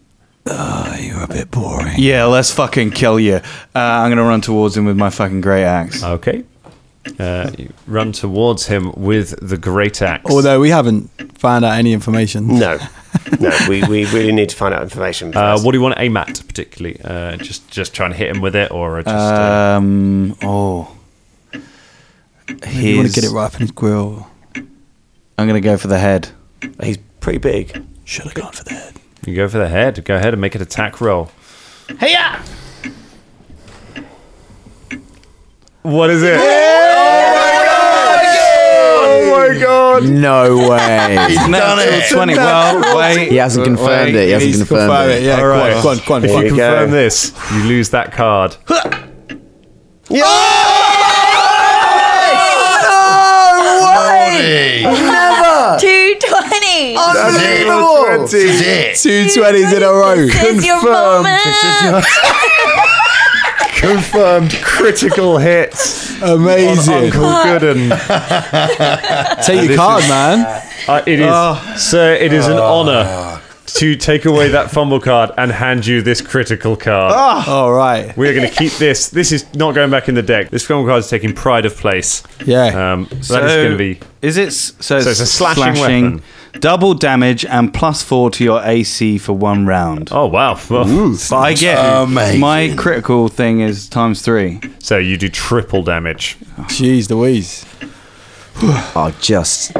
[SPEAKER 11] you're a bit bored.
[SPEAKER 8] Yeah, let's fucking kill you. Uh, I'm gonna run towards him with my fucking great axe.
[SPEAKER 5] Okay. Uh, you run towards him with the great axe.
[SPEAKER 7] Although we haven't found out any information.
[SPEAKER 4] No. No, we, we really need to find out information.
[SPEAKER 5] Uh, what do you want to aim at particularly? Uh, just just try and hit him with it, or just uh,
[SPEAKER 11] Uh,
[SPEAKER 8] Um. Oh.
[SPEAKER 7] Maybe you want to get
[SPEAKER 8] His-
[SPEAKER 7] it right up in his grill.
[SPEAKER 8] I'm gonna go for the head.
[SPEAKER 4] He's pretty big.
[SPEAKER 8] Should have gone for the head.
[SPEAKER 5] You go for the head. Go ahead and make an attack roll.
[SPEAKER 12] Heya!
[SPEAKER 5] What is it?
[SPEAKER 12] Oh
[SPEAKER 5] my god!
[SPEAKER 9] No way.
[SPEAKER 12] He's done
[SPEAKER 9] Natural
[SPEAKER 12] it.
[SPEAKER 9] 20.
[SPEAKER 12] Natural
[SPEAKER 9] Well, wait.
[SPEAKER 12] 20.
[SPEAKER 9] He hasn't confirmed it. He hasn't confirmed it.
[SPEAKER 5] All right. If you confirm this, you lose that card.
[SPEAKER 12] way! Never!
[SPEAKER 1] 220!
[SPEAKER 12] Unbelievable!
[SPEAKER 7] This is it. Two twenties in a row.
[SPEAKER 12] This is your Confirmed. moment.
[SPEAKER 7] This is your
[SPEAKER 5] confirmed critical hits.
[SPEAKER 7] Amazing.
[SPEAKER 5] Uncle Gooden.
[SPEAKER 7] Take your
[SPEAKER 5] This
[SPEAKER 7] card,
[SPEAKER 5] is-
[SPEAKER 7] man.
[SPEAKER 5] Uh, it is, sir. It is an honor to take away that fumble card and hand you this critical card.
[SPEAKER 7] All right.
[SPEAKER 5] We are going to keep this. This is not going back in the deck. This fumble card is taking pride of place.
[SPEAKER 7] Yeah.
[SPEAKER 5] Um, so that is going to be.
[SPEAKER 8] Is it s- so?
[SPEAKER 5] So it's a slashing weapon.
[SPEAKER 8] Double damage and plus four to your AC for one round.
[SPEAKER 5] Oh wow! Well,
[SPEAKER 8] but I get
[SPEAKER 5] Amazing.
[SPEAKER 8] my critical thing is times three.
[SPEAKER 5] So you do triple damage.
[SPEAKER 7] Jeez Louise.
[SPEAKER 9] oh, just.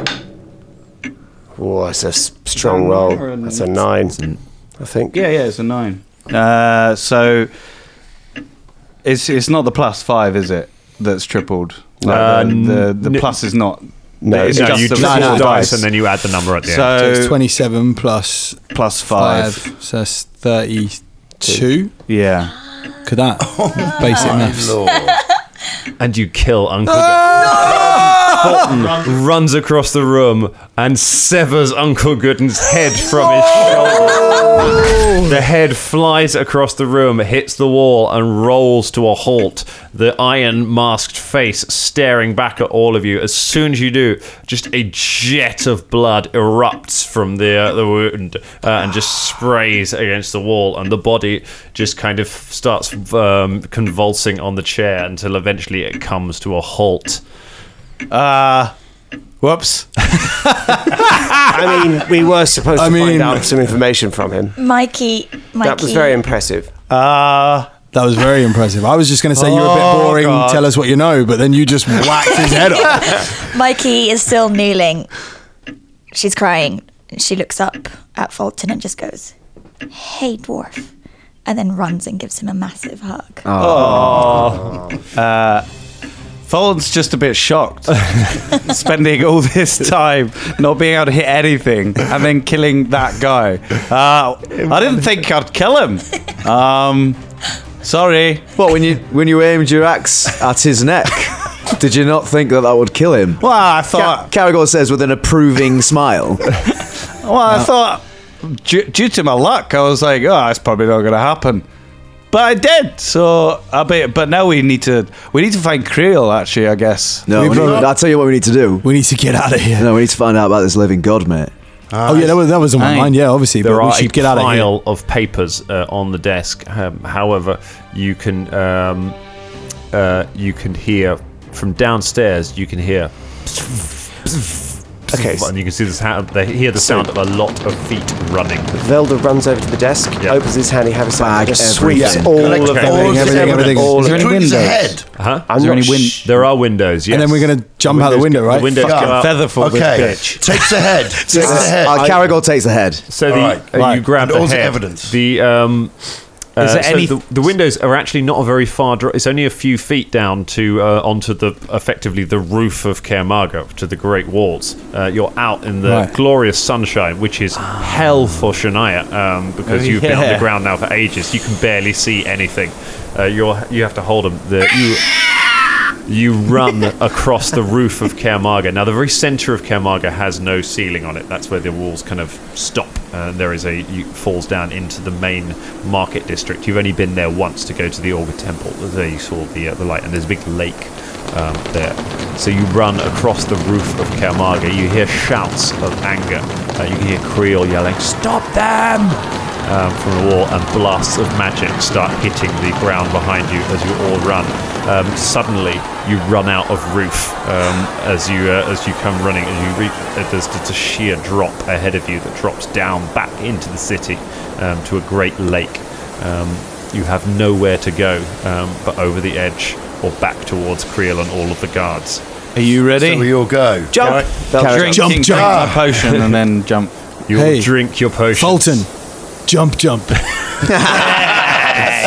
[SPEAKER 4] Oh, that's a s- strong roll.
[SPEAKER 8] Or a-
[SPEAKER 4] That's a nine, I think.
[SPEAKER 8] Yeah, yeah, it's a nine. Uh, so it's it's not the plus five, is it? That's tripled. Like
[SPEAKER 5] Uh,
[SPEAKER 8] the, the, the
[SPEAKER 5] n-
[SPEAKER 8] plus is not.
[SPEAKER 5] No,
[SPEAKER 8] it's
[SPEAKER 5] no,
[SPEAKER 8] just
[SPEAKER 5] you
[SPEAKER 8] the
[SPEAKER 5] triple
[SPEAKER 8] roll
[SPEAKER 5] dice and then you add the number at the
[SPEAKER 8] so,
[SPEAKER 7] So it's 27 plus
[SPEAKER 8] plus five.
[SPEAKER 7] So that's 32.
[SPEAKER 8] Yeah.
[SPEAKER 7] Could that
[SPEAKER 4] Oh,
[SPEAKER 7] basic maths?
[SPEAKER 5] and you kill Uncle. Fulton runs across the room and severs Uncle Gooden's head from his shoulder. The head flies across the room, hits the wall, and rolls to a halt. The iron masked face staring back at all of you. As soon as you do, just a jet of blood erupts from the, uh, the wound uh, and just sprays against the wall, and the body just kind of starts um, convulsing on the chair until eventually it comes to a halt.
[SPEAKER 8] Uh, whoops.
[SPEAKER 4] I mean, we were supposed
[SPEAKER 8] I
[SPEAKER 4] to
[SPEAKER 8] mean-
[SPEAKER 4] find out some information from him.
[SPEAKER 1] Mikey, Mikey.
[SPEAKER 4] That was very impressive.
[SPEAKER 8] Uh,
[SPEAKER 7] that was very impressive. I was just going to say you're a bit
[SPEAKER 4] Oh,
[SPEAKER 7] boring.
[SPEAKER 4] God.
[SPEAKER 7] Tell us what you know, but then you just whacked his head off.
[SPEAKER 1] Mikey is still kneeling. She's crying. She looks up at Fulton and just goes, Hey, dwarf, and then runs and gives him a massive hug.
[SPEAKER 11] Oh. Uh, Tholin's just a bit shocked. Spending all this time not being able to hit anything and then killing that guy. Uh, I didn't think I'd kill him. Um, sorry.
[SPEAKER 9] What when you when you aimed your axe at his neck? Did you not think that that would kill him?
[SPEAKER 11] Well, I thought.
[SPEAKER 9] Caragor says with an approving smile.
[SPEAKER 11] Well, I thought, due, due to my luck, I was like, oh, that's probably not going to happen. But I did. So, I bet, but now we need to we need to find Creel. Actually, I guess.
[SPEAKER 9] No, we
[SPEAKER 11] we
[SPEAKER 9] need, I'll tell you what we need to do. We
[SPEAKER 7] need to get out of here.
[SPEAKER 9] No, we need to find out about this living god, mate.
[SPEAKER 7] Oh, yeah, that was, that was on my mind. Yeah, obviously,
[SPEAKER 5] there
[SPEAKER 7] but we
[SPEAKER 5] are
[SPEAKER 7] should
[SPEAKER 5] a
[SPEAKER 7] get out of here.
[SPEAKER 5] pile of papers uh, on the desk. Um, however, you can um, uh, you can hear from downstairs. You can hear.
[SPEAKER 4] Okay,
[SPEAKER 5] and you can see the sound. They hear the sound of a lot of feet running.
[SPEAKER 4] Velda runs over to the desk, opens his handy haversack, and just sweeps
[SPEAKER 5] everything.
[SPEAKER 4] all
[SPEAKER 5] Collect
[SPEAKER 4] of them.
[SPEAKER 5] everything, everything, everything.
[SPEAKER 4] All
[SPEAKER 5] Is there
[SPEAKER 4] of
[SPEAKER 5] any
[SPEAKER 4] them.
[SPEAKER 5] windows? Huh?
[SPEAKER 4] I'm
[SPEAKER 5] Is there
[SPEAKER 4] not
[SPEAKER 5] any win-
[SPEAKER 4] sh-
[SPEAKER 5] there are windows. Yes.
[SPEAKER 7] And then we're going to jump out the window, right?
[SPEAKER 5] The windows go up.
[SPEAKER 10] Okay. Takes the head. Takes the head.
[SPEAKER 9] Uh, Caragor takes the head.
[SPEAKER 5] So the, uh, you grab
[SPEAKER 10] And
[SPEAKER 5] the
[SPEAKER 10] all the
[SPEAKER 5] head.
[SPEAKER 10] evidence.
[SPEAKER 5] The um, uh,
[SPEAKER 10] Is there
[SPEAKER 5] so
[SPEAKER 10] any-
[SPEAKER 5] the, the windows are actually not a very far. Dr- it's only a few feet down to uh, onto the effectively the roof of Kermaga to the great walls. Uh, you're out in the
[SPEAKER 3] Right.
[SPEAKER 5] glorious sunshine, which is
[SPEAKER 10] Ah.
[SPEAKER 5] hell for Shania um, because
[SPEAKER 3] Oh,
[SPEAKER 5] you've been on
[SPEAKER 3] yeah.
[SPEAKER 5] the ground now for ages. You can barely see anything. Uh, you're you have to hold them. The, you you run across the roof of Kermaga. Now, the very centre of Kermaga has no ceiling on it. That's where the walls kind of stop, and there is a you, falls down into the main market district. You've only been there once to go to the Orga Temple. There you saw the uh, the light, and there's a big lake um, there. So you run across the roof of Kermaga. You hear shouts of anger. Uh, you can hear Creole yelling, "Stop them!" um, from the wall, and blasts of magic start hitting the ground behind you as you all run. Um, suddenly, you run out of roof um, as you uh, as you come running, and you re- uh, there's just a sheer drop ahead of you that drops down back into the city um, to a great lake. Um, you have nowhere to go um, but over the edge or back towards Creel and all of the guards.
[SPEAKER 11] Are you ready?
[SPEAKER 10] So we all go.
[SPEAKER 11] Jump.
[SPEAKER 5] Right.
[SPEAKER 11] Drinking, drink my potion and then jump.
[SPEAKER 5] You will drink your potion.
[SPEAKER 7] Fulton, jump, jump.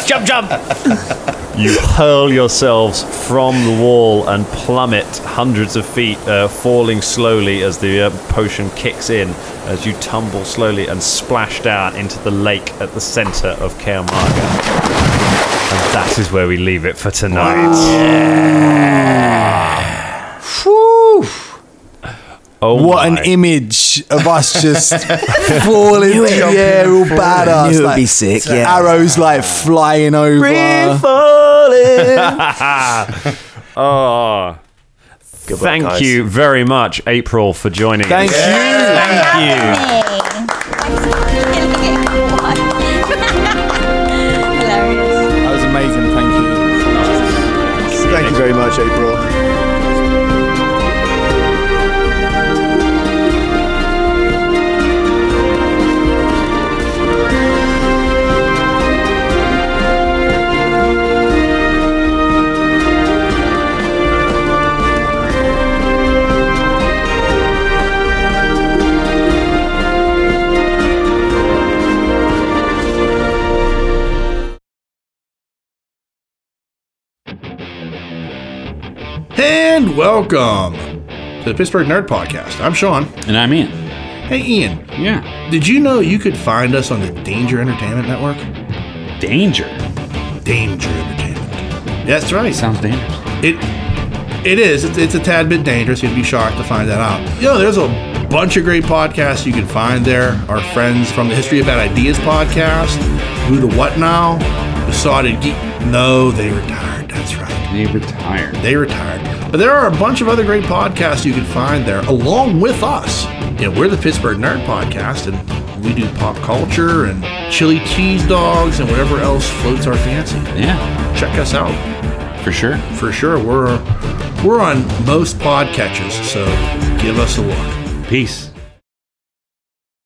[SPEAKER 5] jump, jump! You hurl yourselves from the wall and plummet hundreds of feet, uh, falling slowly as the uh, potion kicks in, as you tumble slowly and splash down into the lake at the center of Kael'Marga. And that is where we leave it for tonight. Oh
[SPEAKER 7] what
[SPEAKER 5] my.
[SPEAKER 7] an image of us just falling into the air, all badass.
[SPEAKER 9] Knew it'd
[SPEAKER 7] like,
[SPEAKER 9] be sick, yeah.
[SPEAKER 7] Arrows like flying over.
[SPEAKER 9] Free falling.
[SPEAKER 5] oh. Thank
[SPEAKER 3] guys.
[SPEAKER 5] you very much, April, for joining
[SPEAKER 12] Thank
[SPEAKER 5] us.
[SPEAKER 12] you.
[SPEAKER 5] Thank you.
[SPEAKER 7] That was amazing. Thank you.
[SPEAKER 9] Thank you very much, April.
[SPEAKER 13] And welcome to the Pittsburgh Nerd Podcast. I'm Sean.
[SPEAKER 14] And I'm Ian.
[SPEAKER 13] Hey, Ian.
[SPEAKER 14] Yeah.
[SPEAKER 13] Did you know you could find us on the Danger Entertainment Network?
[SPEAKER 14] Danger?
[SPEAKER 13] Danger Entertainment. That's right.
[SPEAKER 14] Sounds dangerous.
[SPEAKER 13] It it is. It's, it's a tad bit dangerous. You'd be shocked to find that out. You know, there's a bunch of great podcasts you can find there. Our friends from the History of Bad Ideas podcast, Who the What Now, The Sodded Geek. No, they retired. That's right.
[SPEAKER 14] They retired.
[SPEAKER 13] They retired. But there are a bunch of other great podcasts you can find there, along with us. You know, we're the Pittsburgh Nerd Podcast, and we do pop culture and chili cheese dogs and whatever else floats our fancy.
[SPEAKER 14] Yeah.
[SPEAKER 13] Check us out.
[SPEAKER 14] For sure.
[SPEAKER 13] For sure. We're we're on most podcatchers, so give us a look.
[SPEAKER 14] Peace.